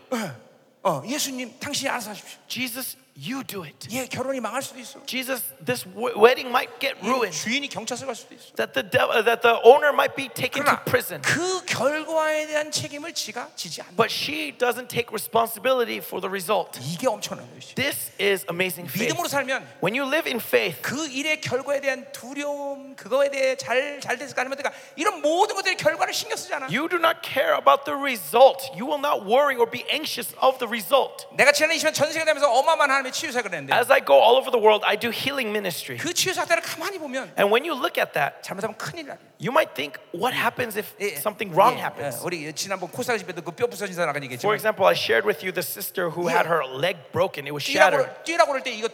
Speaker 1: 어, 예수님, 당신이 알아서 하십시오.
Speaker 2: Jesus, you do it.
Speaker 1: 예, 결혼이 망할 수도 있어.
Speaker 2: Jesus, this w- wedding might get
Speaker 1: 예,
Speaker 2: ruined.
Speaker 1: 주인이 경찰서 갈 수도 있어.
Speaker 2: That the devil, that the owner might be taken to
Speaker 1: 그러나
Speaker 2: prison.
Speaker 1: 그 결과에 대한 책임을 지가 지지 않는.
Speaker 2: But she doesn't take responsibility for the result.
Speaker 1: 이게 엄청난 것이죠.
Speaker 2: This is amazing faith.
Speaker 1: 믿음으로 살면
Speaker 2: When you live in faith,
Speaker 1: 그 일의 결과에 대한 두려움, 그거에 대해 잘 잘 됐을까 아니면 어떨까 이런 모든 것들의 결과를 신경 쓰지 않아.
Speaker 2: you do not care about the result. You will not worry or be anxious of the result.
Speaker 1: 내가 지난 20년 전 세계 다니면서 어마어마한 하나님의 치유 사역을 했는데
Speaker 2: As I go all over the world, I do healing ministry.
Speaker 1: 그 치유 사역들을 가만히 보면
Speaker 2: And when you look at that,
Speaker 1: 잘못하면 큰일 나.
Speaker 2: you might think, what happens if
Speaker 1: 예, 예.
Speaker 2: something wrong
Speaker 1: 예,
Speaker 2: happens?
Speaker 1: 예. 우리 지난번 코스타 집에도 그 뼈 부서진 사람 아까
Speaker 2: For
Speaker 1: 얘기했지만
Speaker 2: example, I shared with you the sister who had her leg broken, it was shattered.
Speaker 1: 뛰라고 뛰라고 그럴 때 이거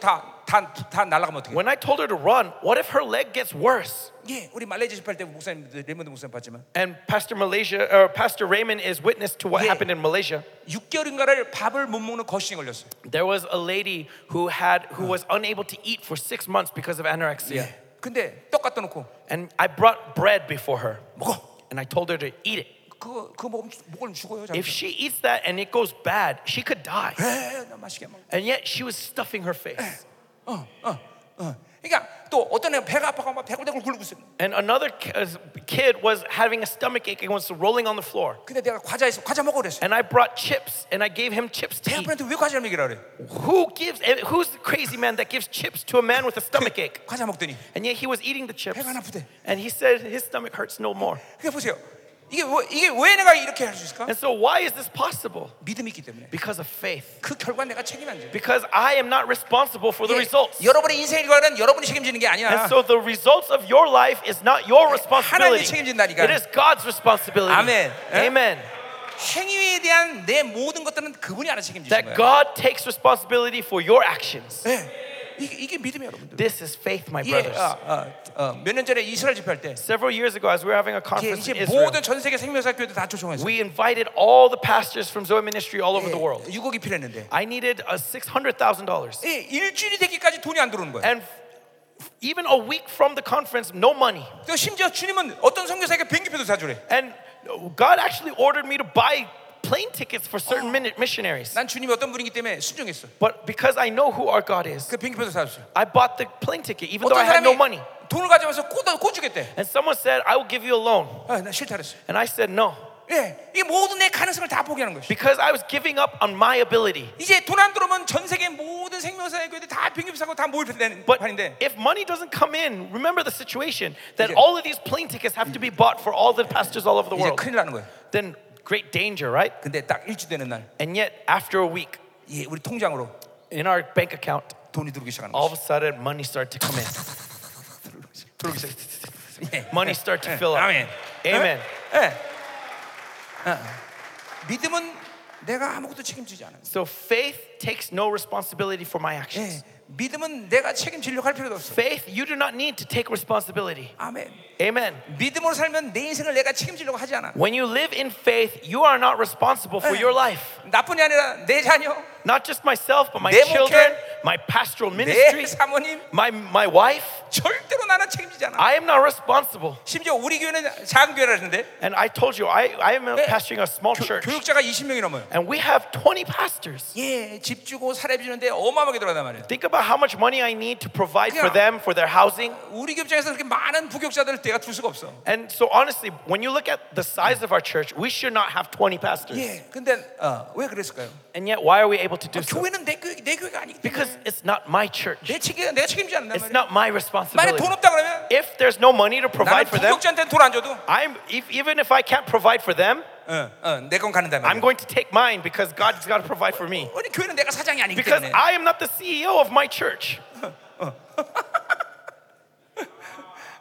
Speaker 1: 다다다 날아가면 어떡해?
Speaker 2: When I told her to run, what if her leg gets worse?
Speaker 1: 예, 우리 말레이시아 집할 때 목사님 네, 레몬드 목사님 봤지만
Speaker 2: And Pastor Malaysia or Pastor Raymond is witness to what
Speaker 1: Yeah.
Speaker 2: happened in Malaysia.
Speaker 1: 6개월인가를 밥을 못 먹는 거신이 걸렸어요.
Speaker 2: There was a lady who had who was unable to eat for 6 months because of anorexia.
Speaker 1: 예. 근데 떡 갖다 놓고
Speaker 2: And I brought bread before her
Speaker 1: 먹어.
Speaker 2: and I told her to eat it.
Speaker 1: 그거 그거 먹으면 죽- 먹으면 죽어요.
Speaker 2: If she eats that and it goes bad, she could die.
Speaker 1: 에이, 나 맛있게 먹어.
Speaker 2: And yet she was stuffing her face.
Speaker 1: 어, 어, 어. 그러니까 또 어떤 애가 배가 아파가 막 배골대골 굴리고 있어.
Speaker 2: And another ki- uh, kid was having a stomach ache and was rolling on the floor.
Speaker 1: 근데 내가 과자 있어. 과자 먹어 그랬어.
Speaker 2: And I brought chips and I gave him chips to eat.
Speaker 1: 대학분한테 왜 과자 먹이라 그래?
Speaker 2: Who gives? eh, Who's the crazy man that gives chips to a man with a stomach ache?
Speaker 1: 과자 먹더니
Speaker 2: And yet he was eating the chips.
Speaker 1: 배가 안 아프대.
Speaker 2: And he said his stomach hurts no more.
Speaker 1: 그게 보세요. 이게 왜, 이게 왜 내가 이렇게 할 수 있을까?
Speaker 2: And so why is this possible?
Speaker 1: 믿음이 있기 때문에.
Speaker 2: Because of faith.
Speaker 1: 그 결과 내가 책임 안 져.
Speaker 2: Because I am not responsible for the results.
Speaker 1: 여러분의 인생 일과는 여러분이 책임지는 게 아니야.
Speaker 2: And so the results of your life is not your
Speaker 1: 하나님이
Speaker 2: responsibility.
Speaker 1: 책임진다니까.
Speaker 2: It is God's responsibility.
Speaker 1: 아멘. 예?
Speaker 2: Amen.
Speaker 1: 행위에 대한 내 모든 것들은 그분이 알아 책임지는 거야.
Speaker 2: That God takes responsibility for your actions.
Speaker 1: 예. 이게, 이게 믿음이에요, 여러분들.
Speaker 2: This is faith, my
Speaker 1: 예,
Speaker 2: brothers.
Speaker 1: 몇 년 전에 이스라엘 집회할 때
Speaker 2: Several years ago, as we were having a
Speaker 1: 이게
Speaker 2: conference
Speaker 1: 이제
Speaker 2: in Israel,
Speaker 1: 모든 전 세계 생명사 교회들 다 초청했어요.
Speaker 2: we invited all the pastors from Zoe Ministry all over the world.
Speaker 1: 6억이 필요했는데
Speaker 2: I needed a $600,000.
Speaker 1: 예, 일주일이 되기까지 돈이 안 들어오는 거예요.
Speaker 2: And f- even a week from the conference, no money.
Speaker 1: 또 심지어 주님은 어떤 선교사에게 비행기표도 사주래.
Speaker 2: And God actually ordered me to buy plane tickets for certain mini- missionaries.
Speaker 1: 난 주님이 어떤 분이기 때문에 순종했어.
Speaker 2: But because I know who our God is,
Speaker 1: 그 비행기표도 사줬어요.
Speaker 2: I bought the plane ticket, even though I
Speaker 1: 어떤
Speaker 2: had
Speaker 1: 사람이
Speaker 2: no money.
Speaker 1: 돈을 가져와서 꼬, 꼬주겠대.
Speaker 2: And someone said, I will give you a loan.
Speaker 1: 아, 나 싫다 그랬어.
Speaker 2: And I 사id no.
Speaker 1: 예, 이게 모든 내 가능성을 다 포기하는 것이.
Speaker 2: Because I was giving up on my ability.
Speaker 1: 이제 돈 안 들어오면 전 세계 모든 생명사의 교회들 다 비행기표 사고 다 모일 되는
Speaker 2: But
Speaker 1: 판인데
Speaker 2: if money doesn't come in, remember the situation that
Speaker 1: 이제-
Speaker 2: all of these plane tickets have to be bought for all the pastors all over the
Speaker 1: 이제
Speaker 2: world.
Speaker 1: 큰일 나는 거예요.
Speaker 2: Then great danger, right?
Speaker 1: 근데 딱 일주 되는 날,
Speaker 2: And yet, after a week,
Speaker 1: 예, 우리 통장으로
Speaker 2: in our bank account,
Speaker 1: 돈이 들어오기 시작하는
Speaker 2: all
Speaker 1: 거예요.
Speaker 2: of a sudden money started to come in.
Speaker 1: 들어오기 시작. 예.
Speaker 2: Money started to
Speaker 1: 예,
Speaker 2: fill up.
Speaker 1: 아멘.
Speaker 2: Amen.
Speaker 1: 예. 예. 어. 믿음은 내가 아무것도 책임지지 않아요.
Speaker 2: So faith takes no responsibility for my actions.
Speaker 1: 예. 믿음은 내가 책임지려고 할 필요도 없어.
Speaker 2: Faith, you do not need to take responsibility.
Speaker 1: 아멘.
Speaker 2: Amen.
Speaker 1: 믿음으로 살면 내 인생을 내가 책임지려고 하지 않아.
Speaker 2: When you live in faith, you are not responsible for
Speaker 1: Eh.
Speaker 2: your life.
Speaker 1: 나뿐이 아니라 내 자녀,
Speaker 2: Not just myself, but my
Speaker 1: 내 목회,
Speaker 2: children, my pastoral
Speaker 1: 내
Speaker 2: ministry,
Speaker 1: 사모님
Speaker 2: my, my wife.
Speaker 1: 절대로 나는 책임지지 않아.
Speaker 2: I am not responsible.
Speaker 1: 심지어 우리 교회는 작은 교회라는데
Speaker 2: And I told you, I, I am
Speaker 1: Eh.
Speaker 2: pastoring a small
Speaker 1: 교-
Speaker 2: church.
Speaker 1: 교육자가 20명이 넘어요.
Speaker 2: And we have 20 pastors.
Speaker 1: 예, 집 주고 사례 주는데 어마어마하게 들어간단 말이에요.
Speaker 2: Think about how much money I need to provide for
Speaker 1: Yeah.
Speaker 2: them, for their housing.
Speaker 1: 우리 교회 입장에서 그렇게 많은 부교육자들 내가 둘 수가 없어.
Speaker 2: And so, honestly, when you look at the size of our church, we should not have 20 pastors.
Speaker 1: 예, 근데 어, 왜 그랬을까요?
Speaker 2: And yet, why are we able to do so?
Speaker 1: 교회는 내 교회 내 교회가 아니기 때문에
Speaker 2: Because it's not my church.
Speaker 1: 내 책임 내가 책임지 않는단
Speaker 2: It's
Speaker 1: 말이에요.
Speaker 2: not my
Speaker 1: 만약 돈
Speaker 2: responsibility.
Speaker 1: 없다 그러면
Speaker 2: If there's no money to
Speaker 1: 나는
Speaker 2: provide for them,
Speaker 1: 부교육자한테 돈안 줘도 어,
Speaker 2: I'm if, even if I can't provide for them,
Speaker 1: 내건 가는단
Speaker 2: I'm
Speaker 1: 말이에요.
Speaker 2: going to take mine because God's got to provide for me.
Speaker 1: 우리 교회는 내가 사장이 아니기
Speaker 2: Because
Speaker 1: 때문에
Speaker 2: I am not the CEO of my church.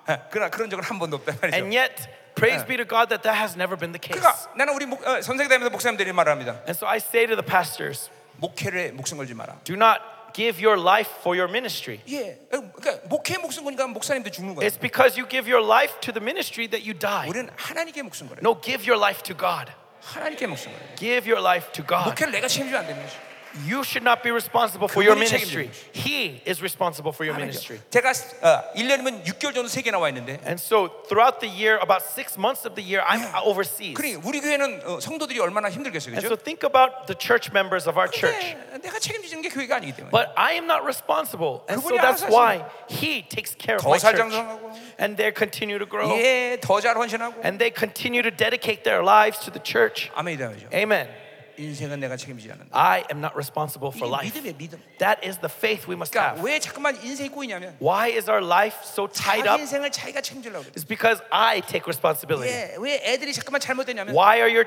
Speaker 1: 어, 그러나 그런 적은 한 번도 없단 말이죠.
Speaker 2: And yet, praise be to God that that has never been the case.
Speaker 1: 그러니까 나는 우리 목, 어, 선생님 되면서 목사님들이 말을 합니다.
Speaker 2: And so I say to the pastors,
Speaker 1: 목회를 목숨 걸지 마라.
Speaker 2: do not give your life for your ministry.
Speaker 1: 예, 어, 그러니까 목회 목숨 거니까 목사님도 죽는 거예요.
Speaker 2: It's because you give your life to the ministry that you die.
Speaker 1: 우리는 하나님께 목숨 걸어요.
Speaker 2: No, give your life to God.
Speaker 1: 하나님께 목숨 걸어요.
Speaker 2: Give your life to God.
Speaker 1: 목회를 내가 책임지면 안 되는 거죠.
Speaker 2: You should not be responsible for your
Speaker 1: 그분이
Speaker 2: ministry. He is responsible for your ministry.
Speaker 1: 제가 어, 1년이면 6개월 정도 세계나 와 있는데
Speaker 2: And so throughout the year, about six months of the year, I'm overseas.
Speaker 1: 그래 우리 교회는 어, 성도들이 얼마나 힘들겠어요,
Speaker 2: And
Speaker 1: 그죠?
Speaker 2: so think about the church members of our church.
Speaker 1: 네, 내가 책임지는 게 교회가 아니기 때문에.
Speaker 2: But I am not responsible. And so
Speaker 1: 그분이
Speaker 2: that's
Speaker 1: 알아서
Speaker 2: why he takes care of
Speaker 1: 더
Speaker 2: my church.
Speaker 1: 살장성하고.
Speaker 2: And they continue to grow.
Speaker 1: 예, 더 잘 헌신하고.
Speaker 2: And they continue to dedicate their lives to the church.
Speaker 1: 아멘이다 말이죠.
Speaker 2: Amen.
Speaker 1: 인생은 내가 책임지지 않는다.
Speaker 2: I am not responsible for
Speaker 1: 이게
Speaker 2: life.
Speaker 1: 믿음이에요, 믿음.
Speaker 2: That is the faith we must
Speaker 1: 그러니까
Speaker 2: have.
Speaker 1: 왜 자꾸만 인생이 꼬이냐면
Speaker 2: Why is our life so tied
Speaker 1: 자기
Speaker 2: up?
Speaker 1: 인생을 자기가 책임지려고 그래.
Speaker 2: It's because I take responsibility.
Speaker 1: 예, 왜 애들이 자꾸만 잘못되냐면
Speaker 2: Why are your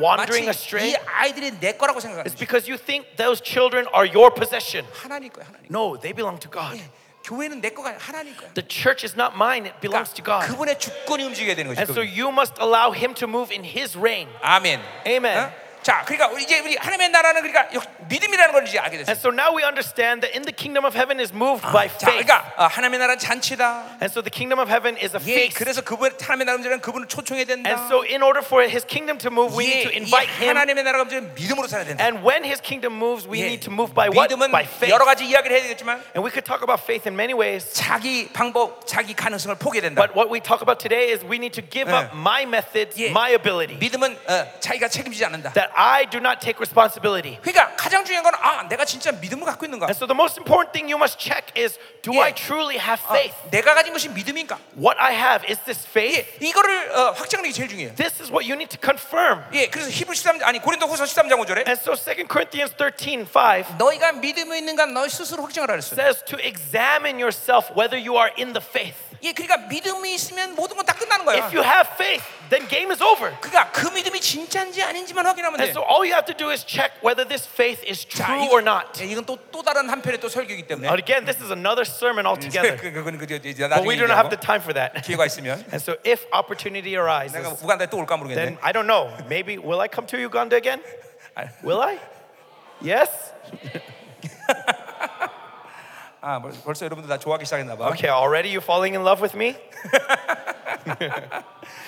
Speaker 1: 마치
Speaker 2: wandering astray?
Speaker 1: 이 아이들이 내 거라고 생각하는
Speaker 2: It's
Speaker 1: 거죠.
Speaker 2: because you think those children are your possession.
Speaker 1: 하나님 거야, 하나님.
Speaker 2: No, they belong to God.
Speaker 1: 예, 교회는 내 거가 아니라 하나님 거야.
Speaker 2: The church is not mine, it belongs to
Speaker 1: 그러니까
Speaker 2: God.
Speaker 1: 그분의 주권이 움직여야 되는
Speaker 2: And
Speaker 1: 거죠.
Speaker 2: so
Speaker 1: 그분이.
Speaker 2: you must allow Him to move in His reign.
Speaker 1: 아멘.
Speaker 2: Amen.
Speaker 1: 어? 자, 그러니까 우리 이제 우리 하나님의 나라는 그러니까 역- 믿음이라는 걸 이제 알게 됐어요.
Speaker 2: And so now we understand that in the kingdom of heaven is moved by
Speaker 1: 자,
Speaker 2: faith.
Speaker 1: 그러니까 아, 하나님의 나라는 잔치다.
Speaker 2: And so the kingdom of heaven is a
Speaker 1: 예,
Speaker 2: feast.
Speaker 1: 그래서 그분 하나님의 나라 움직이는 그분을 초청해야 된다.
Speaker 2: And so in order for His kingdom to move, we
Speaker 1: 예,
Speaker 2: need to
Speaker 1: 이
Speaker 2: invite Him.
Speaker 1: 하나님의 나라가 움직이는 믿음으로 살아야 된다.
Speaker 2: And when His kingdom moves, we
Speaker 1: 예,
Speaker 2: need to move by what?
Speaker 1: 믿음은
Speaker 2: By faith.
Speaker 1: 여러 가지 이야기를 해야 되겠지만
Speaker 2: And we could talk about faith in many ways.
Speaker 1: 자기 방법, 자기 가능성을 포기된다.
Speaker 2: But what we talk about today is we need to give
Speaker 1: Yeah.
Speaker 2: up my methods,
Speaker 1: Yeah.
Speaker 2: my ability,
Speaker 1: 믿음은 어, 자기가 책임지지 않는다.
Speaker 2: that I do not take responsibility.
Speaker 1: 그러니까 가장 중요한 건 아, 내가 진짜 믿음을 갖고 있는가?
Speaker 2: And so the most important thing you must check is do
Speaker 1: Yeah. Uh,
Speaker 2: I truly have
Speaker 1: 아,
Speaker 2: faith?
Speaker 1: 내가 가진 것이 믿음인가?
Speaker 2: What I have, is this faith?
Speaker 1: 이거를 어, 확정하는 게 제일 중요해요.
Speaker 2: This is what you need to confirm.
Speaker 1: 예, 그래서 히브리 13 아니 고린도후서 13장 5절에
Speaker 2: And so 2 Corinthians 13 5
Speaker 1: 너희가 믿음이 있는가 너희 스스로 확정하라 그랬어요.
Speaker 2: says to examine yourself whether you are in the faith.
Speaker 1: 예, 그러니까 믿음이 있으면 모든 건 다 끝나는 거야.
Speaker 2: If you have faith, then game is over.
Speaker 1: 그러니까 그 믿음이 진짜인지 아닌지만 확인하면 돼.
Speaker 2: And so all you have to do is check whether this faith is
Speaker 1: 자,
Speaker 2: true
Speaker 1: 이-
Speaker 2: or not.
Speaker 1: 예, 이건 또 또 다른 한편의 또 설교이기 때문에
Speaker 2: And again, this is another sermon
Speaker 1: 그,
Speaker 2: altogether.
Speaker 1: 그, 그건 그, 이제
Speaker 2: But
Speaker 1: 나중에
Speaker 2: we do not have the
Speaker 1: 얘기하고.
Speaker 2: time for that.
Speaker 1: 기회가 있으면
Speaker 2: And so if opportunity
Speaker 1: 내가
Speaker 2: arises,
Speaker 1: 우간다에 또 올까 모르겠네.
Speaker 2: then I don't know. Maybe will I come to Uganda again?
Speaker 1: I-
Speaker 2: Will I? Yes?
Speaker 1: 아, 벌- 벌써 여러분들 나 좋아하기 시작했나 봐.
Speaker 2: Okay, already you falling in love with me?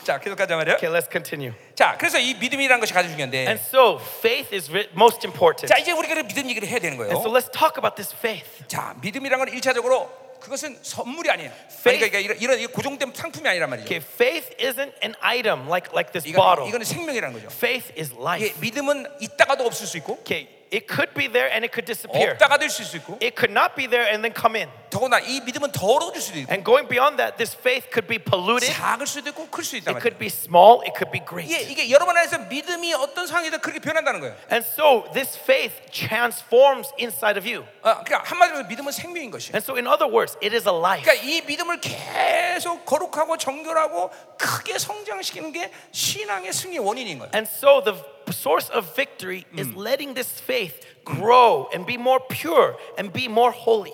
Speaker 1: 자, 계속 가자 말이야.
Speaker 2: Okay, let's continue.
Speaker 1: 자, 그래서 이 믿음이라는 것이 가장
Speaker 2: And
Speaker 1: 중요한데.
Speaker 2: so faith is ri- most important.
Speaker 1: 자, 이제 우리가 그 믿음 얘기를 해야 되는
Speaker 2: And so
Speaker 1: 거예요.
Speaker 2: let's talk about this faith.
Speaker 1: 자, 믿음이란 건일차적으로 그것은 선물이 아니에요. 아니, 그러니까 이런, 이런 이 고정된 상품이 아니란 말이죠.
Speaker 2: Okay, faith isn't an item like like this
Speaker 1: 이건,
Speaker 2: bottle.
Speaker 1: 이거는 생명이라는 거죠.
Speaker 2: Faith is
Speaker 1: 이게
Speaker 2: life.
Speaker 1: 믿음은 있다가도 없을 수 있고
Speaker 2: Okay, it could be there and it could disappear.
Speaker 1: 없다가도 있을 수 있고
Speaker 2: It could not be there and then come in.
Speaker 1: 더구나 이 믿음은 더러워질 수도 있고
Speaker 2: And going beyond that, this faith could be polluted.
Speaker 1: 작을 수도 있고 클 수 있단
Speaker 2: It
Speaker 1: 말이에요.
Speaker 2: could be small. It could be
Speaker 1: 예, 이게,
Speaker 2: great.
Speaker 1: 이게 여러분 안에서 믿음이 어떤 상황에도 그렇게 변한다는 거예요.
Speaker 2: And so this faith transforms inside of you.
Speaker 1: 어, 그러니까 한마디로 믿음은 생명인 것이에요.
Speaker 2: And so, in other words, it is a life.
Speaker 1: 그러니까 이 믿음을 계속 거룩하고 정결하고 크게 성장시키는 게 신앙의 승리의 원인인 거예요.
Speaker 2: And so, the v- source of victory
Speaker 1: Mm.
Speaker 2: is letting this faith grow and be more pure and be more holy.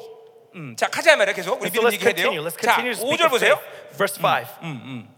Speaker 1: 음, 자 가자 말이야 계속 우리
Speaker 2: And so,
Speaker 1: 믿음
Speaker 2: let's
Speaker 1: 얘기해야
Speaker 2: continue.
Speaker 1: 돼요.
Speaker 2: Let's
Speaker 1: 자
Speaker 2: continue to speak
Speaker 1: 5절
Speaker 2: of faith.
Speaker 1: 보세요. Mm.
Speaker 2: Verse 5.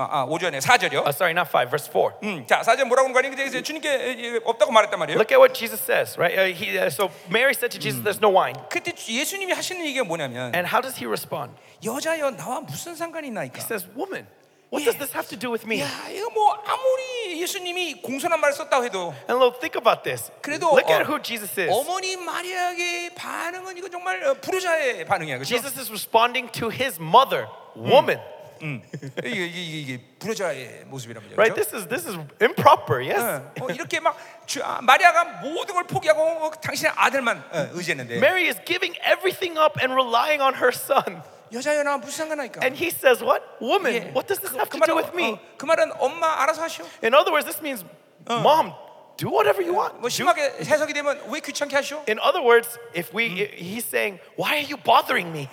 Speaker 1: 아, 아 5절에 4절이요.
Speaker 2: Uh, sorry, not 5, verse 4.
Speaker 1: 음, 자 4절 뭐라고 하는 거니? 이제 주님께 예, 예, 없다고 말했단 말이에요.
Speaker 2: Look at what Jesus says, right? Uh, he, uh, so, Mary said to
Speaker 1: Mm.
Speaker 2: Jesus, There's no wine.
Speaker 1: 그때 주- 예수님이 하시는 얘기가 뭐냐면
Speaker 2: And how does he respond?
Speaker 1: 여자여 나와 무슨 상관이
Speaker 2: He
Speaker 1: 나니까?
Speaker 2: says, Woman, what
Speaker 1: Yeah.
Speaker 2: does this have to do with me?
Speaker 1: 야 이거 뭐 아무리 예수님이 공손한 말을 썼다고 해도
Speaker 2: And Lord, think about this.
Speaker 1: 그래도
Speaker 2: Look at
Speaker 1: 어,
Speaker 2: who Jesus is.
Speaker 1: 어머니 마리아의 반응은 이거 정말 어, 불효자의 반응이야. 그렇죠?
Speaker 2: Jesus is responding to his mother,
Speaker 1: Mm.
Speaker 2: woman.
Speaker 1: 이게, 이게, 이게, 이게 불효자의 모습이란 말이죠.
Speaker 2: Right? This is this is improper, yes.
Speaker 1: 어, 어, 이렇게 막 주, 아, 마리아가 모든 걸 포기하고 어, 당신의 아들만 어, 의지했는데
Speaker 2: Mary is giving everything up and relying on her son.
Speaker 1: 여자여 나 무슨 상관하니까?
Speaker 2: And he says, What? Woman,
Speaker 1: Yeah.
Speaker 2: what does this have
Speaker 1: 그
Speaker 2: to do
Speaker 1: 말은,
Speaker 2: with me?
Speaker 1: 어, 그 말은 엄마 알아서 하시오.
Speaker 2: In other words, this means, Mom, do whatever you want.
Speaker 1: 뭐 심하게 해석이 되면 왜 귀찮게 하시오?
Speaker 2: In other words, if we he's saying, Why are you bothering me?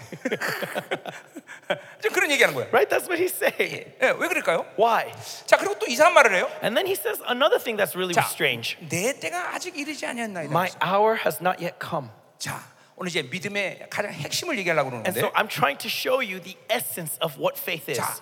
Speaker 1: 이제 그런 얘기하는 거예요.
Speaker 2: Right? That's what he's saying.
Speaker 1: 예, 왜 그럴까요?
Speaker 2: Why?
Speaker 1: 자 그리고 또 이상한 말을 해요.
Speaker 2: And then he says another thing that's really
Speaker 1: 자,
Speaker 2: strange.
Speaker 1: 내 때가 아직 이르지 아니었나이다.
Speaker 2: My hour has not yet come.
Speaker 1: 자 오늘 이제 믿음의 가장 핵심을 얘기하려고
Speaker 2: And
Speaker 1: 그러는데
Speaker 2: so I'm trying to show you the essence of what faith is.
Speaker 1: 자,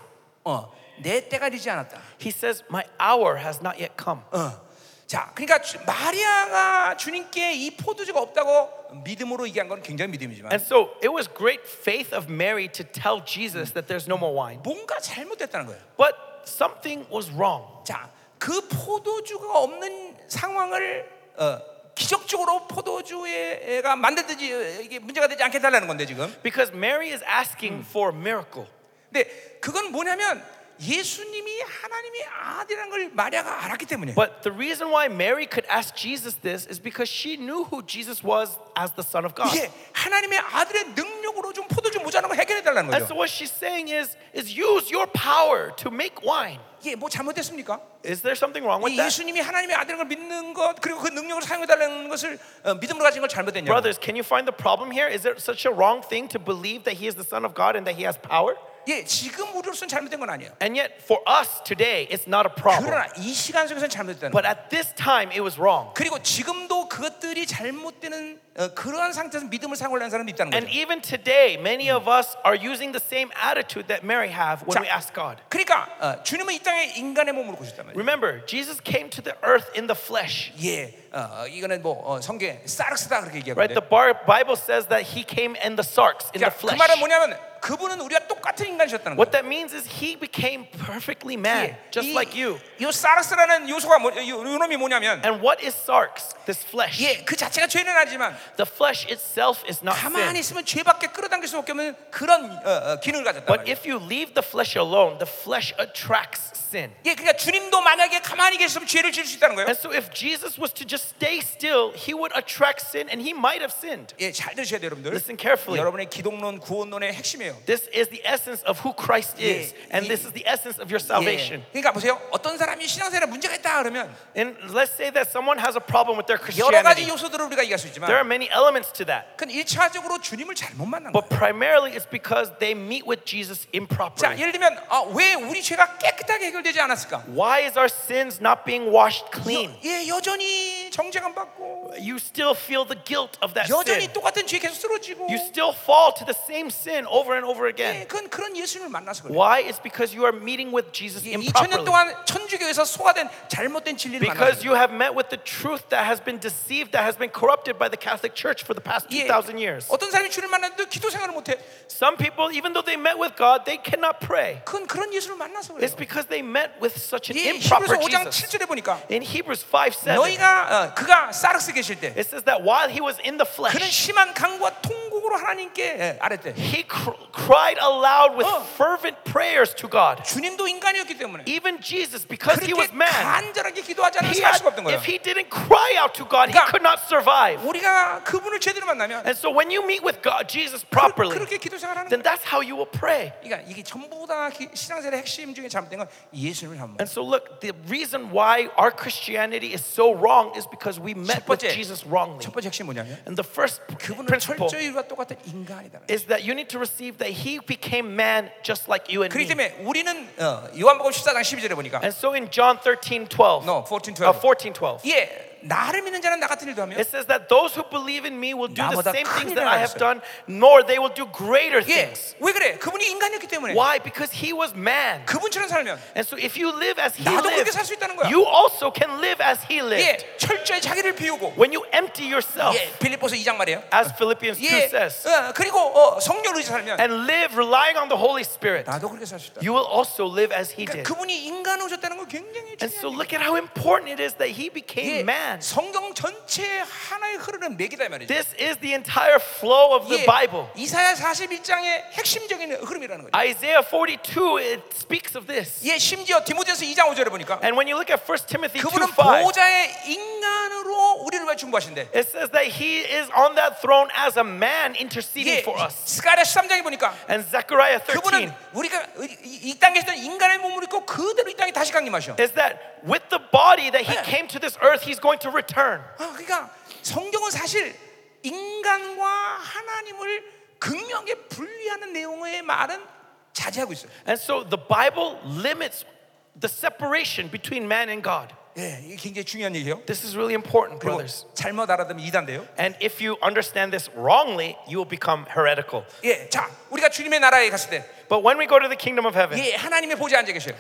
Speaker 1: 어, 내 때가 이르지 않았다.
Speaker 2: He says, My hour has not yet come.
Speaker 1: 어. 자, 그러니까 주- 마리아가 주님께 이 포도주가 없다고 믿음으로 얘기한 건 굉장히 믿음이지만
Speaker 2: And so it was great faith of Mary to tell Jesus that there's no more wine.
Speaker 1: 뭔가 잘못됐다는 거예요.
Speaker 2: But something was wrong.
Speaker 1: 자, 그 포도주가 없는 상황을 어, 기적적으로 포도주가 만들든지 이게 문제가 되지 않게 달라는 건데 지금.
Speaker 2: Because Mary is asking for a miracle.
Speaker 1: 근데 그건 뭐냐면 예수님이 하나님의 아들이라는 걸 마리아가 알았기 때문에.
Speaker 2: But the reason why Mary could ask Jesus this is because she knew who Jesus was as the Son of God.
Speaker 1: 이게 하나님의 아들의 능력으로 좀 포도주 모자란 걸 해결해 달라는
Speaker 2: And so
Speaker 1: 거죠.
Speaker 2: what she's saying is, is use your power to make wine.
Speaker 1: 이게 뭐 잘못됐습니까?
Speaker 2: Is there something wrong with
Speaker 1: 이
Speaker 2: that?
Speaker 1: 예수님이 하나님의 아들인 걸 믿는 것 그리고 그 능력을 사용해 달라는 것을 어, 믿음으로 가진 걸 잘못됐냐?
Speaker 2: Brothers, can you find the problem here? Is there such a wrong thing to believe that he is the Son of God and that he has power?
Speaker 1: 예, 지금 우리로서는 잘못된 건 아니에요.
Speaker 2: And yet, for us today, it's not a problem.
Speaker 1: 그러나 이 시간 속에서는 잘못됐다는 거예요.
Speaker 2: But at this time, it was wrong.
Speaker 1: 그리고 지금도 그것들이 잘못되는 어, 그러한 상태에서 믿음을 사용하려는 사람도 있다는
Speaker 2: And
Speaker 1: 거죠.
Speaker 2: even today, many of us are using the same attitude that Mary have when
Speaker 1: 자,
Speaker 2: we ask God.
Speaker 1: 그러니까 어, 주님은 이 땅에 인간의 몸으로 오셨단 말이에요.
Speaker 2: Remember, Jesus came to the earth in the flesh.
Speaker 1: 예, 어, 어, 이거는 뭐 어, 성경 사르스다 그렇게 얘기하는데
Speaker 2: Right? The bar- Bible says that he came in the sarks, in
Speaker 1: 그러니까
Speaker 2: the
Speaker 1: 그
Speaker 2: flesh.
Speaker 1: 말은 뭐냐면 그분은 우리와 똑같은 인간이셨다는 거예요. 예,
Speaker 2: What that means is he became perfectly man, just
Speaker 1: 이,
Speaker 2: like you.
Speaker 1: 이 사르스라는 요소가 뭐, 요, 요 놈이 뭐냐면
Speaker 2: And what is sarks? This flesh.
Speaker 1: 예, 그 자체가 죄는 아니지만
Speaker 2: The flesh itself is not
Speaker 1: 가만히
Speaker 2: sin.
Speaker 1: 있으면 죄밖에 끌어당길 수 없게 하는 그런 어, 어, 기능을 가졌단
Speaker 2: But
Speaker 1: 말이에요.
Speaker 2: if you leave the flesh alone, the flesh attracts sin.
Speaker 1: 예, 그러니까 주님도 만약에 가만히 계셨으면 죄를 지을 수 있다는 거예요.
Speaker 2: And so if Jesus was to just stay still, he would attract sin and he might have sinned.
Speaker 1: 예, 잘 들으셔야 돼요, 여러분들.
Speaker 2: Listen carefully.
Speaker 1: 여러분의 기독론, 구원론의 핵심이에요.
Speaker 2: This is the essence of who Christ
Speaker 1: Yeah.
Speaker 2: is, and this is the essence of your
Speaker 1: 예.
Speaker 2: salvation.
Speaker 1: 그러니까 보세요. 어떤 사람이 신앙생활에 문제가 있다 그러면
Speaker 2: And let's say that someone has a problem with their
Speaker 1: 여러 가지
Speaker 2: Christianity.
Speaker 1: 요소들을 우리가 얘기할 수
Speaker 2: There
Speaker 1: 있지만
Speaker 2: are many elements to that,
Speaker 1: 그건 일차적으로 주님을 잘못 만난 거예요.
Speaker 2: but primarily it's because they meet with Jesus
Speaker 1: 자,
Speaker 2: improperly.
Speaker 1: 예를 들면 아, 왜 우리 죄가 깨끗하게 해결되지 않았을까?
Speaker 2: Why is our sins not being washed clean?
Speaker 1: 예, 여전히 정죄감 받고
Speaker 2: You still feel the guilt of that sin.
Speaker 1: 여전히 똑같은 죄 계속 쓰러지고
Speaker 2: You still fall to the same sin over and
Speaker 1: 예,
Speaker 2: over again.
Speaker 1: 그건 그런 예수님을 만나서 그래요.
Speaker 2: Why? It's because you are meeting with Jesus
Speaker 1: 2000년
Speaker 2: improperly.
Speaker 1: 동안 천주교에서 소화된 잘못된 진리를 만나서
Speaker 2: Because you have met with the truth that has been deceived, that has been corrupted by the Catholic Church for the past
Speaker 1: 예,
Speaker 2: 2,000 years.
Speaker 1: 어떤 사람이 주를 만났는데 기도 생활을 못해.
Speaker 2: Some people, even though they met with God, they cannot pray.
Speaker 1: 그건 그런 예수를 만나서 그래요.
Speaker 2: It's because they met with such an
Speaker 1: 예,
Speaker 2: improper
Speaker 1: 히브리서 5장
Speaker 2: Jesus.
Speaker 1: 7절에 보니까
Speaker 2: In Hebrews 5 7,
Speaker 1: 너희가 어, 그가 사르스 계실 때
Speaker 2: it says that while he was in the
Speaker 1: 그는
Speaker 2: flesh,
Speaker 1: 심한 강과 통곡으로 하나님께 예, 아랬대.
Speaker 2: he cr- cried aloud with
Speaker 1: 어.
Speaker 2: fervent prayers to God.
Speaker 1: 주님도 인간이었기 때문에
Speaker 2: Even Jesus, because he was
Speaker 1: 그렇게
Speaker 2: man,
Speaker 1: 간절하게 기도하지 않으면
Speaker 2: he
Speaker 1: 살
Speaker 2: had,
Speaker 1: 수가 없던 거예요.
Speaker 2: if he didn't cry out to God, he
Speaker 1: 그러니까
Speaker 2: could not survive.
Speaker 1: 우리가 그분을 제대로 만나면
Speaker 2: And so when you meet with God, Jesus
Speaker 1: 그,
Speaker 2: properly,
Speaker 1: 그렇게 기도 생활하는
Speaker 2: then
Speaker 1: 거예요.
Speaker 2: that's how you will pray.
Speaker 1: 그러니까 이게 전부 다 기- 신앙생활의 핵심 중에 잘못된 건 예수님을 닮은 거예요.
Speaker 2: And so look, the reason why our Christianity is so wrong is because we met with
Speaker 1: 번째,
Speaker 2: Jesus wrongly.
Speaker 1: 첫 번째 핵심 뭐냐면
Speaker 2: And the first
Speaker 1: 그분은
Speaker 2: principle
Speaker 1: 철저히 우리와 똑같은 인간이다라는 거예요.
Speaker 2: is that you need to receive that he became man just like you and
Speaker 1: 그렇기
Speaker 2: me.
Speaker 1: 때문에 우리는 어, 요한복음 14장 12절에 보니까
Speaker 2: And so in John 13, 12,
Speaker 1: No, 14,
Speaker 2: uh,
Speaker 1: 12.
Speaker 2: 14, 12,
Speaker 1: 예, 나를 믿는 자는 나 같은 일도 하며
Speaker 2: it says that those who believe in me will do the
Speaker 1: 나보다
Speaker 2: same
Speaker 1: 큰
Speaker 2: things
Speaker 1: 일을
Speaker 2: that I have
Speaker 1: 하겠어요.
Speaker 2: done, nor they will do greater
Speaker 1: 예,
Speaker 2: things.
Speaker 1: 왜 그래? 그분이 인간이었기 때문에
Speaker 2: Why? Because he was man.
Speaker 1: 그분처럼 살면
Speaker 2: And so if you live as he
Speaker 1: 나도 그렇게
Speaker 2: lived,
Speaker 1: 살수 있다는 거야.
Speaker 2: you also can live as he lived.
Speaker 1: 예, 철저히 자기를 비우고
Speaker 2: When you empty yourself,
Speaker 1: 예, 빌립보서 2장 말이에요.
Speaker 2: as Philippians 2
Speaker 1: 예,
Speaker 2: says,
Speaker 1: 어, 그리고 어, 성령 의지 살면
Speaker 2: and live relying on the Holy Spirit,
Speaker 1: 나도 그렇게 살 수 있다.
Speaker 2: you will also live as he
Speaker 1: 그러니까
Speaker 2: did.
Speaker 1: 그분이 인간 오셨다는 건 굉장히
Speaker 2: And so
Speaker 1: 중요해요.
Speaker 2: look at how important it is that he became man.
Speaker 1: 성경 전체 하나의 흐르는 맥이다 이 말이죠.
Speaker 2: This is the entire flow of the
Speaker 1: 예,
Speaker 2: Bible.
Speaker 1: 이사야 41장의 핵심적인 흐름이라는 거죠.
Speaker 2: Isaiah 42 it speaks of this.
Speaker 1: 예, 심지어 디모데서 2장 5절에 보니까
Speaker 2: And when you look at 1 Timothy 2
Speaker 1: 그분은
Speaker 2: 5,
Speaker 1: 보호자의 인간으로 우리를 위해 중보하신대.
Speaker 2: it says that he is on that throne as a man
Speaker 1: 예,
Speaker 2: interceding for us.
Speaker 1: 스가랴 13장에 보니까
Speaker 2: And Zechariah
Speaker 1: 그분은
Speaker 2: 13
Speaker 1: 우리가 이- 이, 이 땅에 있던 인간의 몸을 입고 그대로 이 땅에 다시 강림하셔.
Speaker 2: is that with the body that he
Speaker 1: 네.
Speaker 2: came to this earth, he's going to return.
Speaker 1: 아, 그러니까 성경은 사실 인간과 하나님을 극명하게 분리하는 내용의 말은 자제하고 있어요.
Speaker 2: And so the Bible limits the separation between man and God.
Speaker 1: 예, 이게 굉장히 중요한 얘기예요.
Speaker 2: This is really important,
Speaker 1: 그리고
Speaker 2: brothers.
Speaker 1: 잘못 알아들으면 이단데요.
Speaker 2: And if you understand this wrongly, you will become heretical.
Speaker 1: 예, 자, 우리가 주님의 나라에 갔을 때,
Speaker 2: But when we go to the kingdom of heaven,
Speaker 1: 예, 하나님의 보좌에 앉아 계셔요.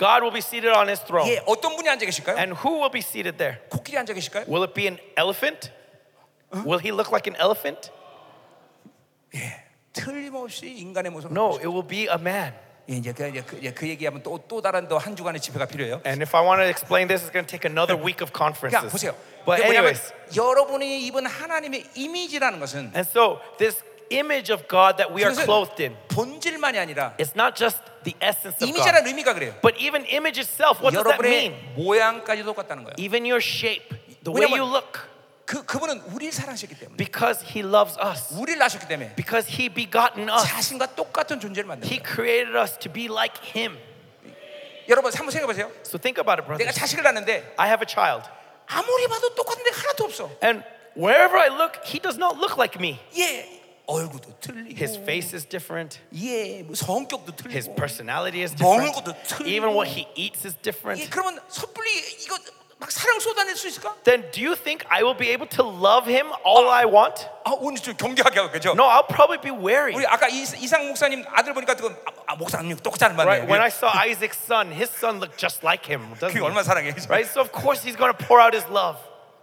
Speaker 2: God will be seated on his throne.
Speaker 1: 예, 어떤 분이 앉아 계실까요?
Speaker 2: And who will be seated there?
Speaker 1: 코끼리 앉아 계실까요?
Speaker 2: Will it be an elephant? Will he look like an elephant?
Speaker 1: 틀림없이 인간의 모습.
Speaker 2: No, it will be a man.
Speaker 1: 예, 이제 그, 이제 그, 이제 그 얘기하면 또 또 다른 또 한 주간의 집회가 필요해요.
Speaker 2: And if I want to explain this, it's going to take another week of
Speaker 1: 그러니까
Speaker 2: conferences.
Speaker 1: 보세요.
Speaker 2: But
Speaker 1: 이게 뭐냐면
Speaker 2: anyways,
Speaker 1: 여러분이 입은 하나님의 이미지라는 것은
Speaker 2: and so this image of God that we are
Speaker 1: 그것은
Speaker 2: clothed in,
Speaker 1: 본질만이 아니라
Speaker 2: it's not just the essence of God,
Speaker 1: 이미지라는 의미가 그래요.
Speaker 2: but even image itself. What does that
Speaker 1: 여러분의
Speaker 2: mean?
Speaker 1: 모양까지 똑같다는 거예요.
Speaker 2: Even your shape, the way you
Speaker 1: 왜냐면-
Speaker 2: look,
Speaker 1: 그 그분은 우리를 사랑하셨기 때문에,
Speaker 2: because he loves us,
Speaker 1: 우리를 낳으셨기 때문에
Speaker 2: because he begotten us.
Speaker 1: 자신과 똑같은 존재를 만든
Speaker 2: 아. He
Speaker 1: 거예요.
Speaker 2: created us to be like Him.
Speaker 1: 여러분 한번 생각해 보세요.
Speaker 2: So think about it, brother.
Speaker 1: 내가 자식을 낳는데
Speaker 2: I have a child,
Speaker 1: 아무리 봐도 똑같은 데 하나도 없어.
Speaker 2: and wherever I look, he does not look like me.
Speaker 1: 예, 얼굴도 틀리고,
Speaker 2: His face is different.
Speaker 1: 예, 뭐 성격도
Speaker 2: His
Speaker 1: 틀리고.
Speaker 2: personality is
Speaker 1: 먹는
Speaker 2: different.
Speaker 1: 것도 틀리고.
Speaker 2: Even what he eats is
Speaker 1: 예,
Speaker 2: different.
Speaker 1: 그러면 섣불리 이거 막 사랑 쏟아낼 수 있을까?
Speaker 2: Then do you think I will be able to love him all I want?
Speaker 1: 아, 오늘 좀 경계하게 하고 그죠?
Speaker 2: No, I'll probably be wary.
Speaker 1: 우리 아까 이, 이상 목사님 아들 보니까 그거 아, 아, 목사님 똑같잖아
Speaker 2: Right? When
Speaker 1: 맞네.
Speaker 2: I saw Isaac's son, his son looked just like him, doesn't
Speaker 1: 그게
Speaker 2: he?
Speaker 1: 얼마나 사랑해.
Speaker 2: Right? So of course he's going to pour out his love.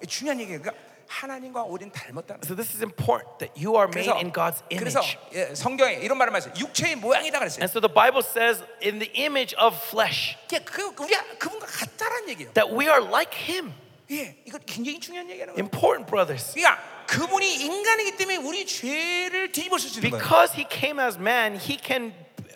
Speaker 1: 중요한 얘기예요. 그러니까 하나님과 우린 닮았다는. 거예요.
Speaker 2: So this is important that you are made
Speaker 1: 그래서
Speaker 2: in God's
Speaker 1: 그래서
Speaker 2: image.
Speaker 1: 예, 성경에 이런 말을 말했어요. 육체의 모양이다 그랬어요.
Speaker 2: And so the Bible says, in the image of flesh,
Speaker 1: 예, 그 우리 그분과 같다라는 얘기예요.
Speaker 2: that we are like him.
Speaker 1: 예, 이거 굉장히 중요한 얘기라는 거예요.
Speaker 2: Important, brothers.
Speaker 1: 그러니까 그분이 인간이기 때문에 우리 죄를 뒤집어 쓸수 있는 거예요.
Speaker 2: Because he came as man, he can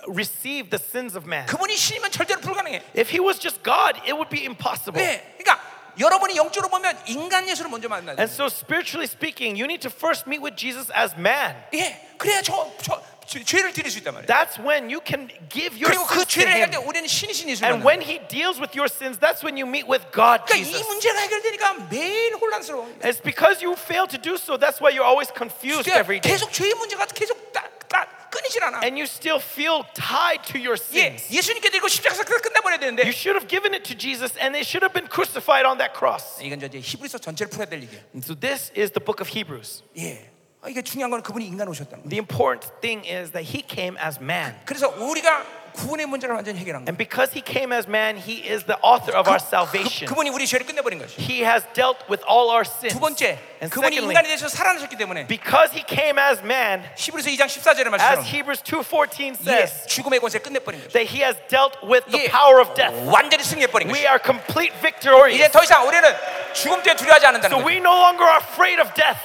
Speaker 2: receive the sins of man.
Speaker 1: 그분이 신이면 절대로 불가능해.
Speaker 2: If he was just God, it would be impossible.
Speaker 1: 예, 그러니까 여러분이 영적으로 보면 인간 예수를 먼저 만나야 돼.
Speaker 2: And so, spiritually speaking, you need to first meet with Jesus as man.
Speaker 1: 예, 그래야 저, 저, 죄- 죄를 드릴 수 있단 말이에요.
Speaker 2: That's when you can give your
Speaker 1: 그리고 그
Speaker 2: sins to
Speaker 1: 죄를 해결할 때
Speaker 2: him.
Speaker 1: 우리는 신이신 예수를 만나요.
Speaker 2: And when he deals with your sins, that's when you meet with God,
Speaker 1: 그러니까 이
Speaker 2: Jesus.
Speaker 1: 문제가 해결되니까 매일 혼란스러워.
Speaker 2: It's
Speaker 1: 그러니까
Speaker 2: because you fail to do so, that's why you're always confused every day.
Speaker 1: 계속 죄의 문제가 계속 따, 따, 끊이지 끊이질 않아.
Speaker 2: and you still feel tied to your
Speaker 1: 예,
Speaker 2: sins.
Speaker 1: 예수님께 드리고 십자가에서 그냥 끝내버려야 되는데
Speaker 2: You should have given it to Jesus and it should have been crucified on that cross.
Speaker 1: 이건 이제 히브리서 전체를 풀어야 될 얘기야.
Speaker 2: And so this is the book of Hebrews.
Speaker 1: 예, 아, 이게 중요한 건 그분이 인간 오셨다는 거.
Speaker 2: The important thing is that he came as man.
Speaker 1: 그래서 우리가 구원의 문제를 완전히 해결한 거야.
Speaker 2: And because he came as man, he is the author of our
Speaker 1: 그,
Speaker 2: salvation.
Speaker 1: 그분이 우리 죄를 끝내버린 거지.
Speaker 2: He has dealt with all our sins.
Speaker 1: 두 번째,
Speaker 2: And
Speaker 1: 그분이
Speaker 2: secondly,
Speaker 1: 인간이 되셔서 살아나셨기 때문에
Speaker 2: because he came as man,
Speaker 1: 히브리서 2장 14절의
Speaker 2: as
Speaker 1: 말씀처럼
Speaker 2: Hebrews 2:14 says,
Speaker 1: 예, 죽음의 권세 끝내버린 거죠.
Speaker 2: that he has dealt with the
Speaker 1: Yeah.
Speaker 2: power of death.
Speaker 1: 완전히 승리해버린
Speaker 2: We
Speaker 1: 거죠.
Speaker 2: are complete victorious.
Speaker 1: 이제 더 이상 우리는 죽음 때문에 두려워하지 않는다는
Speaker 2: So
Speaker 1: 거예요.
Speaker 2: we no longer are afraid of death.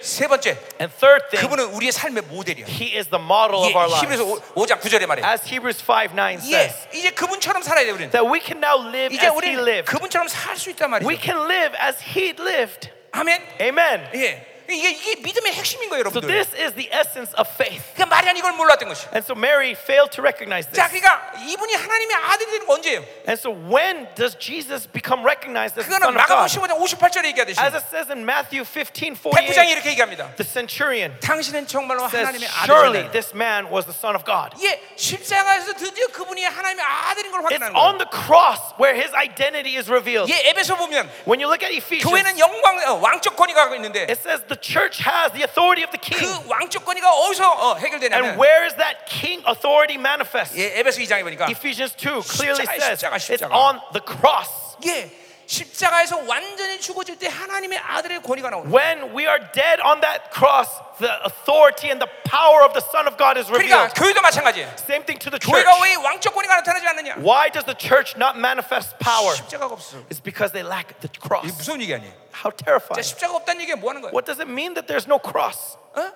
Speaker 1: 세 번째,
Speaker 2: And third thing,
Speaker 1: 그분은 우리의 삶의 모델이야.
Speaker 2: he is the model
Speaker 1: 예,
Speaker 2: of our
Speaker 1: 히브리서
Speaker 2: lives.
Speaker 1: 5장 9절에 말해.
Speaker 2: As Hebrews 5 9 says,
Speaker 1: 예, 이제 그분처럼 살아야 돼 우리는.
Speaker 2: that we can now live
Speaker 1: 이제
Speaker 2: as he
Speaker 1: 우리는
Speaker 2: lived.
Speaker 1: 그분처럼 살 수 있단
Speaker 2: We
Speaker 1: 말이죠.
Speaker 2: can live as he lived.
Speaker 1: 아멘.
Speaker 2: Amen.
Speaker 1: 예, 이게 이게 믿음의 핵심인 거예요,
Speaker 2: So
Speaker 1: 여러분들.
Speaker 2: this is the essence of faith.
Speaker 1: 그러니까 마리아는 이걸 몰랐던 것이.
Speaker 2: And so Mary failed to recognize this.
Speaker 1: 자, 그러니까 이분이 하나님의 아들이 되는 건 언제예요?
Speaker 2: And so when does Jesus become recognized as the
Speaker 1: 그거는
Speaker 2: Son of
Speaker 1: 마가복음
Speaker 2: God?
Speaker 1: 15장 58절에 얘기하듯이
Speaker 2: As it says in Matthew 15,
Speaker 1: 백부장이
Speaker 2: 48,
Speaker 1: 이렇게 얘기합니다.
Speaker 2: the centurion
Speaker 1: 당신은 정말로
Speaker 2: says,
Speaker 1: 하나님의
Speaker 2: surely
Speaker 1: 아들이다.
Speaker 2: this man was the Son of God.
Speaker 1: 예, 십자가에서 드디어 그분이 하나님의 아들인 걸
Speaker 2: It's
Speaker 1: 확인하는
Speaker 2: on
Speaker 1: 거예요.
Speaker 2: the cross where his identity is revealed.
Speaker 1: 예, 에베소 보면
Speaker 2: When you look at Ephesians,
Speaker 1: 교회는 영광 어, 왕적 권위가 갖고 있는데
Speaker 2: it says the church has the authority of the king.
Speaker 1: 그 왕적 권위가 어디서 어,
Speaker 2: And
Speaker 1: 해결되냐면
Speaker 2: where is that king authority manifest?
Speaker 1: 예, 에베소 2장에 보니까
Speaker 2: Ephesians 2 clearly
Speaker 1: 십자가,
Speaker 2: says
Speaker 1: 십자가,
Speaker 2: it's
Speaker 1: 십자가.
Speaker 2: on the cross.
Speaker 1: 예, 십자가에서 완전히 죽어질 때 하나님의 아들의 권위가 나오는 거예요.
Speaker 2: When we are dead on that cross, the authority and the power of the Son of God is
Speaker 1: 그러니까
Speaker 2: revealed.
Speaker 1: 교회도 마찬가지예요.
Speaker 2: Same thing to the church.
Speaker 1: 교회가 왜 왕적 권위가 나타나지 않느냐?
Speaker 2: Why does the church not manifest power?
Speaker 1: 십자가가 없어.
Speaker 2: It's because they lack the
Speaker 1: 이게
Speaker 2: cross.
Speaker 1: 무슨 얘기 아니에요?
Speaker 2: How
Speaker 1: 자,
Speaker 2: terrifying.
Speaker 1: 십자가 없다는 얘기가 뭐 하는 거야?
Speaker 2: What does it mean that there's no cross?
Speaker 1: 어?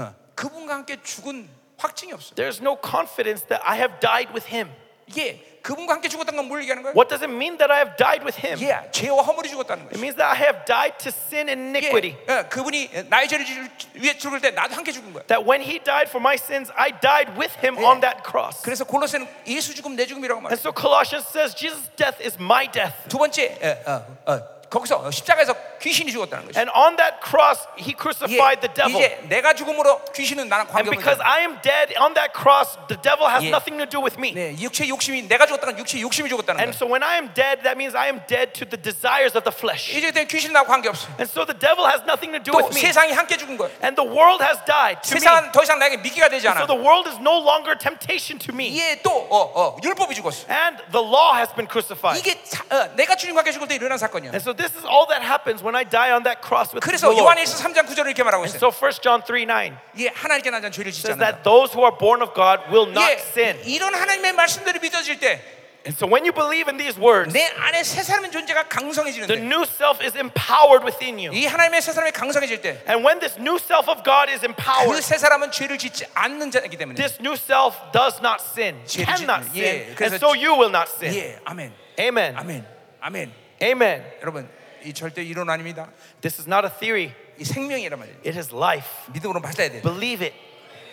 Speaker 1: 어. 그분과 함께 죽은 확증이 없어.
Speaker 2: There's no confidence that I have died with him.
Speaker 1: 이게 그분과 함께 죽었다는 건 뭘 얘기하는 거야?
Speaker 2: What does it mean that I have died with him?
Speaker 1: 예, 죄와 허물이 죽었다는
Speaker 2: It
Speaker 1: 거지.
Speaker 2: means that I have died to sin and iniquity.
Speaker 1: 예, 어, 그분이 나의 죄를 지- 위해 죽을 때 나도 함께 죽은 거야.
Speaker 2: That when he died for my sins, I died with him on that cross.
Speaker 1: 그래서 골로새는 예수 죽음 내 죽음이라고 말해.
Speaker 2: And so Colossians says Jesus' death is my death.
Speaker 1: 두 번째, 예, 어, 어, 거기서 십자가에서 귀신이 죽었다는 거지.
Speaker 2: And on that cross, he
Speaker 1: 예,
Speaker 2: crucified the devil.
Speaker 1: 이제 내가 죽음으로 귀신은 나랑
Speaker 2: And
Speaker 1: 관계없는
Speaker 2: because
Speaker 1: 거야.
Speaker 2: I am dead on that cross, the devil has
Speaker 1: Yeah.
Speaker 2: nothing to do with me.
Speaker 1: 네, 육체의 욕심이 내가 죽었다는 건 육체의 욕심이 죽었다는
Speaker 2: And
Speaker 1: 거야.
Speaker 2: so when I am dead, that means I am dead to the desires of the flesh.
Speaker 1: 이제 그때 귀신 나와 관계없어.
Speaker 2: And so the devil has nothing to do
Speaker 1: 또
Speaker 2: with me.
Speaker 1: 세상이 함께 죽은 거야.
Speaker 2: And the world has died to me.
Speaker 1: 세상은 더 이상 나에게 미끼가 되지
Speaker 2: So
Speaker 1: 않아.
Speaker 2: the world is no longer temptation to me.
Speaker 1: 이게 또 어, 어, 율법이 죽었어.
Speaker 2: And the law has been crucified.
Speaker 1: 이게 사- 어, 내가 주님과 함께 죽을 때 일어난 사건이야.
Speaker 2: And so this is all that happens when I die on that cross with the
Speaker 1: 그래서
Speaker 2: Lord.
Speaker 1: 요한에서 3장 9절을 이렇게 말하고 있어요.
Speaker 2: So 1 John 3 9
Speaker 1: 이게 하나님께 나자는 죄를 짓지
Speaker 2: says
Speaker 1: 않는다.
Speaker 2: that those who are born of God will not sin.
Speaker 1: 이게 이런 하나님의 말씀들이 믿어질 때 내
Speaker 2: And so when you believe in these words,
Speaker 1: 안에 새 사람의 존재가
Speaker 2: the
Speaker 1: 강성해지는데
Speaker 2: new self is empowered within you.
Speaker 1: 이 하나님의 새 사람이 강성해질 때
Speaker 2: And when this new self of God is
Speaker 1: 그
Speaker 2: empowered,
Speaker 1: 새 사람은 죄를 짓지 않는 자이기 때문에
Speaker 2: this new self does not sin,
Speaker 1: 죄를
Speaker 2: cannot
Speaker 1: 짓는- 예,
Speaker 2: sin,
Speaker 1: 그래서
Speaker 2: and so you will not sin.
Speaker 1: 예 아멘
Speaker 2: Amen.
Speaker 1: 아멘 아멘
Speaker 2: Amen.
Speaker 1: 여러분 이 절대 이론 아닙니다
Speaker 2: This is not a theory,
Speaker 1: 이 생명이란 말이에요
Speaker 2: it is life.
Speaker 1: 믿음으로 받아야 돼요
Speaker 2: Believe it.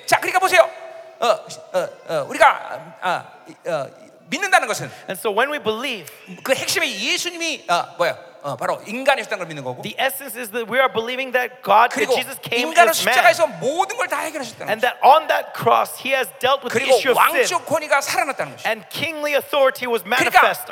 Speaker 1: 자 그러니까 보세요 어, 어, 어, 우리가 아, 이- 어, 믿는다는 것은
Speaker 2: And so when we believe,
Speaker 1: 그 핵심에 예수님이 어, 뭐야 어, 바로 인간이셨다는 걸 믿는 거고
Speaker 2: the essence is that we are believing that God, that
Speaker 1: 그리고
Speaker 2: Jesus came
Speaker 1: 인간으로
Speaker 2: as man,
Speaker 1: 십자가에서 모든 걸 다 해결하셨다는
Speaker 2: and
Speaker 1: 거죠.
Speaker 2: that on that cross, He has dealt with the
Speaker 1: 그리고
Speaker 2: issue of sin,
Speaker 1: 왕적 권위가 살아났다는 것이.
Speaker 2: and kingly authority was manifest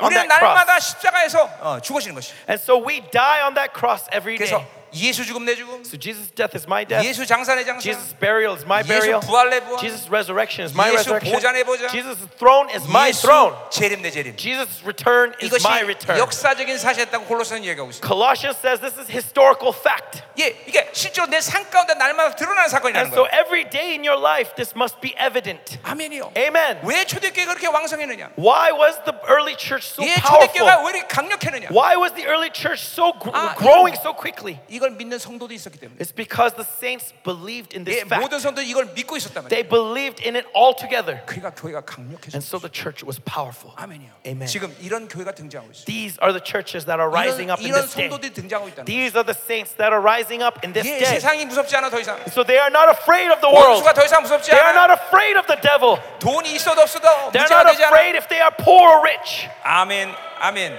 Speaker 1: 그러니까
Speaker 2: on
Speaker 1: 우리는
Speaker 2: that cross.
Speaker 1: 날마다 십자가에서 어, 죽어지는 것이.
Speaker 2: And so we die on that cross every
Speaker 1: 그래서
Speaker 2: day.
Speaker 1: 예수 죽음 내 죽음,
Speaker 2: So Jesus' death is my death.
Speaker 1: 예수 장사 내 장사,
Speaker 2: 네. Jesus' burial is my
Speaker 1: 예수
Speaker 2: burial.
Speaker 1: 부활의 부활.
Speaker 2: Jesus' resurrection is my
Speaker 1: 예수
Speaker 2: resurrection.
Speaker 1: 보좌의 보좌.
Speaker 2: Jesus' throne is my throne.
Speaker 1: 예수 재림 내 재림.
Speaker 2: Jesus' return is
Speaker 1: 이것이
Speaker 2: my return.
Speaker 1: 역사적인 사실이었다고 골로새는 얘기하고 있어요.
Speaker 2: Colossians says this is historical fact.
Speaker 1: 예, 이게 실제로 내 삶 가운데 날마다 드러나는 사건이라는
Speaker 2: And so
Speaker 1: 거예요.
Speaker 2: every day in your life, this must be evident.
Speaker 1: 아멘이요.
Speaker 2: Amen.
Speaker 1: 왜 초대교회가 그렇게 왕성했느냐?
Speaker 2: Why was the early church so
Speaker 1: 예,
Speaker 2: powerful?
Speaker 1: 초대교회가 왜 이렇게 강력했느냐?
Speaker 2: Why was the early church so gr-
Speaker 1: 아,
Speaker 2: growing
Speaker 1: 이거-
Speaker 2: so quickly?
Speaker 1: 이걸 믿는 성도도 있었기 때문에.
Speaker 2: It's because the saints believed in this
Speaker 1: 예, 모든
Speaker 2: fact.
Speaker 1: 성도 이걸 믿고 있었단 말이에요.
Speaker 2: They believed in it altogether.
Speaker 1: 그러니까 교회가 강력해졌어요.
Speaker 2: And so the church was powerful.
Speaker 1: 아멘이요.
Speaker 2: Amen.
Speaker 1: 지금 이런 교회가 등장하고 있어요.
Speaker 2: These are the churches that are rising
Speaker 1: 이런,
Speaker 2: up in
Speaker 1: 이런
Speaker 2: this day.
Speaker 1: 성도들이 등장하고 있다는
Speaker 2: These are the saints that are rising up in this
Speaker 1: 거예요. 예,
Speaker 2: day.
Speaker 1: 세상이 무섭지 않아 더 이상.
Speaker 2: So they are not afraid of the world.
Speaker 1: 원수가 더 이상 무섭지
Speaker 2: They are
Speaker 1: 않아.
Speaker 2: not afraid of the devil.
Speaker 1: 돈이 있어도 없어도
Speaker 2: They're
Speaker 1: 문제가
Speaker 2: not
Speaker 1: 되지 않아.
Speaker 2: afraid if they are poor or rich.
Speaker 1: 아멘, 아멘.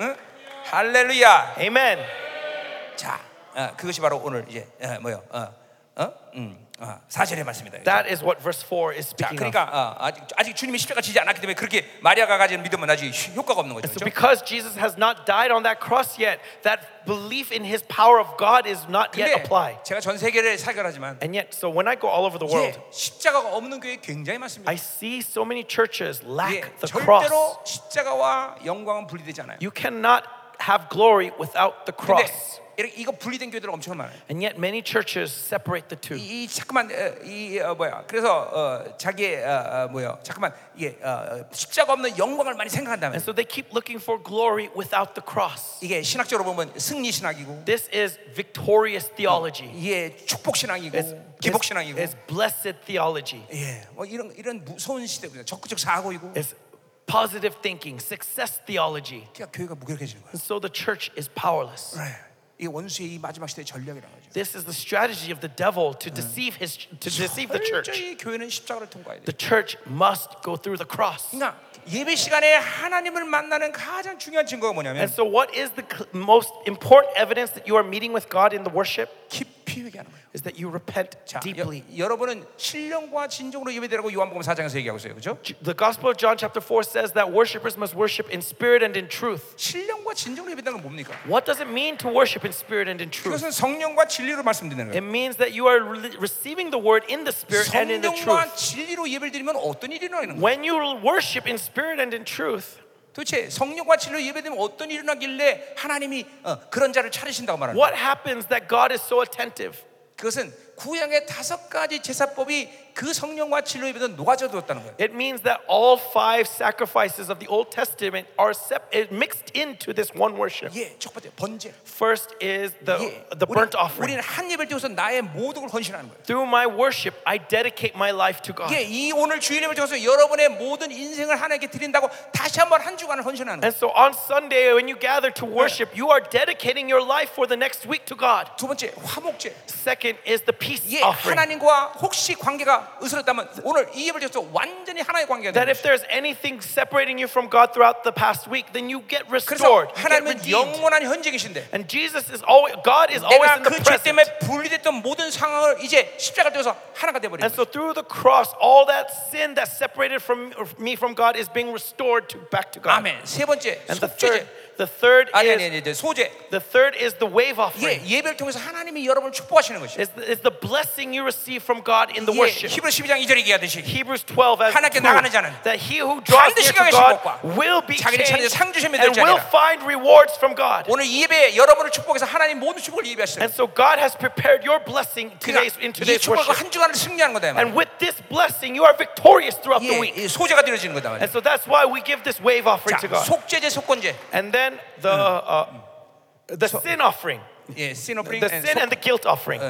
Speaker 1: 응? 할렐루야.
Speaker 2: Amen.
Speaker 1: 자, 어, 그것이 바로 오늘 이제 어, 뭐요? 어, 어? 음, 어, 사절의 말씀이다.
Speaker 2: That is what verse 4 is
Speaker 1: 자,
Speaker 2: speaking of.
Speaker 1: 그러니까 어, 아직, 아직 주님이 십자가 지지 않았기 때문에 그렇게 마리아가 가진 믿음은 아직 효과가 없는 거죠. 그렇죠?
Speaker 2: So because Jesus has not died on that cross yet, that belief in his power of God is not yet
Speaker 1: 근데
Speaker 2: applied.
Speaker 1: 제가 전 세계를 사결하지만
Speaker 2: And yet, so when I go all over the world,
Speaker 1: 이제 십자가가 없는 교회 굉장히 많습니다.
Speaker 2: I see so many
Speaker 1: 이게
Speaker 2: churches lack the cross.
Speaker 1: 절대로 십자가와 영광은 분리되지 않아요.
Speaker 2: You cannot have glory without the
Speaker 1: 근데
Speaker 2: cross.
Speaker 1: 이렇게 이거 분리된 교회들 엄청 많아요.
Speaker 2: And yet, many churches separate the two.
Speaker 1: 이, 이 잠깐만 어, 이 어, 뭐야? 그래서 어, 자기 어, 어, 뭐야? 잠깐만 이게 어, 어, 십자가 없는 영광을 많이 생각한다면
Speaker 2: And so they keep looking for glory without the cross.
Speaker 1: 이게 신학적으로 보면 승리 신학이고
Speaker 2: This is victorious theology.
Speaker 1: 이게 축복 신학이고
Speaker 2: It's,
Speaker 1: 기복
Speaker 2: it's,
Speaker 1: 신학이고
Speaker 2: it's blessed theology.
Speaker 1: 예, 뭐 이런 이런 무서운 시대거든요. 적극적 사고이고
Speaker 2: It's positive thinking, success theology.
Speaker 1: 그러니까 교회가 무기력해지는 거예요.
Speaker 2: And so the church is powerless.
Speaker 1: 네. 이게 원수의 이 마지막 시대의 전략이라는 거죠.
Speaker 2: This is the strategy of the devil to deceive his to deceive the church.
Speaker 1: 철저히 교회는 십자가를 통과해야
Speaker 2: The
Speaker 1: 돼요.
Speaker 2: church must go through the cross.
Speaker 1: 그러니까 예배 시간에 하나님을 만나는 가장 중요한 증거가
Speaker 2: And
Speaker 1: 뭐냐면
Speaker 2: so what is the cl- most important evidence that you are meeting with God in the worship
Speaker 1: 깊이 회개하는 거예요.
Speaker 2: is that you repent
Speaker 1: 자, 여,
Speaker 2: deeply.
Speaker 1: 여러분은 신령과 진정으로 예배되라고 요한복음 4장에서 얘기하고 있어요. 그렇죠?
Speaker 2: J- The Gospel of John chapter 4 says that worshipers must worship in spirit and in truth.
Speaker 1: 신령과 진정으로 예배되는 건 뭡니까?
Speaker 2: What does it mean to worship in spirit and in truth?
Speaker 1: 그것은 성령과 진리로 말씀드리는
Speaker 2: It
Speaker 1: 거예요.
Speaker 2: means that you are re- receiving the word in the spirit and in the
Speaker 1: 성령과
Speaker 2: truth.
Speaker 1: 진리로 예배를 드리면 어떤 일이 일어나는 거예요?
Speaker 2: When you worship in spirit and in truth,
Speaker 1: 도대체 성령과 진리로 예배되면 어떤 일이 일어나길래 하나님이 어, 그런 자를 차리신다고 말하는 거예요?
Speaker 2: what happens that God is so attentive?
Speaker 1: 그것은 구약의 다섯 가지 제사법이 그 성령과 진리로 예배는 녹아져 들었다는 거예요.
Speaker 2: It means that all five sacrifices of the Old Testament are sep- eh, mixed into this one worship.
Speaker 1: 예, 첫 번째 번제.
Speaker 2: First is the,
Speaker 1: 예,
Speaker 2: the burnt offering.
Speaker 1: 우리는 한 예배를 통해서 나의 모든 걸 헌신하는 거예요.
Speaker 2: Through my worship, I dedicate my life to God.
Speaker 1: 예, 이 오늘 주일님을 통해서 여러분의 모든 인생을 하나님께 드린다고 다시 한번 한 주간을 헌신하는 거예요.
Speaker 2: And so on Sunday, when you gather to worship, you are dedicating your life for the next week to God.
Speaker 1: 두 번째 화목제.
Speaker 2: Second is the peace
Speaker 1: 예,
Speaker 2: offering.
Speaker 1: 하나님과 혹시 관계가 으스렸다면 오늘 이 예배를 통해서 완전히 하나의 관계가 되는
Speaker 2: That if
Speaker 1: 거예요.
Speaker 2: there's anything separating you from God throughout the past week, then you get
Speaker 1: 그래서
Speaker 2: restored, you get
Speaker 1: 하나님은
Speaker 2: redeemed.
Speaker 1: 영원한 현직이신데
Speaker 2: And Jesus is always, God is always
Speaker 1: 내가
Speaker 2: in
Speaker 1: 그
Speaker 2: the
Speaker 1: 죄
Speaker 2: present.
Speaker 1: 때문에 분리됐던 모든 상황을 이제 십자가를 통해서 하나가 돼버린
Speaker 2: And
Speaker 1: 거예요.
Speaker 2: so through the cross, all that sin that separated from me from God is being restored to back to God.
Speaker 1: 아멘. 세 번째
Speaker 2: And the third,
Speaker 1: 속죄제.
Speaker 2: the third
Speaker 1: 아니 아니
Speaker 2: is
Speaker 1: 아니 이제 소제.
Speaker 2: the third is the wave
Speaker 1: 예,
Speaker 2: offering.
Speaker 1: 예배를 통해서 하나님이 여러분을 축복하시는 것이에요.
Speaker 2: It's the, it's the blessing you receive from God in
Speaker 1: 예,
Speaker 2: the worship.
Speaker 1: 히브리 12장 2절에 얘기하듯이
Speaker 2: Hebrews 12 as
Speaker 1: 하나님께
Speaker 2: proof
Speaker 1: 나가는 자는
Speaker 2: that he who draws
Speaker 1: 반드시
Speaker 2: near to
Speaker 1: 가게
Speaker 2: God
Speaker 1: 축복과
Speaker 2: will be
Speaker 1: 자기를 찾는
Speaker 2: changed
Speaker 1: 상 주심에
Speaker 2: and
Speaker 1: 될지
Speaker 2: will
Speaker 1: 아니라.
Speaker 2: find rewards from God.
Speaker 1: 오늘 이 예배에 여러분을 축복해서 하나님 모든 축복을 예배하시는
Speaker 2: And so God has prepared your blessing today's, in
Speaker 1: 그러니까 이
Speaker 2: today's
Speaker 1: 축복과
Speaker 2: worship.
Speaker 1: 한 주간을 승리하는 거다 이 말이에요.
Speaker 2: And with this blessing, you are victorious throughout the
Speaker 1: 예,
Speaker 2: week.
Speaker 1: 이 소재가 드려지는 거다 말이에요.
Speaker 2: And so that's why we give this wave offering
Speaker 1: 자,
Speaker 2: to God.
Speaker 1: 속죄제, 속건제,
Speaker 2: And then the uh, the sin offering,
Speaker 1: 예, sin offering, 어,
Speaker 2: the sin and the guilt offering.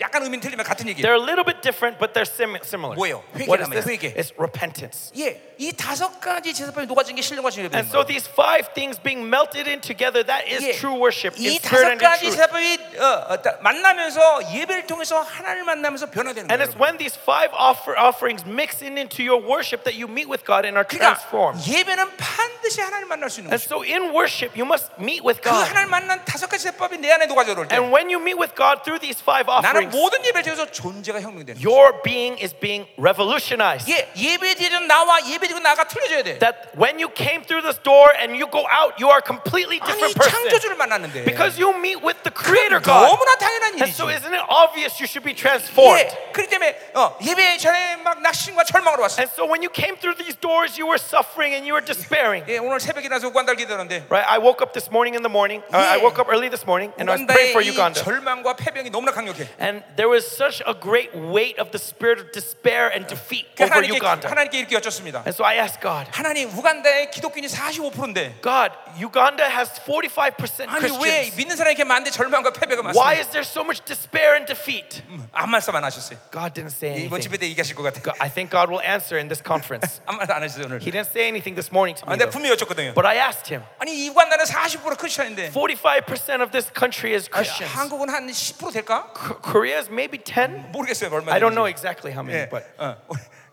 Speaker 1: 약간 의미는 틀리면 같은 얘기예요.
Speaker 2: They're a little bit different, but they're sim- similar.
Speaker 1: 뭐예요?
Speaker 2: What is
Speaker 1: 회개란
Speaker 2: this?
Speaker 1: 말이에요, 회개.
Speaker 2: It's repentance.
Speaker 1: 예, 이 다섯 가지 제사법이 녹아진 게 신령과 진리의
Speaker 2: And
Speaker 1: 예배인
Speaker 2: so
Speaker 1: 거예요.
Speaker 2: these five things being melted in together, that is
Speaker 1: 예,
Speaker 2: true worship.
Speaker 1: 이
Speaker 2: It's
Speaker 1: 다섯
Speaker 2: spirit and in
Speaker 1: 가지
Speaker 2: truth.
Speaker 1: 제사법이 어, 어, 따- 만나면서 예배를 통해서 하나님을 만나면서 변화되는
Speaker 2: And
Speaker 1: 거예요.
Speaker 2: it's when these five offer offerings mix in into your worship that you meet with God and are
Speaker 1: 그러니까
Speaker 2: transformed.
Speaker 1: 예배는 반드시 하나님을 만날 수 있는
Speaker 2: And
Speaker 1: 거죠.
Speaker 2: so in worship, you must memeet with
Speaker 1: 그
Speaker 2: God.
Speaker 1: 하나님을 만난 다섯 가지 제법이 내 안에 녹아져 들어올 때
Speaker 2: And when you meet with God through these five
Speaker 1: 나는
Speaker 2: offerings,
Speaker 1: 모든 예배를 통해서 존재가 혁명되는 거예요.
Speaker 2: your being is being revolutionized.
Speaker 1: 예, 예배드리는 나와 예배드리고 나가 틀려져야 돼.
Speaker 2: that when you came through this door and you go out, you are a completely
Speaker 1: 아니
Speaker 2: different person.
Speaker 1: 창조주를 만났는데
Speaker 2: Because you meet with the Creator God.
Speaker 1: 너무나 당연한
Speaker 2: And
Speaker 1: 일이지.
Speaker 2: so isn't it obvious you should be transformed?
Speaker 1: 예, 그렇기 때문에 어, 예배 전에 막 낙심과 절망으로 왔어.
Speaker 2: And so when you came through these doors, you were suffering and you were despairing.
Speaker 1: 예, 오늘 새벽에 나서 우간다를 기도하는데
Speaker 2: Right? I woke up this morning in the morning. uh, I
Speaker 1: Yeah.
Speaker 2: woke up early this morning and I was
Speaker 1: 우간다의
Speaker 2: praying for
Speaker 1: 이
Speaker 2: Uganda.
Speaker 1: 절망과 패배이 너무나 강력해.
Speaker 2: And there was such a great weight of the spirit of despair and defeat
Speaker 1: 그래서
Speaker 2: over
Speaker 1: 하나님께,
Speaker 2: Uganda.
Speaker 1: 하나님께 이렇게 여쭙습니다.
Speaker 2: And so I asked God,
Speaker 1: 하나님 우간다의 기독교인이 45%인데
Speaker 2: God, Uganda has 45%
Speaker 1: 아니 왜
Speaker 2: Christians.
Speaker 1: 믿는 사람이 이렇게 많은데 절망과 패배가
Speaker 2: Why
Speaker 1: 많습니까?
Speaker 2: is there so much despair and defeat?
Speaker 1: 아무 말씀 안 하셨어요.
Speaker 2: God didn't say
Speaker 1: 이번
Speaker 2: anything.
Speaker 1: 집회 때 얘기하실 것 같아요.
Speaker 2: God- I think God will answer in this conference.
Speaker 1: 아무 말도 안 하셨어요 오늘.
Speaker 2: He didn't say anything this morning to
Speaker 1: 아,
Speaker 2: me.
Speaker 1: 내가
Speaker 2: though.
Speaker 1: 분명히 여쭙거든요.
Speaker 2: But I asked him.
Speaker 1: 아니 이 우간다는 40% 크리스천인데
Speaker 2: 45% of this country is
Speaker 1: 아,
Speaker 2: Christians.
Speaker 1: 한국은 한 10% 될까?
Speaker 2: K- Korea is maybe 10.
Speaker 1: 모르겠어요 얼마.
Speaker 2: I don't know exactly how many,
Speaker 1: 예,
Speaker 2: but
Speaker 1: 어,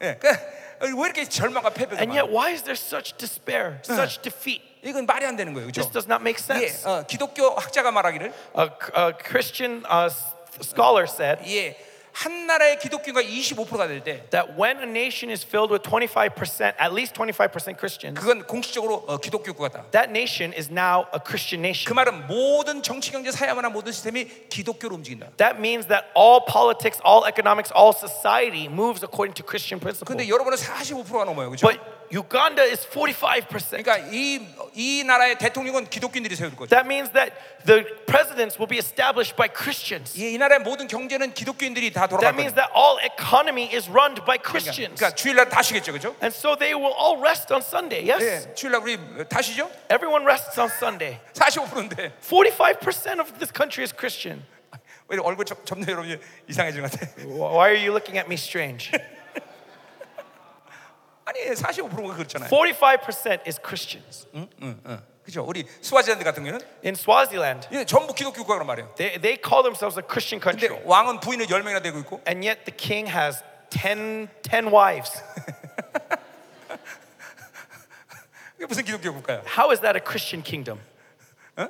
Speaker 1: 예, 그러니까 왜 이렇게 절망과 패배가
Speaker 2: and
Speaker 1: 많아?
Speaker 2: yet why is there such despair, such defeat?
Speaker 1: 이건 말이 안 되는 거예요,
Speaker 2: This
Speaker 1: 그렇죠?
Speaker 2: does not make sense.
Speaker 1: 예, 어, 기독교 학자가 말하기를
Speaker 2: A, a Christian uh, s- scholar said,
Speaker 1: 예, 한 나라의 기독교가 25%가 될 때
Speaker 2: that when a nation is filled with 25%, at least 25% Christians,
Speaker 1: 그건 공식적으로 어, 기독교 국가다.
Speaker 2: that nation is now a Christian
Speaker 1: 그
Speaker 2: nation.
Speaker 1: 말은 모든 정치 경제 사회문화 모든 시스템이 기독교로 움직인다.
Speaker 2: That means that all politics, all economics, all society moves according to Christian
Speaker 1: 근데
Speaker 2: principles.
Speaker 1: 여러분은 45%가 넘어요. 그렇죠?
Speaker 2: But Uganda is 45%.
Speaker 1: 그러니까 이 이 나라의 대통령은 기독교인들이 세울 거죠.
Speaker 2: That means that the presidents will be established by Christians.
Speaker 1: 이, 이 나라의 모든 경제는 기독교인들이 다 돌아갈
Speaker 2: That
Speaker 1: 거예요.
Speaker 2: means that all economy is run by
Speaker 1: 그러니까,
Speaker 2: Christians.
Speaker 1: 그러니까 주일날 다 쉬겠죠. 그렇죠?
Speaker 2: And so they will all rest on Sunday, yes?
Speaker 1: 예. 주일날 우리 다 쉬죠?
Speaker 2: Everyone rests on Sunday.
Speaker 1: 45%인데
Speaker 2: 45% of this country is Christian.
Speaker 1: 왜 이렇게 얼굴 점- 점점 여러분 이상해지는 것 같아?
Speaker 2: Why are you looking at me strange?
Speaker 1: 아니 45%가 그렇잖아요.
Speaker 2: 뭐? 45% is Christians.
Speaker 1: 그죠? 우리 스와지랜드 같은 경우는
Speaker 2: In Swaziland,
Speaker 1: 예, 전부 기독교 국가란 말이에요.
Speaker 2: they, they call themselves a Christian country,
Speaker 1: 근데 왕은 부인을 열 명이나 되고 있고
Speaker 2: and yet the king has 10, 10 wives.
Speaker 1: 그게 무슨 기독교 국가야?
Speaker 2: How is that a Christian kingdom?
Speaker 1: 어?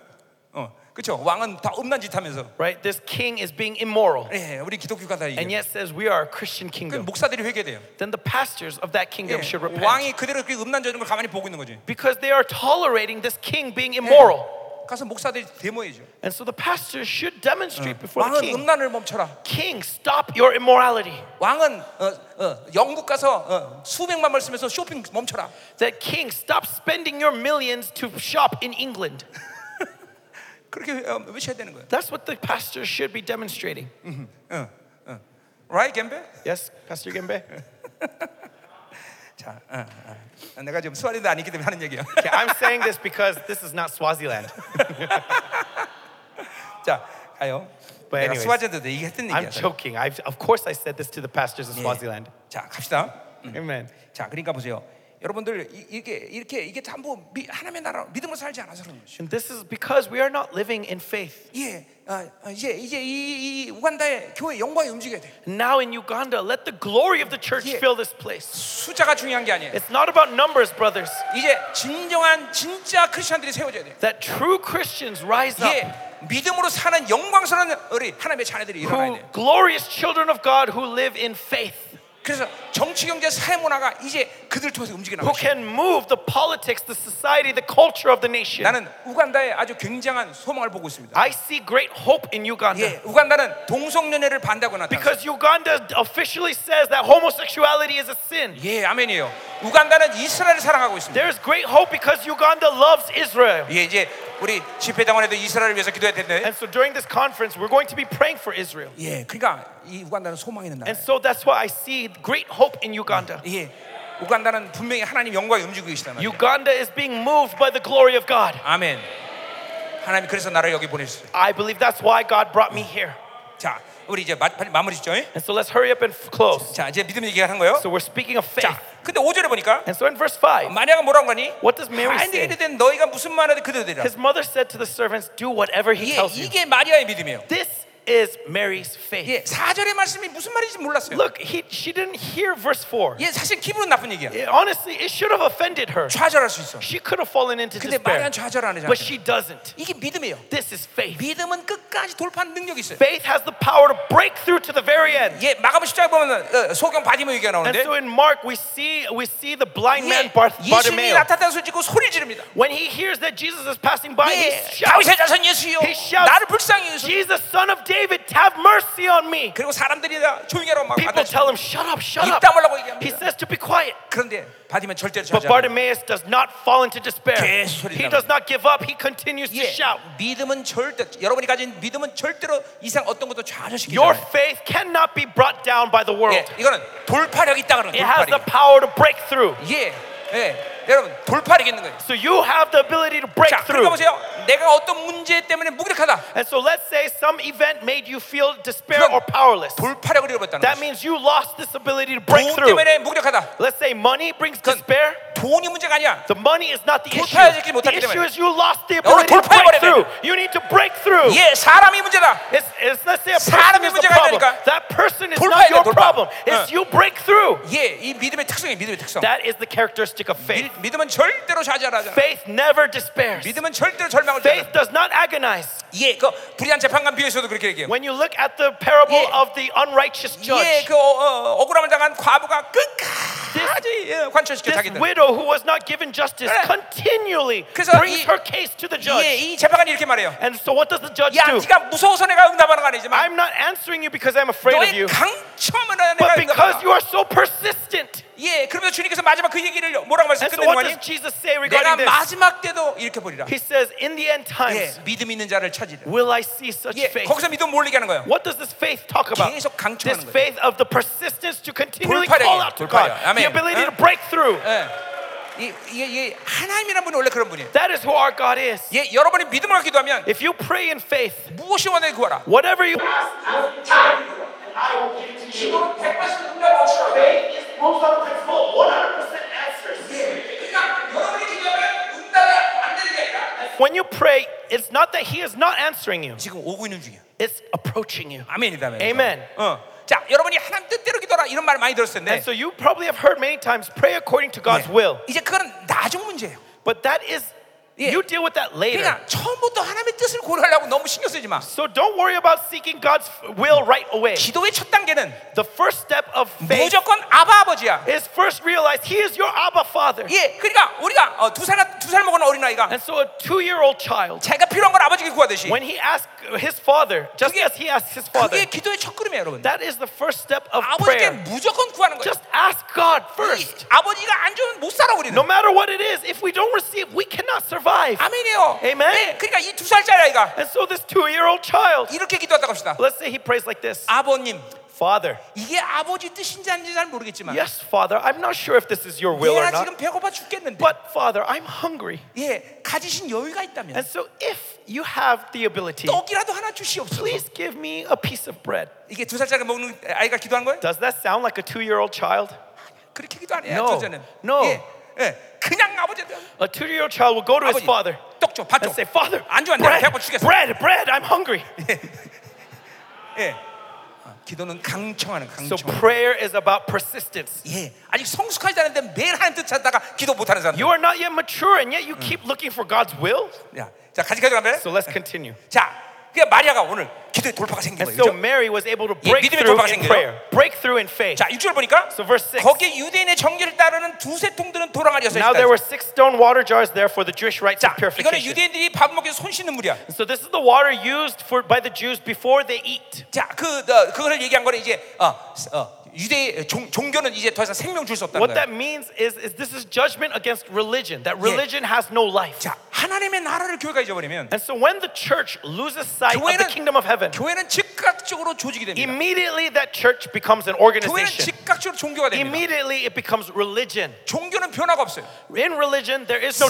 Speaker 1: 어, 그렇죠. 왕은 다 음란 짓하면서
Speaker 2: Right? This king is being immoral,
Speaker 1: 예, 우리 기독교가 다
Speaker 2: and
Speaker 1: 이게.
Speaker 2: yet says we are a Christian
Speaker 1: 그
Speaker 2: kingdom.
Speaker 1: 목사들이 회개돼요.
Speaker 2: Then the pastors of that kingdom
Speaker 1: 예,
Speaker 2: should repent
Speaker 1: 왕이 그대로 그 음란적인 걸 가만히 보고 있는 거지.
Speaker 2: because they are tolerating this king being immoral.
Speaker 1: 가서 목사들이 데모해죠.
Speaker 2: And so the pastors should demonstrate before the
Speaker 1: 왕은
Speaker 2: king.
Speaker 1: 음란을 멈춰라.
Speaker 2: King, stop your immorality.
Speaker 1: 왕은 어, 어, 영국 가서 어, 수백만 원 쓰면서 쇼핑 멈춰라.
Speaker 2: That king, stop spending your millions to shop in England.
Speaker 1: 그렇게 어, 외쳐야 되는 거예요.
Speaker 2: That's what the pastors should be demonstrating.
Speaker 1: Right, 겜베?
Speaker 2: Yes, Pastor Gembe?
Speaker 1: 자, 어, 어. 내가 지금 스와리도 아니기 때문에 하는 얘기예요.
Speaker 2: Okay, I'm saying this because this is not Swaziland.
Speaker 1: 자, 가요.
Speaker 2: But
Speaker 1: 내가
Speaker 2: anyways,
Speaker 1: 스와지한테도 얘기했던
Speaker 2: I'm
Speaker 1: 얘기야.
Speaker 2: joking. I've, of course, I said this to the pastors of
Speaker 1: 예.
Speaker 2: Swaziland.
Speaker 1: 자, 갑시다.
Speaker 2: Amen.
Speaker 1: 자, 그러니까 보세요. 여러분들 이- 이렇게 이렇게 이게 전부 미, 하나님의 나라 믿음으로 살지 않아서 그런 거죠.
Speaker 2: And this is because we are not living in faith.
Speaker 1: 예, 아, 아, 이제 이제 이, 이 우간다의 교회 영광이 움직여야 돼.
Speaker 2: Now in Uganda, let the glory of the church
Speaker 1: Yeah.
Speaker 2: fill this place.
Speaker 1: 숫자가 중요한 게 아니에요.
Speaker 2: It's not about numbers, brothers.
Speaker 1: 이제 진정한 진짜 크리스천들이 세워져야 돼.
Speaker 2: That true Christians rise up.
Speaker 1: 이게 믿음으로 사는 영광스러운 우리 하나님의 자녀들이 일어나야
Speaker 2: who
Speaker 1: 돼.
Speaker 2: glorious children of God who live in faith,
Speaker 1: 그래서 정치, 경제, 사회 문화가 이제 그들 통해서 움직여
Speaker 2: who
Speaker 1: 나가고 있어요.
Speaker 2: can move the politics, the society, the culture of the nation.
Speaker 1: 나는 우간다에 아주 굉장한 소망을 보고 있습니다.
Speaker 2: I see great hope in Uganda
Speaker 1: 예, 우간다는 동성연애를 반다고 나타났어요.
Speaker 2: 아, 네. because Uganda officially says that homosexuality is a sin.
Speaker 1: 예, 아멘이에요. 우간다는 이스라엘을 사랑하고 있습니다.
Speaker 2: There's great hope because Uganda loves Israel.
Speaker 1: 예, 이제 우리 집회당원에도 이스라엘을 위해서 기도해야 되는데.
Speaker 2: And so during this conference, we're going to be praying for Israel.
Speaker 1: 예, 그러니까 이 우간다는 소망이 있는
Speaker 2: And
Speaker 1: 나라예요.
Speaker 2: so that's why I see great hope in Uganda.
Speaker 1: 예, 우간다는 분명히 하나님 영광이 움직이고 계시다 말이에요.
Speaker 2: Uganda is being moved by the glory of God.
Speaker 1: 아멘. 하나님 그래서 나를 여기 보내셨어요.
Speaker 2: I believe that's why God brought me here.
Speaker 1: 자, 우리 이제 마, 빨리 마무리 짓죠. 예?
Speaker 2: And so let's hurry up and f- close.
Speaker 1: 자, 이제 믿음 얘기하는 거예요.
Speaker 2: So we're speaking of faith.
Speaker 1: 자, 근데 5절에 보니까
Speaker 2: And so in verse 5,
Speaker 1: 마리아가 뭐라고 하니?
Speaker 2: What does Mary
Speaker 1: 아니
Speaker 2: say?
Speaker 1: 이르된 너희가 무슨 말하든 그대로되라.
Speaker 2: his mother said to the servants, Do whatever he
Speaker 1: 예,
Speaker 2: tells you.
Speaker 1: 이게 마리아의 믿음이에요.
Speaker 2: This is Mary's faith.
Speaker 1: 예, 4절의 말씀이 무슨 말인지 몰랐어요.
Speaker 2: Look, he, she didn't hear verse 4.
Speaker 1: 예, 사실 기분은 나쁜 얘기야.
Speaker 2: It- honestly, it should have offended her.
Speaker 1: 좌절할 수 있어.
Speaker 2: She could have fallen into
Speaker 1: 근데 마리아는
Speaker 2: despair,
Speaker 1: 좌절 안 하잖아.
Speaker 2: but she doesn't.
Speaker 1: 이게 믿음이에요.
Speaker 2: This is faith.
Speaker 1: 믿음은 끝까지 돌파하는 능력이 있어요.
Speaker 2: Faith has the power to break through to the very end.
Speaker 1: 예, 마가복 십자가 보면 어, 소경 바디모 얘기가
Speaker 2: And
Speaker 1: 나오는데
Speaker 2: so in Mark, we see we see the blind
Speaker 1: 예,
Speaker 2: man Barth-
Speaker 1: 예수님이
Speaker 2: Bartimaeus.
Speaker 1: 나타난 소리 짓고 소리 지릅니다.
Speaker 2: When he hears that Jesus is passing by,
Speaker 1: 예,
Speaker 2: he
Speaker 1: 다윗의
Speaker 2: shouts,
Speaker 1: 자손 예수여,
Speaker 2: He shouts,
Speaker 1: 나를 불쌍히 여기소서.
Speaker 2: Jesus, son of David, have mercy on me.
Speaker 1: 그리고 사람들이 다 조용히 하라고 막
Speaker 2: People
Speaker 1: 받아치고
Speaker 2: tell him, shut up, shut
Speaker 1: 입
Speaker 2: up.
Speaker 1: 다물라고
Speaker 2: He
Speaker 1: 얘기합니다.
Speaker 2: says to be quiet.
Speaker 1: 그런데 바디면 절대로 좌절 안
Speaker 2: But
Speaker 1: 해요.
Speaker 2: Bartimaeus does not fall into despair.
Speaker 1: 계속 소리
Speaker 2: He
Speaker 1: 나가요.
Speaker 2: does not give up. He continues to
Speaker 1: 예,
Speaker 2: shout.
Speaker 1: 믿음은 절대 여러분이 가진 믿음은 절대로 이상 어떤 것도 좌절시키지
Speaker 2: Your
Speaker 1: 않아요.
Speaker 2: faith cannot be brought down by the world.
Speaker 1: 예, 이거는 돌파력이 있다 그러는
Speaker 2: It has the
Speaker 1: 돌파력.
Speaker 2: power to break through.
Speaker 1: 예, 예, 여러분 돌파력이 있는 거예요.
Speaker 2: So you have the ability to break
Speaker 1: 자, 그러니까
Speaker 2: through.
Speaker 1: 보세요. 내가 어떤 문제 때문에 무기력하다.
Speaker 2: And so let's say some event made you feel despair
Speaker 1: 그건
Speaker 2: or powerless.
Speaker 1: 돌파력을 잃어버렸다는
Speaker 2: That
Speaker 1: 거죠.
Speaker 2: means you lost this ability to break
Speaker 1: 돈
Speaker 2: through.
Speaker 1: 때문에 무기력하다.
Speaker 2: Let's say money brings
Speaker 1: 그건
Speaker 2: despair.
Speaker 1: 돈이 문제가 아니야.
Speaker 2: The money is not the issue.
Speaker 1: 돌파하지
Speaker 2: The
Speaker 1: 못하기
Speaker 2: issue
Speaker 1: 때문에.
Speaker 2: is you lost the
Speaker 1: 영어로
Speaker 2: ability to
Speaker 1: 돌파해버려야
Speaker 2: break through. You need to break through.
Speaker 1: 예, 사람이 문제다.
Speaker 2: It's, it's not say a person
Speaker 1: 사람의
Speaker 2: is the
Speaker 1: 문제가
Speaker 2: problem.
Speaker 1: 아니라니까.
Speaker 2: That person is
Speaker 1: 돌파해야
Speaker 2: not
Speaker 1: 돼,
Speaker 2: your
Speaker 1: 돌파.
Speaker 2: problem. It's you break through.
Speaker 1: 예, 이 믿음의 특성이 믿음의 특성.
Speaker 2: That is the characteristic of
Speaker 1: 믿-
Speaker 2: faith.
Speaker 1: 믿음은 절대로 좌절하지 않아.
Speaker 2: Faith never despairs.
Speaker 1: 믿음은 절대로 절망을 주지
Speaker 2: Faith
Speaker 1: 않아.
Speaker 2: does not agonize.
Speaker 1: 예, 그 불의한 재판관 비유에서도 그렇게 얘기해요.
Speaker 2: When you look at the parable
Speaker 1: Yeah.
Speaker 2: of the unrighteous
Speaker 1: 예,
Speaker 2: judge,
Speaker 1: 그 어, 어, 억울함을 당한 과부가 끝까지 예, 관철시켜
Speaker 2: this
Speaker 1: 자기들.
Speaker 2: widow who was not given justice
Speaker 1: Yeah.
Speaker 2: continually
Speaker 1: 그래서
Speaker 2: brings
Speaker 1: 이-
Speaker 2: her case to the
Speaker 1: 예,
Speaker 2: judge.
Speaker 1: 이 재판관이 이렇게 말해요.
Speaker 2: And so what does the judge
Speaker 1: 야,
Speaker 2: do?
Speaker 1: 네가 무서워서 내가 응답하는 거 아니지만
Speaker 2: I'm not answering you because I'm afraid of
Speaker 1: 너의
Speaker 2: you,
Speaker 1: 강점으로 내가
Speaker 2: but because
Speaker 1: 응답한다.
Speaker 2: you are so persistent.
Speaker 1: 예, 그러면서 주님께서 마지막 그 얘기를 뭐라고
Speaker 2: And so
Speaker 1: 말씀하셨는
Speaker 2: what
Speaker 1: 거니?
Speaker 2: does Jesus say
Speaker 1: 내가
Speaker 2: regarding this?
Speaker 1: 마지막 때도 이렇게 보리라.
Speaker 2: He says, in the end times,
Speaker 1: 예, 믿음 있는 자를 찾으리라.
Speaker 2: will I see such
Speaker 1: 예,
Speaker 2: faith?
Speaker 1: 거기서 믿음 몰리게 하는 거예요.
Speaker 2: What does this faith talk about?
Speaker 1: 계속 강조하는
Speaker 2: This
Speaker 1: 거예요.
Speaker 2: faith of the persistence to continually
Speaker 1: 돌파력이에요,
Speaker 2: call out to God,
Speaker 1: 돌파력. 아멘.
Speaker 2: the ability
Speaker 1: 응?
Speaker 2: to break through.
Speaker 1: 예, 이, 이게, 이게 하나님이란 분이 원래 그런 분이에요.
Speaker 2: That is who our God is.
Speaker 1: 예, 여러분이 믿음을 갖기도 하면
Speaker 2: If you pray in faith,
Speaker 1: 무엇이 원하는 구하라.
Speaker 2: whatever you
Speaker 1: 기도로 180도 응답 없이
Speaker 3: Most of the principle, 100% answers.
Speaker 1: 그러니까 여러분이 기도하면 응답이 안 되는 게 아니라
Speaker 2: when you pray, it's not that he is not answering you.
Speaker 1: 지금 오고 있는 중이야.
Speaker 2: It's approaching you.
Speaker 1: 아멘이다. 아멘.
Speaker 2: Amen.
Speaker 1: 어. 자, 여러분이 하나님 뜻대로 기도하라 이런 말 많이 들었을 텐데.
Speaker 2: And so you probably have heard many times pray according to God's
Speaker 1: 네.
Speaker 2: will.
Speaker 1: 이제 그건 나중 문제예요.
Speaker 2: But that is
Speaker 1: Yeah.
Speaker 2: you deal with that later.
Speaker 1: 그러니까 처음부터 하나님의 뜻을 고려하려고 너무 신경 쓰지 마.
Speaker 2: So don't worry about seeking God's will right away.
Speaker 1: 기도의 첫 단계는
Speaker 2: The first step of faith
Speaker 1: 무조건 아바 아버지야.
Speaker 2: is first realize he is your Abba Father.
Speaker 1: 예, 그러니까 우리가 어, 두살 두살 먹은 어린 아이가
Speaker 2: And so a 2-year-old child
Speaker 1: 자기가 필요한 걸 아버지께 구하듯이
Speaker 2: when he asks his father, just
Speaker 1: 그게-
Speaker 2: as he asked his father,
Speaker 1: 그게 기도의 첫 걸음이에요, 여러분.
Speaker 2: that is the first step of
Speaker 1: 아버지께
Speaker 2: prayer.
Speaker 1: 무조건 구하는 거예요.
Speaker 2: Just ask God
Speaker 1: 이-
Speaker 2: first.
Speaker 1: 아버지가 안 주면 못 살아 우리는.
Speaker 2: No matter what it is, if we don't receive, we cannot survive.
Speaker 1: 아멘이요.
Speaker 2: Amen.
Speaker 1: 네, 그러니까 이 두 살짜리 아이가
Speaker 2: And so this two-year-old child,
Speaker 1: 이렇게 기도했다고 합시다.
Speaker 2: let's say he prays like this.
Speaker 1: 아버님,
Speaker 2: Father,
Speaker 1: 이게 아버지 뜻인지 아닌지 잘 모르겠지만
Speaker 2: yes, Father, I'm not sure if this is your will or
Speaker 1: 내가
Speaker 2: not,
Speaker 1: 지금 배고파 죽겠는데
Speaker 2: but Father, I'm hungry.
Speaker 1: 예, 가지신 여유가 있다면
Speaker 2: And so if you have the ability,
Speaker 1: 떡이라도 하나 주시옵소서.
Speaker 2: please give me a piece of bread.
Speaker 1: 이게 두 살짜리 먹는 아이가 기도한 거예요?
Speaker 2: Does that sound like a two-year-old child?
Speaker 1: 그렇게 기도 안 해요.
Speaker 2: No.
Speaker 1: 저는.
Speaker 2: No.
Speaker 1: 예, 예, 그냥 아버지한테
Speaker 2: A two-year-old child will go to his
Speaker 1: 아버지
Speaker 2: father
Speaker 1: 떡 줘, 밥 줘.
Speaker 2: and say, Father,
Speaker 1: 안 줘, 안 돼.
Speaker 2: bread,
Speaker 1: 배고파 죽겠어.
Speaker 2: bread, bread, I'm hungry.
Speaker 1: 예. 어, 기도는 강청하는
Speaker 2: So
Speaker 1: 강청.
Speaker 2: prayer is about persistence.
Speaker 1: 예, 아직 성숙하지 않은데 매일 하나님 뜻 찾다가 기도 못하는 사람.
Speaker 2: You are not yet mature, and yet you keep looking for God's will.
Speaker 1: 야, 자 같이 가져가면.
Speaker 2: So let's continue.
Speaker 1: 자, 그러니까 마리아가 오늘 기도의 돌파가 생긴
Speaker 2: And
Speaker 1: 거예요. 그죠?
Speaker 2: so Mary was able to
Speaker 1: 예,
Speaker 2: break
Speaker 1: 믿음의
Speaker 2: through
Speaker 1: 돌파가
Speaker 2: in
Speaker 1: 생겨요.
Speaker 2: prayer, break through in faith.
Speaker 1: 자, 6절 보니까
Speaker 2: So verse six.
Speaker 1: 거기에 유대인의 정기를 따르는 두세 통들은 도랑아리였어요.
Speaker 2: Now there were six stone water jars there for the Jewish rites of
Speaker 1: 자, 이거는
Speaker 2: purification.
Speaker 1: 유대인들이 밥 먹기 위해서 손 씻는 물이야.
Speaker 2: So this is the water used for by the Jews before they eat.
Speaker 1: 자, 그 어, 그거를 얘기한 거는 이제 어, 어, 유대 종, 종교는 이제 더 이상 생명 줄 수 없다는
Speaker 2: What
Speaker 1: 거야.
Speaker 2: that means is, is this is judgment against religion. That
Speaker 1: Yeah.
Speaker 2: religion has no life.
Speaker 1: 자, 하나님의 나라를 교회가 잊어버리면
Speaker 2: And so when the church loses sight of the
Speaker 1: 교회는
Speaker 2: kingdom of heaven,
Speaker 1: 교회는 즉각적으로 조직이 됩니다.
Speaker 2: immediately that church becomes an
Speaker 1: 교회는
Speaker 2: organization.
Speaker 1: 즉각적으로 종교가 됩니다.
Speaker 2: Immediately it becomes religion.
Speaker 1: 종교는 변화가 없어요.
Speaker 2: In religion, there is no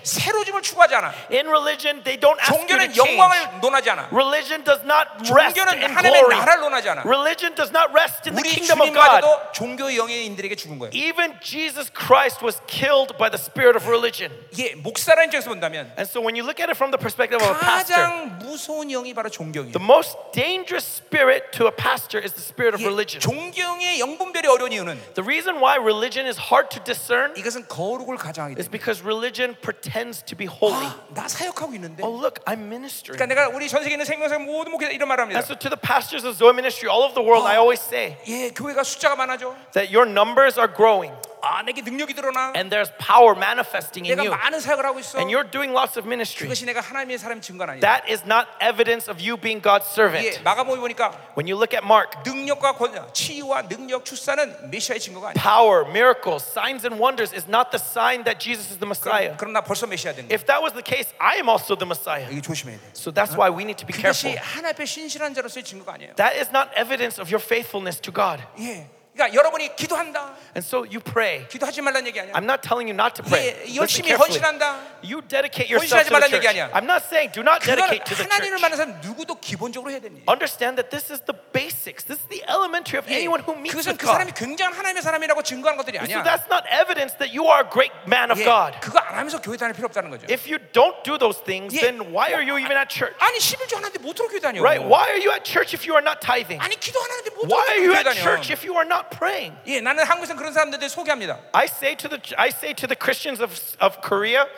Speaker 1: 예, 새로짐을 추구하지 않아.
Speaker 2: In religion, they don't ask you to
Speaker 1: 종교는
Speaker 2: change.
Speaker 1: 영광을 논하지 않아.
Speaker 2: Religion does not rest
Speaker 1: 종교는
Speaker 2: in
Speaker 1: 하나님의
Speaker 2: glory.
Speaker 1: 나라를 논하지 않아.
Speaker 2: Religion does not rest in the
Speaker 1: 우리
Speaker 2: kingdom of God.
Speaker 1: 주님마저도 종교 영예인들에게 죽은 거예요.
Speaker 2: Even Jesus Christ was killed by the spirit of religion.
Speaker 1: 예, 목사라는 점에서 본다면
Speaker 2: And so when you look at it from the perspective of a pastor,
Speaker 1: 가장 무서운 영이 바로 종교예요.
Speaker 2: the most dangerous spirit to a pastor is the spirit
Speaker 1: 예,
Speaker 2: of religion.
Speaker 1: 종교의 영분별이 어려운 이유는
Speaker 2: The reason why religion is hard to discern
Speaker 1: 이것은 거룩을 가장하기
Speaker 2: is
Speaker 1: 때문에.
Speaker 2: because religion pretends to be holy.
Speaker 1: 아, 나 사역하고 있는데.
Speaker 2: Oh, look, I'm ministering.
Speaker 1: 그러니까 내가 우리 전 세계 있는 생명상 모든 목회자 이런 말을 합니다.
Speaker 2: And so to the pastors of Zoe Ministry all over the world, I always say
Speaker 1: 예, 교회가 숫자가 많아져.
Speaker 2: that your numbers are growing
Speaker 1: 아, 내게 능력이 드러나.
Speaker 2: and there's power manifesting in
Speaker 1: 내가
Speaker 2: you.
Speaker 1: 많은 사역을 하고 있어.
Speaker 2: And you're doing lots of ministry.
Speaker 1: 그것이 내가 하나님의 사람 증거는 아니다.
Speaker 2: That is not evidence of you being God's
Speaker 1: 예,
Speaker 2: servant.
Speaker 1: 마가복음 보니까
Speaker 2: When you look at Mark,
Speaker 1: 능력과 권위, 치유와 능력, 출산은 메시아의 증거가 아니다.
Speaker 2: power, miracles, signs, and wonders is not the sign that Jesus is the Messiah.
Speaker 1: 그럼 나 벌써 메시아 된 거야.
Speaker 2: If that was the case, I am also the Messiah.
Speaker 1: 이게 조심해야 돼.
Speaker 2: So that's why we need to be
Speaker 1: 그것이
Speaker 2: careful.
Speaker 1: 하나 앞에 신실한 자로서의 증거가 아니에요.
Speaker 2: That is not evidence of your faithfulness to God.
Speaker 1: 예, 그러니까 여러분이 기도한다.
Speaker 2: And so you pray.
Speaker 1: 기도하지 말라는 얘기 아니야.
Speaker 2: I'm not telling you not to pray.
Speaker 1: 예,
Speaker 2: Listen
Speaker 1: 열심히
Speaker 2: carefully.
Speaker 1: 헌신한다.
Speaker 2: You dedicate yourself
Speaker 1: 헌신하지
Speaker 2: to the
Speaker 1: 말라는 얘기
Speaker 2: church.
Speaker 1: 아니야.
Speaker 2: I'm not saying do not
Speaker 1: 그건
Speaker 2: dedicate to the
Speaker 1: 하나님을
Speaker 2: church.
Speaker 1: 만난 사람 누구도 기본적으로 해야 됩니다. 예.
Speaker 2: Understand that this is the basics. This is the elementary of anyone who meets
Speaker 1: 그것은 그
Speaker 2: with
Speaker 1: 사람이
Speaker 2: God.
Speaker 1: 굉장한 하나님의 사람이라고 증거하는 것들이
Speaker 2: So
Speaker 1: 아니야.
Speaker 2: that's not evidence that you are a great man of
Speaker 1: 예,
Speaker 2: God.
Speaker 1: 그거 안 하면서 교회 다닐 필요 없다는 거죠.
Speaker 2: If you don't do those things,
Speaker 1: 예.
Speaker 2: then why are you even at church?
Speaker 1: 아니 11조 하는데 못 들어 교회 다녀.
Speaker 2: Right? Why are you at church if you are not tithing?
Speaker 1: 아니 기도 하는데 못 들어
Speaker 2: Why are you
Speaker 1: 교회
Speaker 2: at
Speaker 1: 다녀.
Speaker 2: church if you are not praying?
Speaker 1: 예, 나는 한국에서 그런 사람들을 소개합니다.
Speaker 2: I say to the I say to the Christians of of Korea,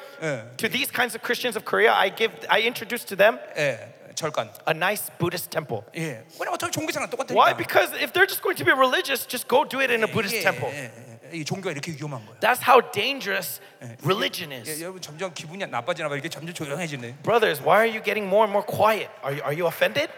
Speaker 2: to these kinds of Christians of Korea, I give I introduce to them
Speaker 1: 예, 절간.
Speaker 2: a nice Buddhist temple.
Speaker 1: 예, 왜냐 어차피 종교상은
Speaker 2: Why?
Speaker 1: 똑같으니까.
Speaker 2: Because if they're just going to be religious, just go do it in a Buddhist
Speaker 1: 예,
Speaker 2: temple.
Speaker 1: 예, 예, 이 종교가 이렇게 위험한 거야.
Speaker 2: That's how dangerous religion
Speaker 1: 예,
Speaker 2: is.
Speaker 1: 여러분 점점 기분이 나빠지나 봐. 이게 점점 조용해지네.
Speaker 2: Brothers, why are you getting more and more quiet? Are you, are you offended?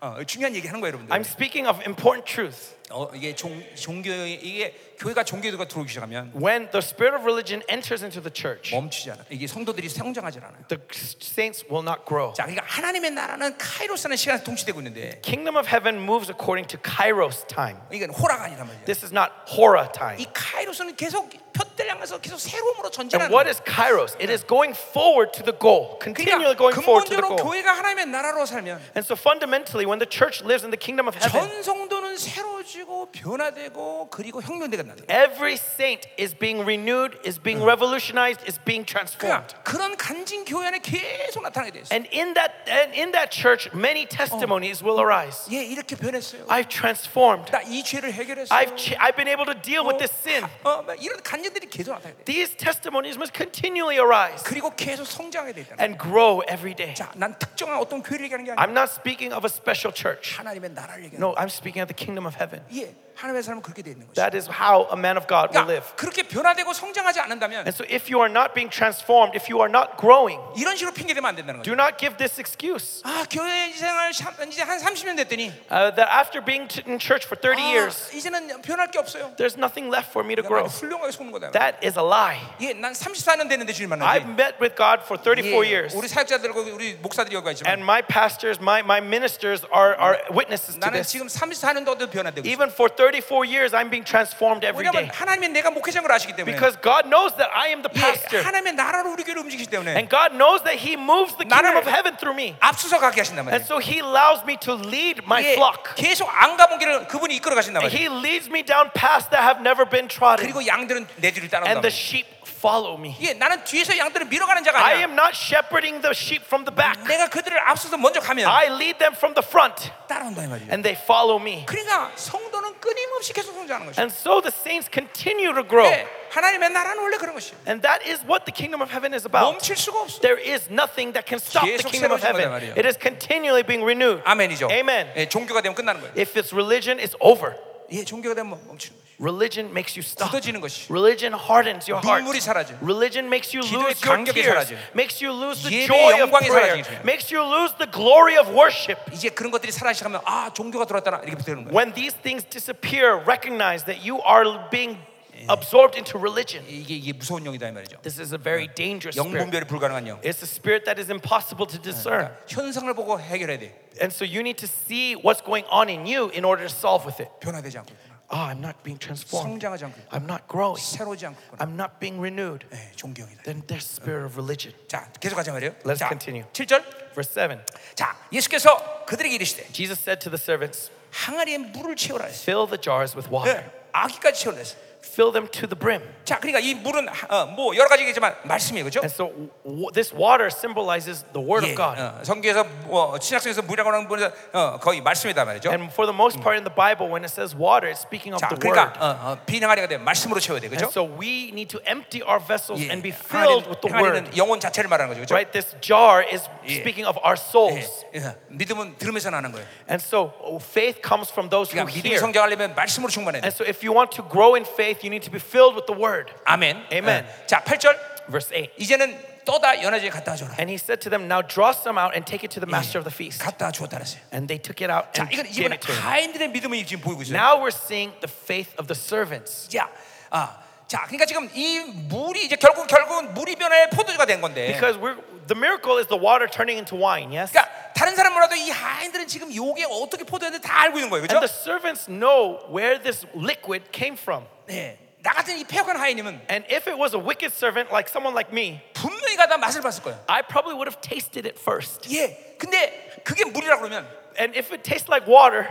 Speaker 1: 어, 중요한 얘기 하는 거예요, 여러분들.
Speaker 2: I'm speaking of important truth.
Speaker 1: 어, 이게 종, 종교 이게 교회가 종교가 들어오기 시작하면
Speaker 2: When the spirit of religion enters into the church,
Speaker 1: 멈추지 않아. 이게 성도들이 성장하지 않아요.
Speaker 2: the saints will not grow.
Speaker 1: 자, 그러니까 하나님의 나라는 카이로스라는 시간에 동시되고 있는데
Speaker 2: Kingdom of heaven moves according to Kairos time.
Speaker 1: 이건 호라가 아니란 말이야.
Speaker 2: This is not Hora time.
Speaker 1: 이 카이로스는 계속 둯대를 향해서 계속 새로움으로
Speaker 2: And
Speaker 1: 전진하는
Speaker 2: what
Speaker 1: 거예요.
Speaker 2: is Kairos? It is going forward to the goal, continually
Speaker 1: 그러니까
Speaker 2: going forward to the
Speaker 1: 근본적으로
Speaker 2: goal.
Speaker 1: 교회가 하나님의 나라로 살면
Speaker 2: And so fundamentally, when the church lives in the kingdom of heaven,
Speaker 1: 전 성도는 새로워지고 변화되고 그리고 혁명되게 된다.
Speaker 2: every saint is being renewed, is being revolutionized, is being transformed.
Speaker 1: 그러니까 그런 간진 교회 안에 계속 나타나게 돼 있어.
Speaker 2: And in that and in that church, many testimonies will arise.
Speaker 1: 예, 이렇게 변했어요.
Speaker 2: I've transformed.
Speaker 1: 나 이 죄를 해결했어요.
Speaker 2: I've ch- I've been able to deal with this sin.
Speaker 1: 어, 막 이런 간증들이 계속 나타나게 돼.
Speaker 2: These testimonies must continually arise
Speaker 1: 그리고 계속 성장하게 돼 있다.
Speaker 2: and grow every day.
Speaker 1: 자, 난 특정한 어떤 교회를 얘기하는 게 아니야.
Speaker 2: I'm not speaking of a special church.
Speaker 1: 하나님의 나라를 얘기하는.
Speaker 2: No, I'm speaking of the kingdom of heaven.
Speaker 1: 예, 하나님의 사람은 그렇게 돼 있는 거죠.
Speaker 2: That is how a man of God will live.
Speaker 1: 그러니까 그렇게 변화되고 성장하지 않는다면
Speaker 2: And so, if you are not being transformed, if you are not growing,
Speaker 1: 이런 식으로 핑계 대면 안 된다는 거죠.
Speaker 2: do not give this excuse
Speaker 1: 아, 교회 생활 참- 이제 한 30년 됐더니
Speaker 2: uh, that after being t- in church for 30
Speaker 1: 아,
Speaker 2: years,
Speaker 1: 이제는 변할 게 없어요.
Speaker 2: there's nothing left for me to
Speaker 1: 그러니까
Speaker 2: grow.
Speaker 1: 훌륭하게 속는 거다.
Speaker 2: That is a lie.
Speaker 1: 예, 난 34년 됐는데 주님
Speaker 2: I've
Speaker 1: 만났는데. 예,
Speaker 2: met with God for 34 years,
Speaker 1: 우리 사역자들과 우리 목사들이 여기 있지만
Speaker 2: and my pastors, my, my ministers are, are witnesses to
Speaker 1: 나는
Speaker 2: this.
Speaker 1: 지금 34년 동안 변화되고 있어.
Speaker 2: Even for 34 years, I'm being transformed every
Speaker 1: 왜냐면
Speaker 2: day
Speaker 1: 하나님이 내가 목회자인 걸 아시기 때문에.
Speaker 2: because God knows that I am the
Speaker 1: 예,
Speaker 2: pastor,
Speaker 1: 하나님의 나라로 우리 교회를 움직이기 때문에
Speaker 2: and God knows that He moves the kingdom
Speaker 1: 나를-
Speaker 2: of heaven through me.
Speaker 1: 앞서서가게 하신단
Speaker 2: And
Speaker 1: 말이에요.
Speaker 2: so He allows me to lead my
Speaker 1: 예,
Speaker 2: flock.
Speaker 1: 계속 안 가본 길을 그분이 이끌어 가신단 말이에요.
Speaker 2: He leads me down paths that have never been trodden.
Speaker 1: 그리고 양들은 내 뒤를 따라온다.
Speaker 2: and the sheep follow me.
Speaker 1: 예, 나는 뒤에서 양들을 밀어가는 자가
Speaker 2: I
Speaker 1: 아니야.
Speaker 2: am not shepherding the sheep from the back.
Speaker 1: 내가 그들을 앞서서 먼저 가면
Speaker 2: I lead them from the front
Speaker 1: 따라온다 이 말이야.
Speaker 2: and they follow me.
Speaker 1: 그러니까 성도는 끊임없이 계속 성장하는 것이야.
Speaker 2: And so the saints continue to grow.
Speaker 1: 예, 하나님의 나라는 원래 그런 것이야.
Speaker 2: And that is what the kingdom of heaven is about.
Speaker 1: 멈출 수가 없어.
Speaker 2: There is nothing that can stop the
Speaker 1: 계속
Speaker 2: kingdom of
Speaker 1: 새로워지는 거다
Speaker 2: heaven.
Speaker 1: 말이에요.
Speaker 2: It is continually being renewed.
Speaker 1: 아멘이죠.
Speaker 2: Amen.
Speaker 1: 예, 종교가 되면 끝나는 거예요.
Speaker 2: If it's religion, it's over.
Speaker 1: 예, 종교가 되면 멈- 멈추는 거예요.
Speaker 2: Religion makes you stop.
Speaker 1: 굳어지는 것이.
Speaker 2: Religion hardens your heart.
Speaker 1: 눈물이 사라져.
Speaker 2: Religion makes you
Speaker 1: 기도의
Speaker 2: lose your
Speaker 1: 감격이
Speaker 2: tears.
Speaker 1: 사라져.
Speaker 2: Makes you lose the
Speaker 1: 예배의
Speaker 2: joy of
Speaker 1: 영광이
Speaker 2: prayer.
Speaker 1: 사라지게 돼요.
Speaker 2: Makes you lose the glory of worship.
Speaker 1: 이제 그런 것들이 사라지하면아 종교가 돌았다나 이렇게 되는 거예요.
Speaker 2: When these things disappear, recognize that you are being absorbed into religion.
Speaker 1: 이게 이게 무서운 영이다 이 말이죠.
Speaker 2: This is a very dangerous spirit.
Speaker 1: 영분별이 불가능한 영.
Speaker 2: It's a spirit that is impossible to discern.
Speaker 1: 현상을 보고 해결해야 돼.
Speaker 2: And so you need to see what's going on in you in order to solve with it.
Speaker 1: 변화되지 않고 있구나.
Speaker 2: Ah, I'm not being transformed.
Speaker 1: 성장하지 않고 있구나.
Speaker 2: I'm not growing.
Speaker 1: 새로지 않고 있구나.
Speaker 2: I'm not being renewed.
Speaker 1: 예, 종교형이다.
Speaker 2: Then there's spirit of religion.
Speaker 1: 자, 계속 가자 말이에요.
Speaker 2: Let's
Speaker 1: 자,
Speaker 2: continue.
Speaker 1: 7절.
Speaker 2: Verse 7.
Speaker 1: 자, 예수께서 그들에게 이르시되
Speaker 2: Jesus said to the servants,
Speaker 1: 항아리에 물을 채우라 했어요.
Speaker 2: Fill the jars with water.
Speaker 1: 예, 아기까지 채우라 했어요.
Speaker 2: Fill them to the brim.
Speaker 1: 자, 그러니까 이 물은 어, 뭐 여러 가지 얘기지만 말씀이에요. 그죠?
Speaker 2: And so w- w- this water symbolizes the word
Speaker 1: 예,
Speaker 2: of God.
Speaker 1: 어, 성경에서 어, 신약성에서 물이라고 하는 분은 어, 거의 말씀이다 말이죠.
Speaker 2: And for the most part in the Bible, when it says water, it's speaking of
Speaker 1: 자,
Speaker 2: the
Speaker 1: 그러니까
Speaker 2: word.
Speaker 1: 어, 어, 비능하리가 돼 말씀으로 채워야 돼, 그죠?
Speaker 2: And so we need to empty our vessels
Speaker 1: 예,
Speaker 2: and be
Speaker 1: 항아리는-
Speaker 2: filled with the word.
Speaker 1: 항아리는 영혼 자체를 말하는 거죠, 그죠?
Speaker 2: Right? This jar is
Speaker 1: Yeah.
Speaker 2: speaking of our souls.
Speaker 1: 예, 예. 믿음은 들음에서 나는 거예요.
Speaker 2: And so oh, faith comes from those who
Speaker 1: 그러니까 믿음이
Speaker 2: hear.
Speaker 1: 성장하려면 말씀으로 충만해야 돼.
Speaker 2: And so if you want to grow in faith, you need to be filled with the word.
Speaker 1: 아멘.
Speaker 2: Amen.
Speaker 1: 예. 자, 8절.
Speaker 2: Verse 8.
Speaker 1: 이제는 떠다 연화제에 갖다 줘라.
Speaker 2: And he said to them, Now draw some out and take it to the master of the feast.
Speaker 1: 갖다 주었다 그랬어요.
Speaker 2: And they took it out
Speaker 1: 자,
Speaker 2: and
Speaker 1: 이건
Speaker 2: gave
Speaker 1: 이번에
Speaker 2: it to him.
Speaker 1: 가인들의 믿음이 지금 보이고 있어요.
Speaker 2: Now we're seeing the faith of the servants.
Speaker 1: 자, 아, 자, 그러니까 지금 이 물이 이제 결국 결국은 물이 변화의 포도주가 된 건데.
Speaker 2: Because we're, the miracle is the water turning into wine, yes?
Speaker 1: 그러니까 그러니까 다른 사람보다도 이 하인들은 지금 요게 어떻게 포도했는지 다 알고 있는 거예요.
Speaker 2: And the
Speaker 1: 그렇죠?
Speaker 2: servants know where this liquid came from.
Speaker 1: 네. 나 같은 이 폐역한 하인님은
Speaker 2: And if it was a wicked servant like someone like me,
Speaker 1: 분명히 가다 맛을 봤을 거예요.
Speaker 2: I probably would have tasted it first.
Speaker 1: 예. 근데 그게 물이라 그러면
Speaker 2: And if it tastes like water,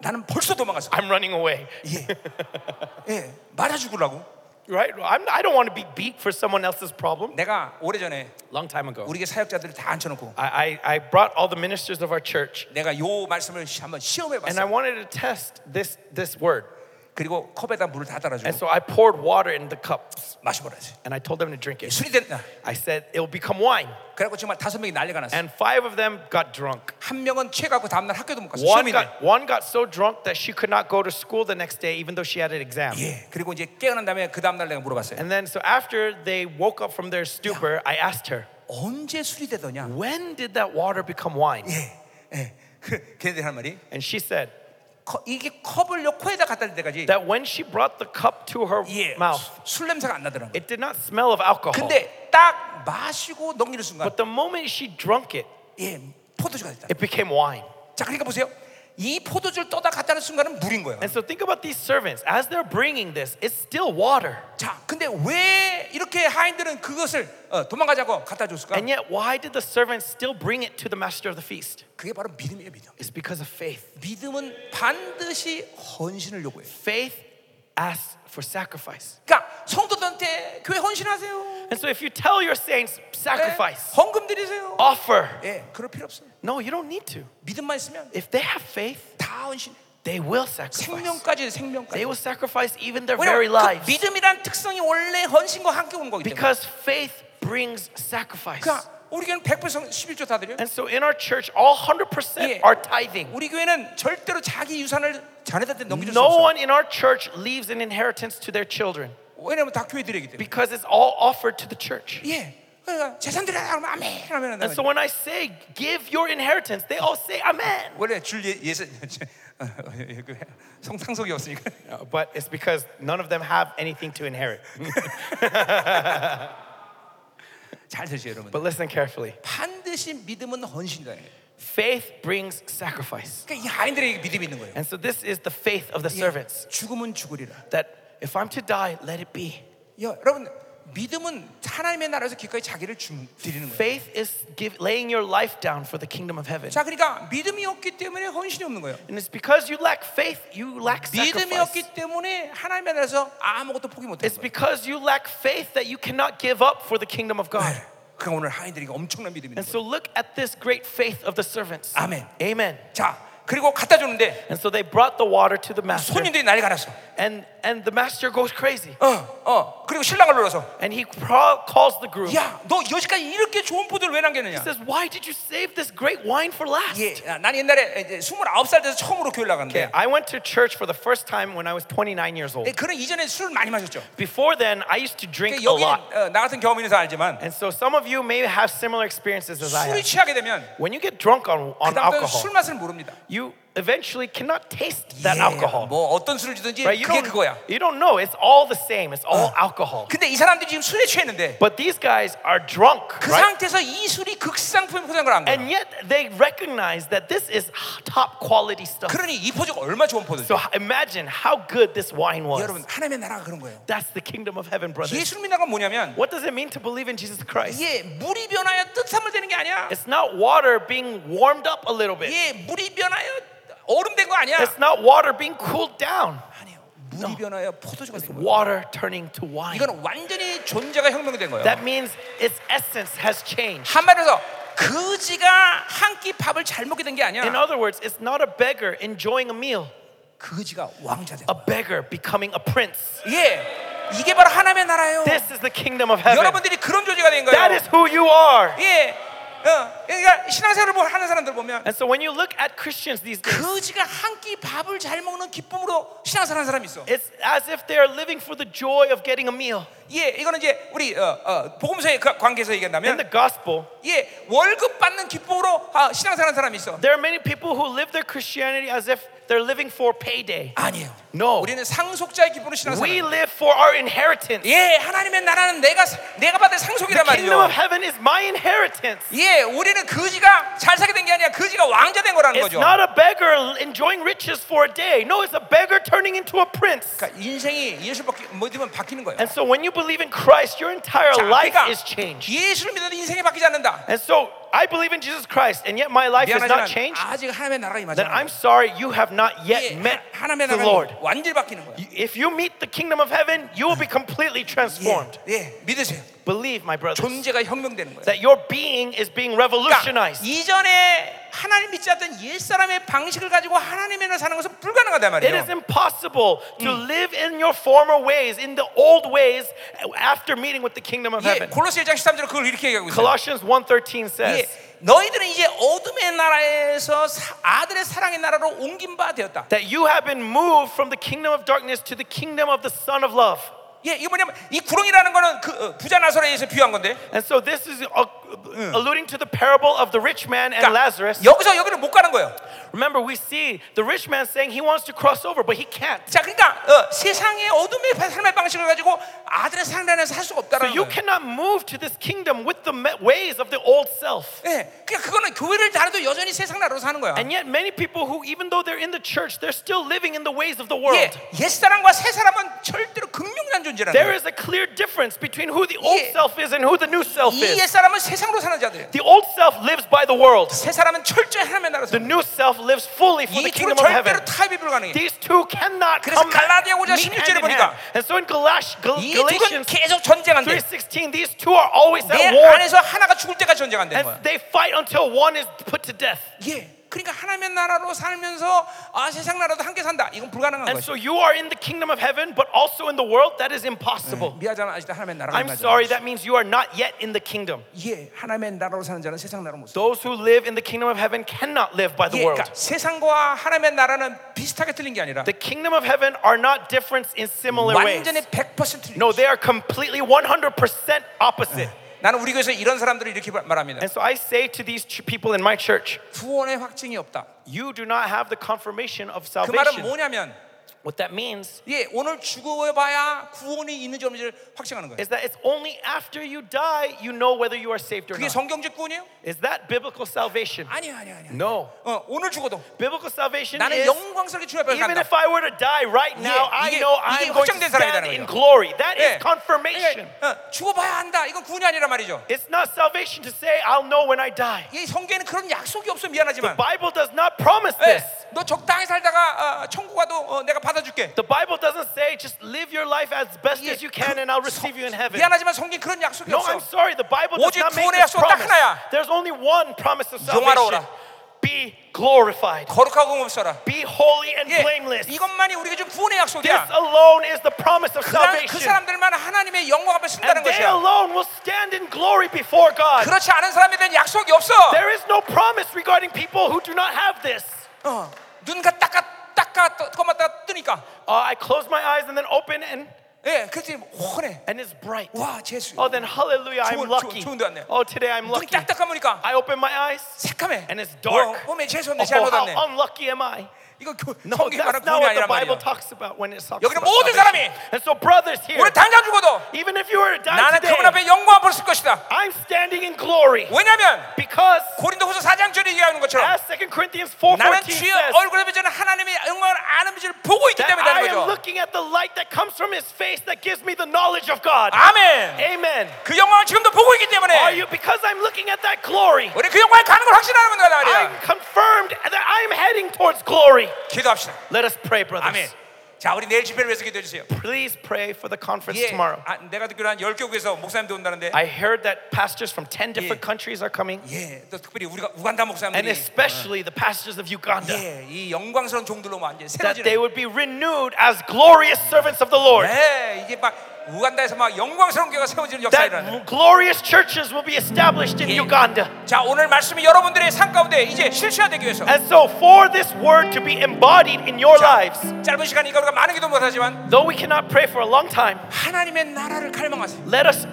Speaker 1: 나는 벌써 도망갔을 거예요.
Speaker 2: I'm running away.
Speaker 1: 예. 예. 말아 죽으려고.
Speaker 2: Right? I'm, I don't want to be beat for someone else's problem.
Speaker 1: 내가 오래전에
Speaker 2: Long time ago,
Speaker 1: 우리의 사역자들을 다 앉혀놓고
Speaker 2: I, I, I brought all the ministers of our church
Speaker 1: 내가 요 말씀을 시- 한번
Speaker 2: and I
Speaker 1: 시험해봤어요.
Speaker 2: wanted to test this, this word.
Speaker 1: 그리고 컵에다 물을 다
Speaker 2: And
Speaker 1: 따라주고
Speaker 2: so I poured water in the cups
Speaker 1: 마셔보라 했어요.
Speaker 2: and I told them to drink it.
Speaker 1: 술이 됐나? 아,
Speaker 2: I said, it'll become wine.
Speaker 1: 그래갖고 정말 다섯 명이 난리가 났어.
Speaker 2: And five of them got drunk.
Speaker 1: 한 명은 취해갖고 다음날 학교도 못 갔어.
Speaker 2: One
Speaker 1: 시험인데.
Speaker 2: got, one got so drunk that she could not go to school the next day, even though she had an exam.
Speaker 1: 예. 그리고 이제 깨어난 다음에 그 다음날 내가 물어봤어요.
Speaker 2: And then, so after they woke up from their stupor, I asked her,
Speaker 1: 언제 술이 되더냐?
Speaker 2: When did that water become wine?
Speaker 1: 예. 예. 그 걔네들 한 말이
Speaker 2: And she said
Speaker 1: 커- 이게 컵을 요 코에다 갖다 댈 때까지
Speaker 2: that when she brought the cup to her
Speaker 1: 예.
Speaker 2: mouth,
Speaker 1: 술 냄새가 안 나더라고.
Speaker 2: it did not smell of alcohol.
Speaker 1: 근데 딱 마시고 넘기는 순간
Speaker 2: But the moment she drunk it,
Speaker 1: 예. 포도주가 됐다.
Speaker 2: it became wine.
Speaker 1: 자, 그러니까 보세요. 이 포도주를 떠다 갖다 는 순간은 물인 거예요.
Speaker 2: And so think about these servants. As they're bringing this, it's still water.
Speaker 1: 자, 근데 왜 이렇게 하인들은 그것을 어, 도망가자고 갖다 줬을까?
Speaker 2: And yet, why did the servants still bring it to the master of the feast?
Speaker 1: 그게 바로 믿음이에요, 믿음.
Speaker 2: It's because of faith.
Speaker 1: 믿음은 반드시 헌신을 요구해요.
Speaker 2: Faith asks for sacrifice.
Speaker 1: 그러니까 성도들한테 교회 헌신하세요.
Speaker 2: And so if you tell your saints,
Speaker 1: 예,
Speaker 2: sacrifice, 어.
Speaker 1: 헌금 드리세요.
Speaker 2: offer,
Speaker 1: 예, 그럴 필요 없어요.
Speaker 2: Eh, no, you don't need to.
Speaker 1: 믿음만 있으면
Speaker 2: If they have faith,
Speaker 1: 다 헌신.
Speaker 2: they will sacrifice.
Speaker 1: 생명까지 생명까지.
Speaker 2: They will sacrifice even their very
Speaker 1: 왜냐면 그
Speaker 2: lives.
Speaker 1: 믿음이란 특성이 원래 헌신과 함께 온 거기 때문에.
Speaker 2: Because faith brings sacrifice.
Speaker 1: 그러니까 우리 교회는 100% 11조 다 드려. 요
Speaker 2: And so in our church, all
Speaker 1: Yeah.
Speaker 2: 100% are tithing.
Speaker 1: 우리 교회는 절대로 자기 유산을 자네들한테 넘겨줄 수
Speaker 2: No
Speaker 1: 없어.
Speaker 2: one in our church leaves an inheritance to their children
Speaker 1: 왜냐면 다 교회들이기 때문에.
Speaker 2: because it's all offered to the church.
Speaker 1: 예. 그러니까 재산 드려라 그러면 아멘 하면
Speaker 2: And
Speaker 1: 한다.
Speaker 2: so when I say give your inheritance, they all say amen.
Speaker 1: 원래 줄 예- 예산 그 성상속이 없으니까.
Speaker 2: Uh, But it's because none of them have anything to inherit.
Speaker 1: 잘 드세요, 여러분.
Speaker 2: But listen carefully.
Speaker 1: 반드시 믿음은 헌신이다.
Speaker 2: Faith brings sacrifice.
Speaker 1: 그러니까 이 하인들에게 믿음이 있는 거예요.
Speaker 2: And so this is the faith of the
Speaker 1: 예.
Speaker 2: servants
Speaker 1: 죽음은 죽으리라.
Speaker 2: that if I'm to die, let it be.
Speaker 1: 여, 여러분 믿음은 하나님의 나라에서 기꺼이 자기를 주, 드리는 거예요.
Speaker 2: Faith is give, laying your life down for the kingdom of heaven.
Speaker 1: 자, 그러니까 믿음이 없기 때문에 헌신이 없는 거예요.
Speaker 2: And it's because you lack faith, you lack
Speaker 1: 믿음이
Speaker 2: sacrifice.
Speaker 1: 없기 때문에 하나님의 나라에서 아무것도 포기 못해요.
Speaker 2: It's because you lack faith that you cannot give up for the kingdom of God.
Speaker 1: 그러니까 오늘 하인들에게 엄청난 믿음이 있는
Speaker 2: And
Speaker 1: 거예요.
Speaker 2: so look at this great faith of the servants.
Speaker 1: Amen.
Speaker 2: Amen.
Speaker 1: 자, 그리고 갖다 줬는데
Speaker 2: And so they brought the water to the master.
Speaker 1: 손님들이 난리가 났어.
Speaker 2: And and the master goes crazy.
Speaker 1: 어, 어. 그리고 신랑을 놀라서
Speaker 2: And he pro- calls the groom.
Speaker 1: 야, 너 여지까지 이렇게 좋은 포도를 왜 남겼느냐?
Speaker 2: He says, "Why did you save this great wine for last?"
Speaker 1: 예, 아, 난 옛날에 이제 29살 돼서 처음으로 교회를 나갔는데
Speaker 2: Okay, I went to church for the first time when I was 29 years old.
Speaker 1: 예, 그런 이전에 술 많이 마셨죠.
Speaker 2: Before then, I used to drink a
Speaker 1: 여기
Speaker 2: lot.
Speaker 1: 어, 나 같은 경험이 있어서 알지만
Speaker 2: And so some of you may have similar experiences as I
Speaker 1: 술이
Speaker 2: have.
Speaker 1: 취하게 되면
Speaker 2: When you get drunk on, on
Speaker 1: 그다음부터는 술
Speaker 2: alcohol,
Speaker 1: 맛을 모릅니다.
Speaker 2: you eventually cannot taste that
Speaker 1: 예,
Speaker 2: alcohol.
Speaker 1: 뭐 어떤 술을 주든지
Speaker 2: Right? You
Speaker 1: 그게
Speaker 2: don't,
Speaker 1: 그거야.
Speaker 2: you don't know. It's all the same. It's all alcohol.
Speaker 1: 근데 이 사람들이 지금 술에 취했는데
Speaker 2: But these guys are drunk,
Speaker 1: 그
Speaker 2: right?
Speaker 1: 상태에서 이 술이 극상품 포장을안 거야.
Speaker 2: And yet they recognize that this is top quality stuff.
Speaker 1: 그러니 이 포즈가 얼마 좋은 포즈죠.
Speaker 2: So h- imagine how good this wine
Speaker 1: 여러분
Speaker 2: was.
Speaker 1: 하나님의 나라가 그런 거예요.
Speaker 2: That's the kingdom of heaven, brothers.
Speaker 1: 예술 민화가 뭐냐면
Speaker 2: What does it mean to believe in Jesus Christ?
Speaker 1: 예 물이 변하여 뜻함을 되는 게 아니야.
Speaker 2: It's not water being warmed up a little bit.
Speaker 1: 예 물이 변하여 얼음 된 거 아니야.
Speaker 2: It's not water being cooled down.
Speaker 1: 아니요. 물이 변하여 포도주가 된 거예요.
Speaker 2: Water turning to wine.
Speaker 1: 이건 완전히 존재가 혁명이 된 거예요.
Speaker 2: That means its essence has changed.
Speaker 1: 한마디로 그지가 한 끼 밥을 잘 먹게 된 게
Speaker 2: In
Speaker 1: 아니야.
Speaker 2: other words, it's not a beggar enjoying a meal,
Speaker 1: 그지가 왕자 된
Speaker 2: a
Speaker 1: 거야.
Speaker 2: beggar becoming a prince.
Speaker 1: 예, 이게 바로 하나님의 나라예요.
Speaker 2: This is the kingdom of heaven.
Speaker 1: 여러분들이 그런 존재가 된
Speaker 2: That
Speaker 1: 거예요.
Speaker 2: is who you are.
Speaker 1: 예, 어, 그러니까 신앙생활을 보- 하는 사람들 보면
Speaker 2: And so when you look at Christians these days,
Speaker 1: 그지가 한 끼 밥을 잘 먹는 기쁨으로 신앙생활하는 사람이 있어.
Speaker 2: it's as if they are living for the joy of getting a meal.
Speaker 1: 예, 이거는 이제 우리 어, 어, 복음서의 그 관계에서
Speaker 2: In
Speaker 1: 얘기한다면
Speaker 2: the gospel,
Speaker 1: 예, 월급 받는 기쁨으로 아, 신앙생활하는 사람이 있어.
Speaker 2: there are many people who live their Christianity as if they're living for payday.
Speaker 1: 아니에요.
Speaker 2: No.
Speaker 1: 우리는 상속자의 기쁨으로
Speaker 2: We
Speaker 1: 신앙생활.
Speaker 2: live for our inheritance.
Speaker 1: 예, 하나님의 나라는 내가 사- 내가 받을 상속이란
Speaker 2: The kingdom
Speaker 1: 말이죠.
Speaker 2: of heaven is my inheritance.
Speaker 1: 예, 우리는 그지가 잘 사게 된 게 아니라 거지가 왕자 된 거라는
Speaker 2: It's
Speaker 1: 거죠.
Speaker 2: not a beggar enjoying riches for a day. No, it's a beggar turning into a prince.
Speaker 1: 그러니까 인생이 예수 밖에 믿으면 바뀌는 거예요.
Speaker 2: And so when you believe in Christ, your entire
Speaker 1: 자,
Speaker 2: life
Speaker 1: 그러니까
Speaker 2: is changed.
Speaker 1: 예수를 믿어도 인생이 바뀌지 않는다.
Speaker 2: And so I believe in Jesus Christ, and yet my life is not
Speaker 1: 미안하지만
Speaker 2: changed.
Speaker 1: 아직 하나님의 나라가 임하지
Speaker 2: Then
Speaker 1: 않아.
Speaker 2: I'm sorry, you have not yet
Speaker 1: 이게
Speaker 2: met
Speaker 1: 하- 하나님의
Speaker 2: the
Speaker 1: 나라가
Speaker 2: Lord.
Speaker 1: 완전히 바뀌는 거예요.
Speaker 2: If you meet the kingdom of heaven, you will be completely transformed.
Speaker 1: 예, 예, 믿으세요.
Speaker 2: Believe, my brothers,
Speaker 1: 존재가 혁명되는 거예요. 그러니까
Speaker 2: that your being is being revolutionized.
Speaker 1: 이전에 하나님 믿지 않던 옛 사람의 방식을 가지고 하나님의 나라 사는 것은 불가능하단
Speaker 2: It
Speaker 1: 말이에요.
Speaker 2: is impossible to live in your former ways, in the old ways, after meeting with the kingdom of
Speaker 1: 예,
Speaker 2: heaven.
Speaker 1: 골로새 1장 13절에 그걸 이렇게 얘기하고 있어요.
Speaker 2: Colossians 1:13 says,
Speaker 1: 예, 너희들은 이제 어둠의 나라에서 사- 아들의 사랑의 나라로 옮긴 바 되었다.
Speaker 2: that you have been moved from the kingdom of darkness to the kingdom of the Son of Love.
Speaker 1: 예, 이게 뭐냐면 이 구렁이라는 거는 그 어, 부자 나사로에 의해서 비유한 건데.
Speaker 2: And so this is uh, alluding to the parable of the rich man and
Speaker 1: 그러니까
Speaker 2: Lazarus.
Speaker 1: 여기서 여기를 못 가는 거예요.
Speaker 2: Remember, we see the rich man saying he wants to cross over, but he can't.
Speaker 1: 자, 그러니까 어, 세상의 어둠의 바- 삶의 방식을 가지고 아들의 상단에서 살 수가
Speaker 2: So
Speaker 1: 없다는
Speaker 2: you
Speaker 1: 거예요.
Speaker 2: cannot move to this kingdom with the me- ways of the old self.
Speaker 1: 예, 그러니까 그거는 교회를 다녀도 여전히 세상 나라로 사는 거야.
Speaker 2: And yet, many people who, even though they're in the church, they're still living in the ways of the world.
Speaker 1: 예, 옛 사람과 새 사람은 절대로 극명한 존재라는
Speaker 2: There
Speaker 1: 거예요.
Speaker 2: is a clear difference between who the old
Speaker 1: Yeah.
Speaker 2: self is and who the new self is.
Speaker 1: 이옛 사람은 세상으로 사는 자들이에요.
Speaker 2: The old self lives by the world.
Speaker 1: 새 사람은 철저히 하나님의 나라로
Speaker 2: The
Speaker 1: 사는
Speaker 2: new self lives fully for the
Speaker 1: 이 둘은
Speaker 2: kingdom of
Speaker 1: 절대로
Speaker 2: heaven.
Speaker 1: 타협이 불가능해.
Speaker 2: These two cannot
Speaker 1: 그래서
Speaker 2: come at-
Speaker 1: 갈라디아 5장
Speaker 2: meet hand
Speaker 1: 16 절을
Speaker 2: in hand. And so in Galash, Gal-
Speaker 1: 이 둘은
Speaker 2: Galatians
Speaker 1: 계속 전쟁한대.
Speaker 2: 3:16, these two are always
Speaker 1: 내
Speaker 2: at war,
Speaker 1: 안에서 하나가 죽을 때까지 전쟁한다는 거야.
Speaker 2: and they fight until one is put to death.
Speaker 1: 예. 그러니까 하나님의 나라로 살면서 아 세상 나라도 함께 산다. 이건 불가능한
Speaker 2: And
Speaker 1: 거죠.
Speaker 2: so you are in the kingdom of heaven, but also in the world. That is impossible.
Speaker 1: 미하자는 아직도 하나님의 나라가
Speaker 2: I'm
Speaker 1: 임하지
Speaker 2: sorry,
Speaker 1: 않았어.
Speaker 2: that means you are not yet in the kingdom.
Speaker 1: 예, 하나님의 나라로 사는 자는 세상 나라로 못 사.
Speaker 2: Those who live in the kingdom of heaven cannot live by
Speaker 1: 예,
Speaker 2: the world.
Speaker 1: 그러니까 세상과 하나님의 나라는 비슷하게 틀린 게 아니라
Speaker 2: The kingdom of heaven are not different in similar ways.
Speaker 1: 완전히 100% 틀린.
Speaker 2: No, they are completely 100% opposite.
Speaker 1: 나는 우리 교회에서 이런 사람들을 이렇게 말- 말합니다.
Speaker 2: And so I say to these ch- people in my church,
Speaker 1: 구원의 확증이 없다.
Speaker 2: you do not have the confirmation of
Speaker 1: 그 말은
Speaker 2: salvation.
Speaker 1: 뭐냐면
Speaker 2: What that means
Speaker 1: 예, 오늘 죽어봐야 구원이 있는지 없는지를 확증하는 거예요.
Speaker 2: is that it's only after you die you know whether you are saved or
Speaker 1: 그게
Speaker 2: not.
Speaker 1: 성경적 구원이에요?
Speaker 2: Is that biblical salvation?
Speaker 1: 아니야, 아니야, 아니야.
Speaker 2: No.
Speaker 1: 어, 오늘 죽어도
Speaker 2: Biblical salvation
Speaker 1: 나는
Speaker 2: is
Speaker 1: 영광스럽게 주님 앞에
Speaker 2: even
Speaker 1: 간다.
Speaker 2: if I were to die right now,
Speaker 1: Yeah,
Speaker 2: I
Speaker 1: 이게-
Speaker 2: know
Speaker 1: 이게
Speaker 2: I'm going to
Speaker 1: 확정된 사람이라는
Speaker 2: stand in
Speaker 1: 거죠.
Speaker 2: glory. That
Speaker 1: 예.
Speaker 2: is confirmation.
Speaker 1: 예, 어, 죽어봐야 한다. 이건 구원이 아니라 말이죠.
Speaker 2: It's not salvation to say I'll know when I die.
Speaker 1: 이 성경에는 그런 약속이 없어 미안하지만.
Speaker 2: Bible does not promise this.
Speaker 1: 예, 너 적당히 살다가 어, 천국 가도 어, 내가 받아줄게.
Speaker 2: The Bible doesn't say just live your life as best
Speaker 1: 예,
Speaker 2: as you can
Speaker 1: 그-
Speaker 2: and I'll
Speaker 1: 성-
Speaker 2: receive you in heaven.
Speaker 1: 미안하지만 성경 그런 약속이
Speaker 2: No, I'm
Speaker 1: 없어.
Speaker 2: sorry. The Bible does
Speaker 1: 오직
Speaker 2: not make
Speaker 1: 구원의
Speaker 2: this
Speaker 1: 약속은 딱
Speaker 2: promise.
Speaker 1: 하나야.
Speaker 2: There's only one promise of
Speaker 1: 영화로워라.
Speaker 2: salvation. Be glorified.
Speaker 1: 거룩하고 없어라.
Speaker 2: Be holy and
Speaker 1: 예,
Speaker 2: blameless.
Speaker 1: 이것만이 우리가 좀 구원의
Speaker 2: This
Speaker 1: 약속이야.
Speaker 2: alone is the promise of
Speaker 1: 그러나 그
Speaker 2: salvation.
Speaker 1: 사람들만 하나님의 영광 앞에 쓴다는
Speaker 2: And they
Speaker 1: 것이야.
Speaker 2: alone will stand in glory before God.
Speaker 1: 그렇지 않은 사람에 대한 약속이 없어.
Speaker 2: There is no promise regarding people who do not have this.
Speaker 1: 어, 눈가 닦아 닦아 떠- 떠마다 뜨니까
Speaker 2: Uh, I close my eyes and then open and
Speaker 1: 예, 그랬더니 환해.
Speaker 2: and it's bright.
Speaker 1: 와, 예수.
Speaker 2: Oh, then hallelujah,
Speaker 1: 좋은-
Speaker 2: I'm lucky.
Speaker 1: 좋은- 좋은 데 왔네.
Speaker 2: Oh, today I'm
Speaker 1: 눈이
Speaker 2: lucky.
Speaker 1: 딱딱한 보니까
Speaker 2: I open my eyes.
Speaker 1: 새까매.
Speaker 2: And it's dark.
Speaker 1: 어, 어메 재수 없네.
Speaker 2: Oh,
Speaker 1: 잘못 왔네.
Speaker 2: how unlucky am I?
Speaker 1: 이거 교-
Speaker 2: No,
Speaker 1: 성경이 말하는 구원이
Speaker 2: that's not what
Speaker 1: 아니란
Speaker 2: the Bible
Speaker 1: 말이야.
Speaker 2: talks about when it talks
Speaker 1: 여기는
Speaker 2: about
Speaker 1: 모든
Speaker 2: salvation. And so, brothers here,
Speaker 1: 오늘 당장 죽어도
Speaker 2: even if you were to die
Speaker 1: 나는
Speaker 2: today,
Speaker 1: 그분 앞에 영광 앞을 쓸 것이다.
Speaker 2: I'm standing in glory
Speaker 1: 왜냐면
Speaker 2: because
Speaker 1: 고린도후서 4장절에 얘기하는 것처럼
Speaker 2: as 2 Corinthians
Speaker 1: 나는
Speaker 2: 4:14
Speaker 1: 주의
Speaker 2: says,
Speaker 1: 얼굴에 비치는 하나님의 영광을 아는 빛을 보고 있기
Speaker 2: that
Speaker 1: 때문에
Speaker 2: I
Speaker 1: 되는 거죠.
Speaker 2: am looking at the light that comes from His face that gives me the knowledge of God.
Speaker 1: 아멘.
Speaker 2: Amen.
Speaker 1: 그 영광을 지금도 보고 있기
Speaker 2: Are
Speaker 1: 때문에
Speaker 2: you because I'm looking at that glory?
Speaker 1: 우리 그 영광에 가는 걸 확신하는 건다
Speaker 2: I'm
Speaker 1: 말이야.
Speaker 2: confirmed that I'm heading towards glory.
Speaker 1: 기도합시다.
Speaker 2: Let us pray, brothers.
Speaker 1: 아멘. 자, 우리 내일 집회를 위해서 기도해 주세요.
Speaker 2: Please pray for the conference
Speaker 1: 예,
Speaker 2: tomorrow.
Speaker 1: 아, 내가 듣기로 한 10개 국에서 목사님도 온다는데
Speaker 2: I heard that pastors from 10 different countries are coming,
Speaker 1: 예, 또 특별히 우리가 우간다
Speaker 2: and
Speaker 1: 목사님들이
Speaker 2: especially the pastors of Uganda,
Speaker 1: 예, 이 영광스러운 종들로 완전
Speaker 2: that they
Speaker 1: 새로지는
Speaker 2: would be renewed as glorious servants of the Lord.
Speaker 1: 예, 이게 막 우간다에서 막 영광스러운 교회가 세워지는 역사가 일어나는
Speaker 2: That glorious churches will be established in
Speaker 1: Yeah.
Speaker 2: Uganda.
Speaker 1: 자, 오늘 말씀이 여러분들의 삶 가운데 이제 실체화되기 위해서
Speaker 2: And so, for this word to be embodied in your lives,
Speaker 1: 짧은 시간이니까 우리가 많은 기도 못하지만
Speaker 2: though we cannot pray for a long time,
Speaker 1: 하나님의 나라를 갈망하세요.
Speaker 2: let us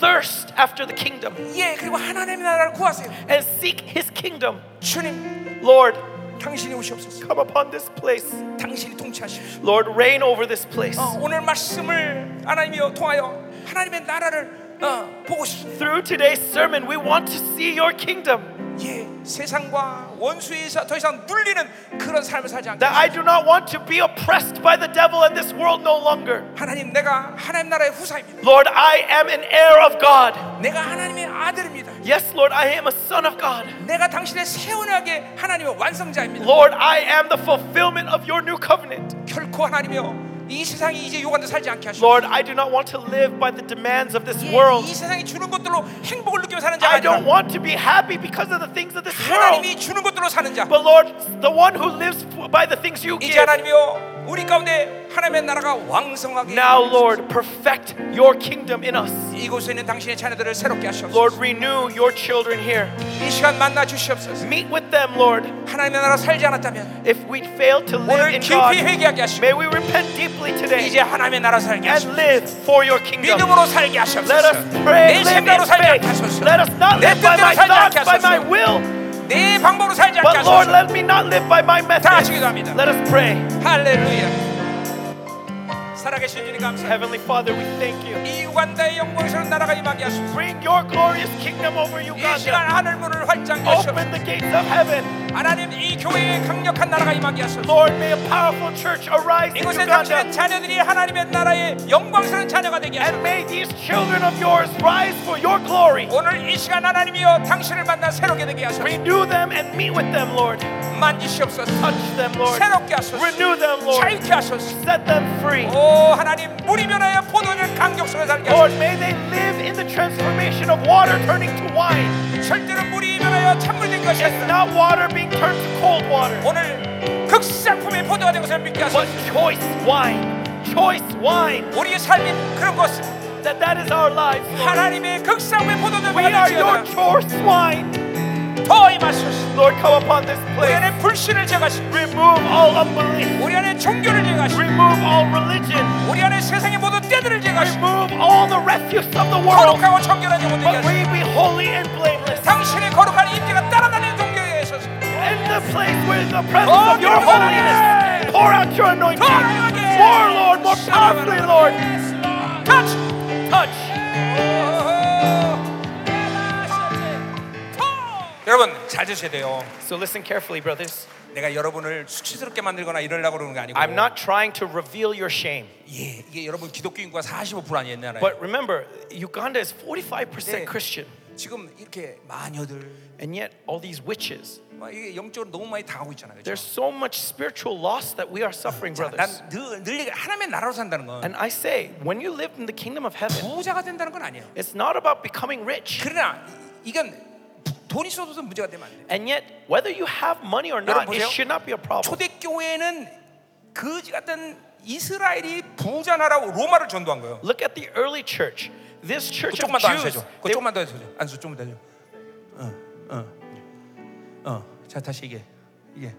Speaker 2: thirst after the kingdom
Speaker 1: 예, 그리고 하나님의 나라를 구하세요.
Speaker 2: and seek his kingdom.
Speaker 1: 주님,
Speaker 2: Lord,
Speaker 1: 당신이 오시옵소서.
Speaker 2: come upon this place.
Speaker 1: 당신이 통치하시옵소서.
Speaker 2: Lord, reign over this place.
Speaker 1: 어, 오늘 말씀을 하나님이여 통하여 하나님의 나라를 어, 보고 싶습니다.
Speaker 2: Through today's sermon, we want to see your kingdom.
Speaker 1: 예, 세상과 원수에 의해서 더 이상 눌리는 그런 삶을 살지 않게
Speaker 2: That I do not want to be oppressed by the devil and this world no longer.
Speaker 1: 하나님 내가 하나님 나라의 후사입니다.
Speaker 2: Lord, I am an heir of God.
Speaker 1: 내가 하나님의 아들입니다.
Speaker 2: Yes, Lord, I am a son of God.
Speaker 1: 내가 당신의 새언약의 하나님의 완성자입니다.
Speaker 2: Lord, I am the fulfillment of your new covenant.
Speaker 1: 결코 하나님이여 이 세상이 이제 요관도 살지 않게 하시고
Speaker 2: Lord, I do not want to live by the demands of this
Speaker 1: 이,
Speaker 2: world.
Speaker 1: 이 세상이 주는 것들로 행복을 느끼며 사는 자가
Speaker 2: I don't
Speaker 1: 아니라
Speaker 2: want to be happy because of the things of this world.
Speaker 1: 하나님이 주는 것들로 사는 자
Speaker 2: But Lord, the one who lives f- by the things you
Speaker 1: 이제
Speaker 2: give.
Speaker 1: 하나님이여 우리 가운데 하나님의 나라가 왕성하게
Speaker 2: Now, Lord, perfect your kingdom in us.
Speaker 1: 이곳에 있는 당신의 자녀들을 새롭게 하시옵소서
Speaker 2: Lord, renew your children here.
Speaker 1: 이 시간 만나 주시옵소서
Speaker 2: Meet with them, Lord.
Speaker 1: 하나님의 나라 살지 않았다면
Speaker 2: If we fail to live
Speaker 1: 오늘
Speaker 2: in
Speaker 1: 깊이
Speaker 2: God,
Speaker 1: 회개하게 하시고
Speaker 2: may we repent deeply
Speaker 1: 이제
Speaker 2: today
Speaker 1: 하나님의 나라 살게 하시고
Speaker 2: and live for your kingdom.
Speaker 1: 믿음으로 살게
Speaker 2: Let
Speaker 1: 하시옵소서
Speaker 2: us
Speaker 1: 내
Speaker 2: pray, live
Speaker 1: 생각으로
Speaker 2: in
Speaker 1: 살지 않게
Speaker 2: faith.
Speaker 1: 하소서
Speaker 2: Let us not
Speaker 1: 내
Speaker 2: live by
Speaker 1: 뜻대로
Speaker 2: my
Speaker 1: 살지 않게
Speaker 2: thoughts, by my
Speaker 1: 하소서
Speaker 2: will,
Speaker 1: 내 방법으로 살지 않게
Speaker 2: but Lord,
Speaker 1: 하소서
Speaker 2: let me not live by my methods.
Speaker 1: 기도합니다.
Speaker 2: Let us pray.
Speaker 1: 할렐루야 살아계신 주님 감사합니다
Speaker 2: Heavenly Father, we thank you.
Speaker 1: 이 유관다의 영광스러운 나라가 임하게 하소서
Speaker 2: Bring your glorious kingdom over
Speaker 1: 이
Speaker 2: Uganda.
Speaker 1: 시간 하늘문을 활짝 여시옵소서
Speaker 2: Open the gates of heaven.
Speaker 1: 하나님 이 교회의 강력한 나라가 임하게 하소서
Speaker 2: Lord, may a powerful church arise in
Speaker 1: 이곳에 당신의
Speaker 2: Uganda.
Speaker 1: 자녀들이 하나님의 나라의 영광스러운 자녀가 되게
Speaker 2: And
Speaker 1: 하소서
Speaker 2: may these children of yours rise for your glory.
Speaker 1: 오늘 이 시간 하나님이여 당신을 만나 새롭게 되게 하소서
Speaker 2: Renew them and meet with them, Lord.
Speaker 1: 만지시옵소서
Speaker 2: Touch them, Lord.
Speaker 1: 새롭게 하소서
Speaker 2: Renew them, Lord.
Speaker 1: 자유케 하소서
Speaker 2: Set them free.
Speaker 1: 오 하나님 물이 변하여 포도를 강격성에 살게
Speaker 2: Lord,
Speaker 1: 하소서
Speaker 2: may they live in the transformation of water turning to wine.
Speaker 1: 절대로 물이 변하여 찬물 된 것이
Speaker 2: It's
Speaker 1: 아니라
Speaker 2: not water being turned to cold water,
Speaker 1: 오늘 극상품의 포도가 된 것을 믿게 하소서
Speaker 2: but choice wine. Choice wine.
Speaker 1: 우리의 삶이 그런 것
Speaker 2: That that is our lives. Lord.
Speaker 1: 하나님의 극상의 포도를
Speaker 2: We are
Speaker 1: 받아들여
Speaker 2: your choice wine.
Speaker 1: 더 임하소서
Speaker 2: Lord, come upon this
Speaker 1: 우리
Speaker 2: place.
Speaker 1: 안에 불신을 제거하시고
Speaker 2: Remove all unbelief.
Speaker 1: 우리 안에 종교를 제거하시고
Speaker 2: Remove all religion.
Speaker 1: 우리 안에 세상의 모든 떼들을 제거하시고
Speaker 2: Remove all the refuse of the world.
Speaker 1: 거룩하고 정결한 영혼 되게
Speaker 2: But
Speaker 1: 하시고
Speaker 2: we be holy and blameless.
Speaker 1: 당신의 거룩한 임재가 따라다니는 종교에 있어서
Speaker 2: In the place where the presence
Speaker 1: Oh,
Speaker 2: of your
Speaker 1: Lord.
Speaker 2: holiness. Pour out your anointing.
Speaker 1: 더 강하게
Speaker 2: More, Lord, more powerfully, Lord.
Speaker 1: Yes, Lord. Touch
Speaker 2: Touch.
Speaker 1: 여러분 잘 드셔야 돼요
Speaker 2: So listen carefully, brothers.
Speaker 1: 내가 여러분을 수치스럽게 만들거나 이러려고 그러는 게 아니고
Speaker 2: I'm not trying to reveal your shame.
Speaker 1: 예, 이게 여러분 기독교인과 45% 아니에요 옛날에
Speaker 2: But remember, Uganda is 45% Christian.
Speaker 1: 지금 이렇게 마녀들
Speaker 2: And yet, all these witches.
Speaker 1: 막 이게 영적으로 너무 많이 당하고 있잖아요.
Speaker 2: There's so much spiritual loss that we are suffering, brothers.
Speaker 1: 난늘 하나님의 나라로 산다는 건
Speaker 2: And I say, when you live in the kingdom of heaven,
Speaker 1: 부자가 된다는 건 아니에요.
Speaker 2: it's not about becoming rich.
Speaker 1: 그러나 이- 이건 부- 돈 있어도 문제가 되면 안 돼.
Speaker 2: And yet, whether you have money or
Speaker 1: 여러분
Speaker 2: not, it
Speaker 1: 보세요.
Speaker 2: should not be a problem.
Speaker 1: 초대 교회는 거지 같은 이스라엘이 부자 나라고 로마를 전도한 거예요.
Speaker 2: Look at the early church. This church of
Speaker 1: 조금만 더안
Speaker 2: Jews.
Speaker 1: 써줘. 그
Speaker 2: They,
Speaker 1: 조금만 더 써줘. 안 써, 조금 더 줘. 어, 어, 어. 자 다시 이게 이게.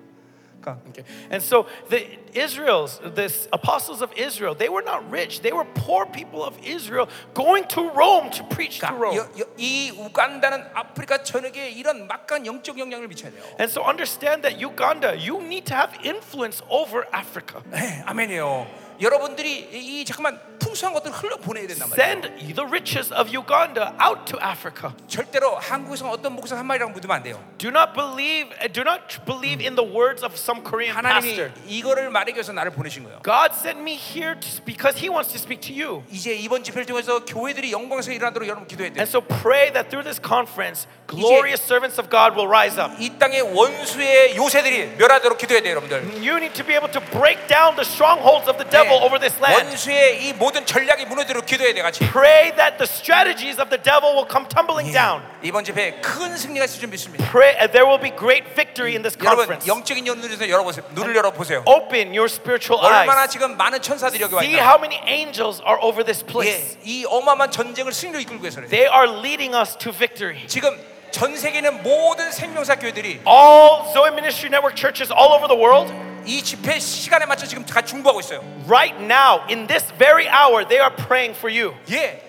Speaker 1: 그러니까
Speaker 2: Okay. and so the Israel's, the apostles of Israel, they were not rich. They were poor people of Israel going to Rome to preach to Rome.
Speaker 1: 여, 여, 이 우간다는 아프리카 전역에 이런 막강한 영적 영향을 미쳐야 돼요.
Speaker 2: And so understand that Uganda, you need to have influence over Africa.
Speaker 1: 네, 아멘이에요. 여러분들이 이, 이 잠깐만 풍성한 것들 흘러 보내야 된단 말이에요.
Speaker 2: Send the riches of Uganda out to Africa.
Speaker 1: 절대로 한국에서 어떤 목사 한 마리랑 묻으면 안 돼요.
Speaker 2: Do not believe, uh, do not tr- believe in the words of some Korean
Speaker 1: 하나님이
Speaker 2: pastor.
Speaker 1: 이거를 말하기 위해서 나를 보내신 거예요.
Speaker 2: God sent me here to, because He wants to speak to you.
Speaker 1: 이제 이번 집회를 통해서 교회들이 영광에서 일어나도록 여러분 기도해야 돼요.
Speaker 2: And so pray that through this conference, glorious servants of God will rise up.
Speaker 1: 이 땅의 원수의 요새들이 멸하도록 기도해야 돼요, 여러분들.
Speaker 2: You need to be able to break down the strongholds of the devil over this land.
Speaker 1: 네. 원수의 이 모든 전략이 무너지도록 기도해야 돼, 같이.
Speaker 2: Pray that the strategies of the devil will come tumbling down.
Speaker 1: 이번 집회에 큰 승리가 있을 줄 믿습니다.
Speaker 2: Pray uh, there will be great victory in this
Speaker 1: 여러분,
Speaker 2: conference.
Speaker 1: 영적인 눈을 열어보세요. 눈을 열어보세요.
Speaker 2: Open your spiritual
Speaker 1: 얼마나
Speaker 2: eyes.
Speaker 1: 지금 많은 천사들이 여기 와
Speaker 2: See
Speaker 1: 있나.
Speaker 2: how many angels are over this place.
Speaker 1: 예, 이 어마어마한 전쟁을 승리로 이끌고 계세요.
Speaker 2: They are leading us to victory.
Speaker 1: 지금 전 세계 있는 모든 생명사 교회들이
Speaker 2: All Zoe Ministry Network churches all over the world,
Speaker 1: 이 집회 시간에 맞춰 지금 다 중보하고 있어요.
Speaker 2: right now, in this very hour, they are praying for you.
Speaker 1: 예.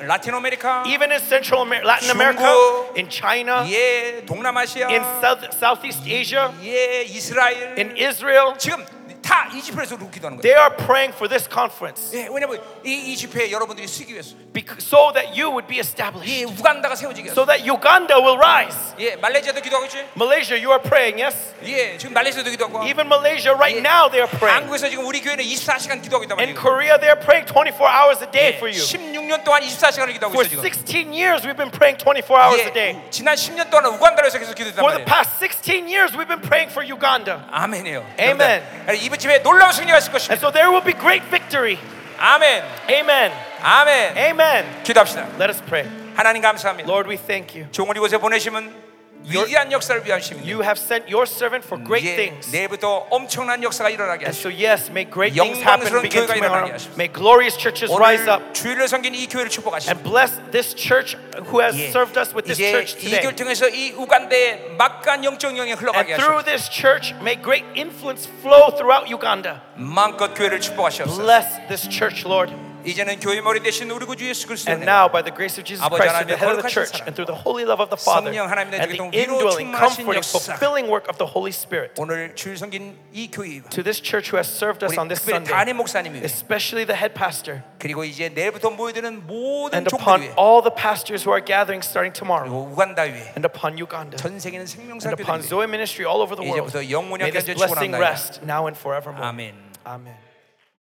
Speaker 1: 라틴 아메리카,
Speaker 2: Even in Central Amer- Latin America,
Speaker 1: 중국,
Speaker 2: in China,
Speaker 1: 예, 동남아시아,
Speaker 2: in South- Southeast Asia,
Speaker 1: 예, 이스라엘.
Speaker 2: in Israel,
Speaker 1: 지금 다 이 집회에서 그렇게 기도하는 거예요.
Speaker 2: They are praying for this conference
Speaker 1: 예, 왜냐면 이, 이 집회에 여러분들이 쓰기 위해서
Speaker 2: bec- so that you would be
Speaker 1: 이
Speaker 2: established,
Speaker 1: 우간다가 세워지게
Speaker 2: so that Uganda will rise.
Speaker 1: 예, 말레이시아도 기도하고 있지.
Speaker 2: Malaysia, you are praying, yes?
Speaker 1: 예, 지금 말레이시아도 기도하고.
Speaker 2: Even Malaysia,
Speaker 1: Oh. Yeah.
Speaker 2: right now, they are praying.
Speaker 1: 한국에서 지금 우리 교회는 24시간 기도하고 있단 말이에요. 예,
Speaker 2: In Korea, they are praying 24 hours a day for you.
Speaker 1: 16년 동안 24시간을 기도하고
Speaker 2: For
Speaker 1: 있어 지금.
Speaker 2: 16 years, we've been praying 24 hours a day.
Speaker 1: 예, 지난 10년 동안 우간다에서 계속 기도했단
Speaker 2: For
Speaker 1: 말이에요.
Speaker 2: the past 16 years, we've been praying for Uganda.
Speaker 1: 아멘이에요.
Speaker 2: Amen.
Speaker 1: 여러분들, 이번 집에 놀라운 승리가 있을
Speaker 2: And
Speaker 1: 것입니다.
Speaker 2: so there will be great victory.
Speaker 1: 아멘.
Speaker 2: Amen.
Speaker 1: 아멘.
Speaker 2: Amen.
Speaker 1: 기도합시다.
Speaker 2: Let us pray.
Speaker 1: 하나님 감사합니다.
Speaker 2: Lord, we thank you.
Speaker 1: 종을 이곳에 보내시면 위대한 역사를 위하십니다.
Speaker 2: You have sent your servant for great things.
Speaker 1: 내일부터 엄청난 역사가 일어나게
Speaker 2: And
Speaker 1: 하시고
Speaker 2: so, yes, may great things happen.
Speaker 1: 영광스러운
Speaker 2: Begin
Speaker 1: 교회가 일어나게
Speaker 2: tomorrow.
Speaker 1: 하십시오.
Speaker 2: May glorious churches rise up.
Speaker 1: 오늘 주일을 섬긴 이 교회를 축복하시고
Speaker 2: And bless this church who has
Speaker 1: 예.
Speaker 2: served us with this
Speaker 1: 이제
Speaker 2: church
Speaker 1: 이 교회를
Speaker 2: today.
Speaker 1: 통해서 이 우간다의 막간 영적 영향이 흘러가게
Speaker 2: And
Speaker 1: 하시고
Speaker 2: through this church, may great influence flow throughout Uganda.
Speaker 1: 마음껏 교회를 축복하시옵소서
Speaker 2: Bless this church, Lord.
Speaker 1: 이제는 교회 머리 대신 우리 구주 예수 그리스도의
Speaker 2: And
Speaker 1: 은혜와
Speaker 2: now, by the grace of Jesus
Speaker 1: 아버지
Speaker 2: Christ,
Speaker 1: 하나님의
Speaker 2: through the head of the
Speaker 1: 거룩하신
Speaker 2: church,
Speaker 1: 사랑,
Speaker 2: and through the holy love of the Father,
Speaker 1: 성령 하나님의
Speaker 2: and the
Speaker 1: 능력으로
Speaker 2: indwelling,
Speaker 1: 충만하신
Speaker 2: comforting,
Speaker 1: 역사.
Speaker 2: fulfilling work of the Holy Spirit,
Speaker 1: 오늘 주일 섬긴 이 교회
Speaker 2: to this church who has served us
Speaker 1: 우리
Speaker 2: on this
Speaker 1: 특별히 단임
Speaker 2: Sunday,
Speaker 1: 목사님이
Speaker 2: especially the head pastor,
Speaker 1: 그리고 이제 내일부터 모여드는 모든
Speaker 2: and upon
Speaker 1: 종들 위해
Speaker 2: all the pastors who are gathering starting tomorrow,
Speaker 1: 그리고 우간다 위해
Speaker 2: and upon Uganda,
Speaker 1: 전 세계는 생명사
Speaker 2: and upon
Speaker 1: 교회
Speaker 2: Zoe Ministry all over the world.
Speaker 1: 이제부터 영원히
Speaker 2: May this
Speaker 1: 함께
Speaker 2: blessing
Speaker 1: 주시옵나이다.
Speaker 2: rest now and forevermore.
Speaker 1: 아멘.
Speaker 2: Amen.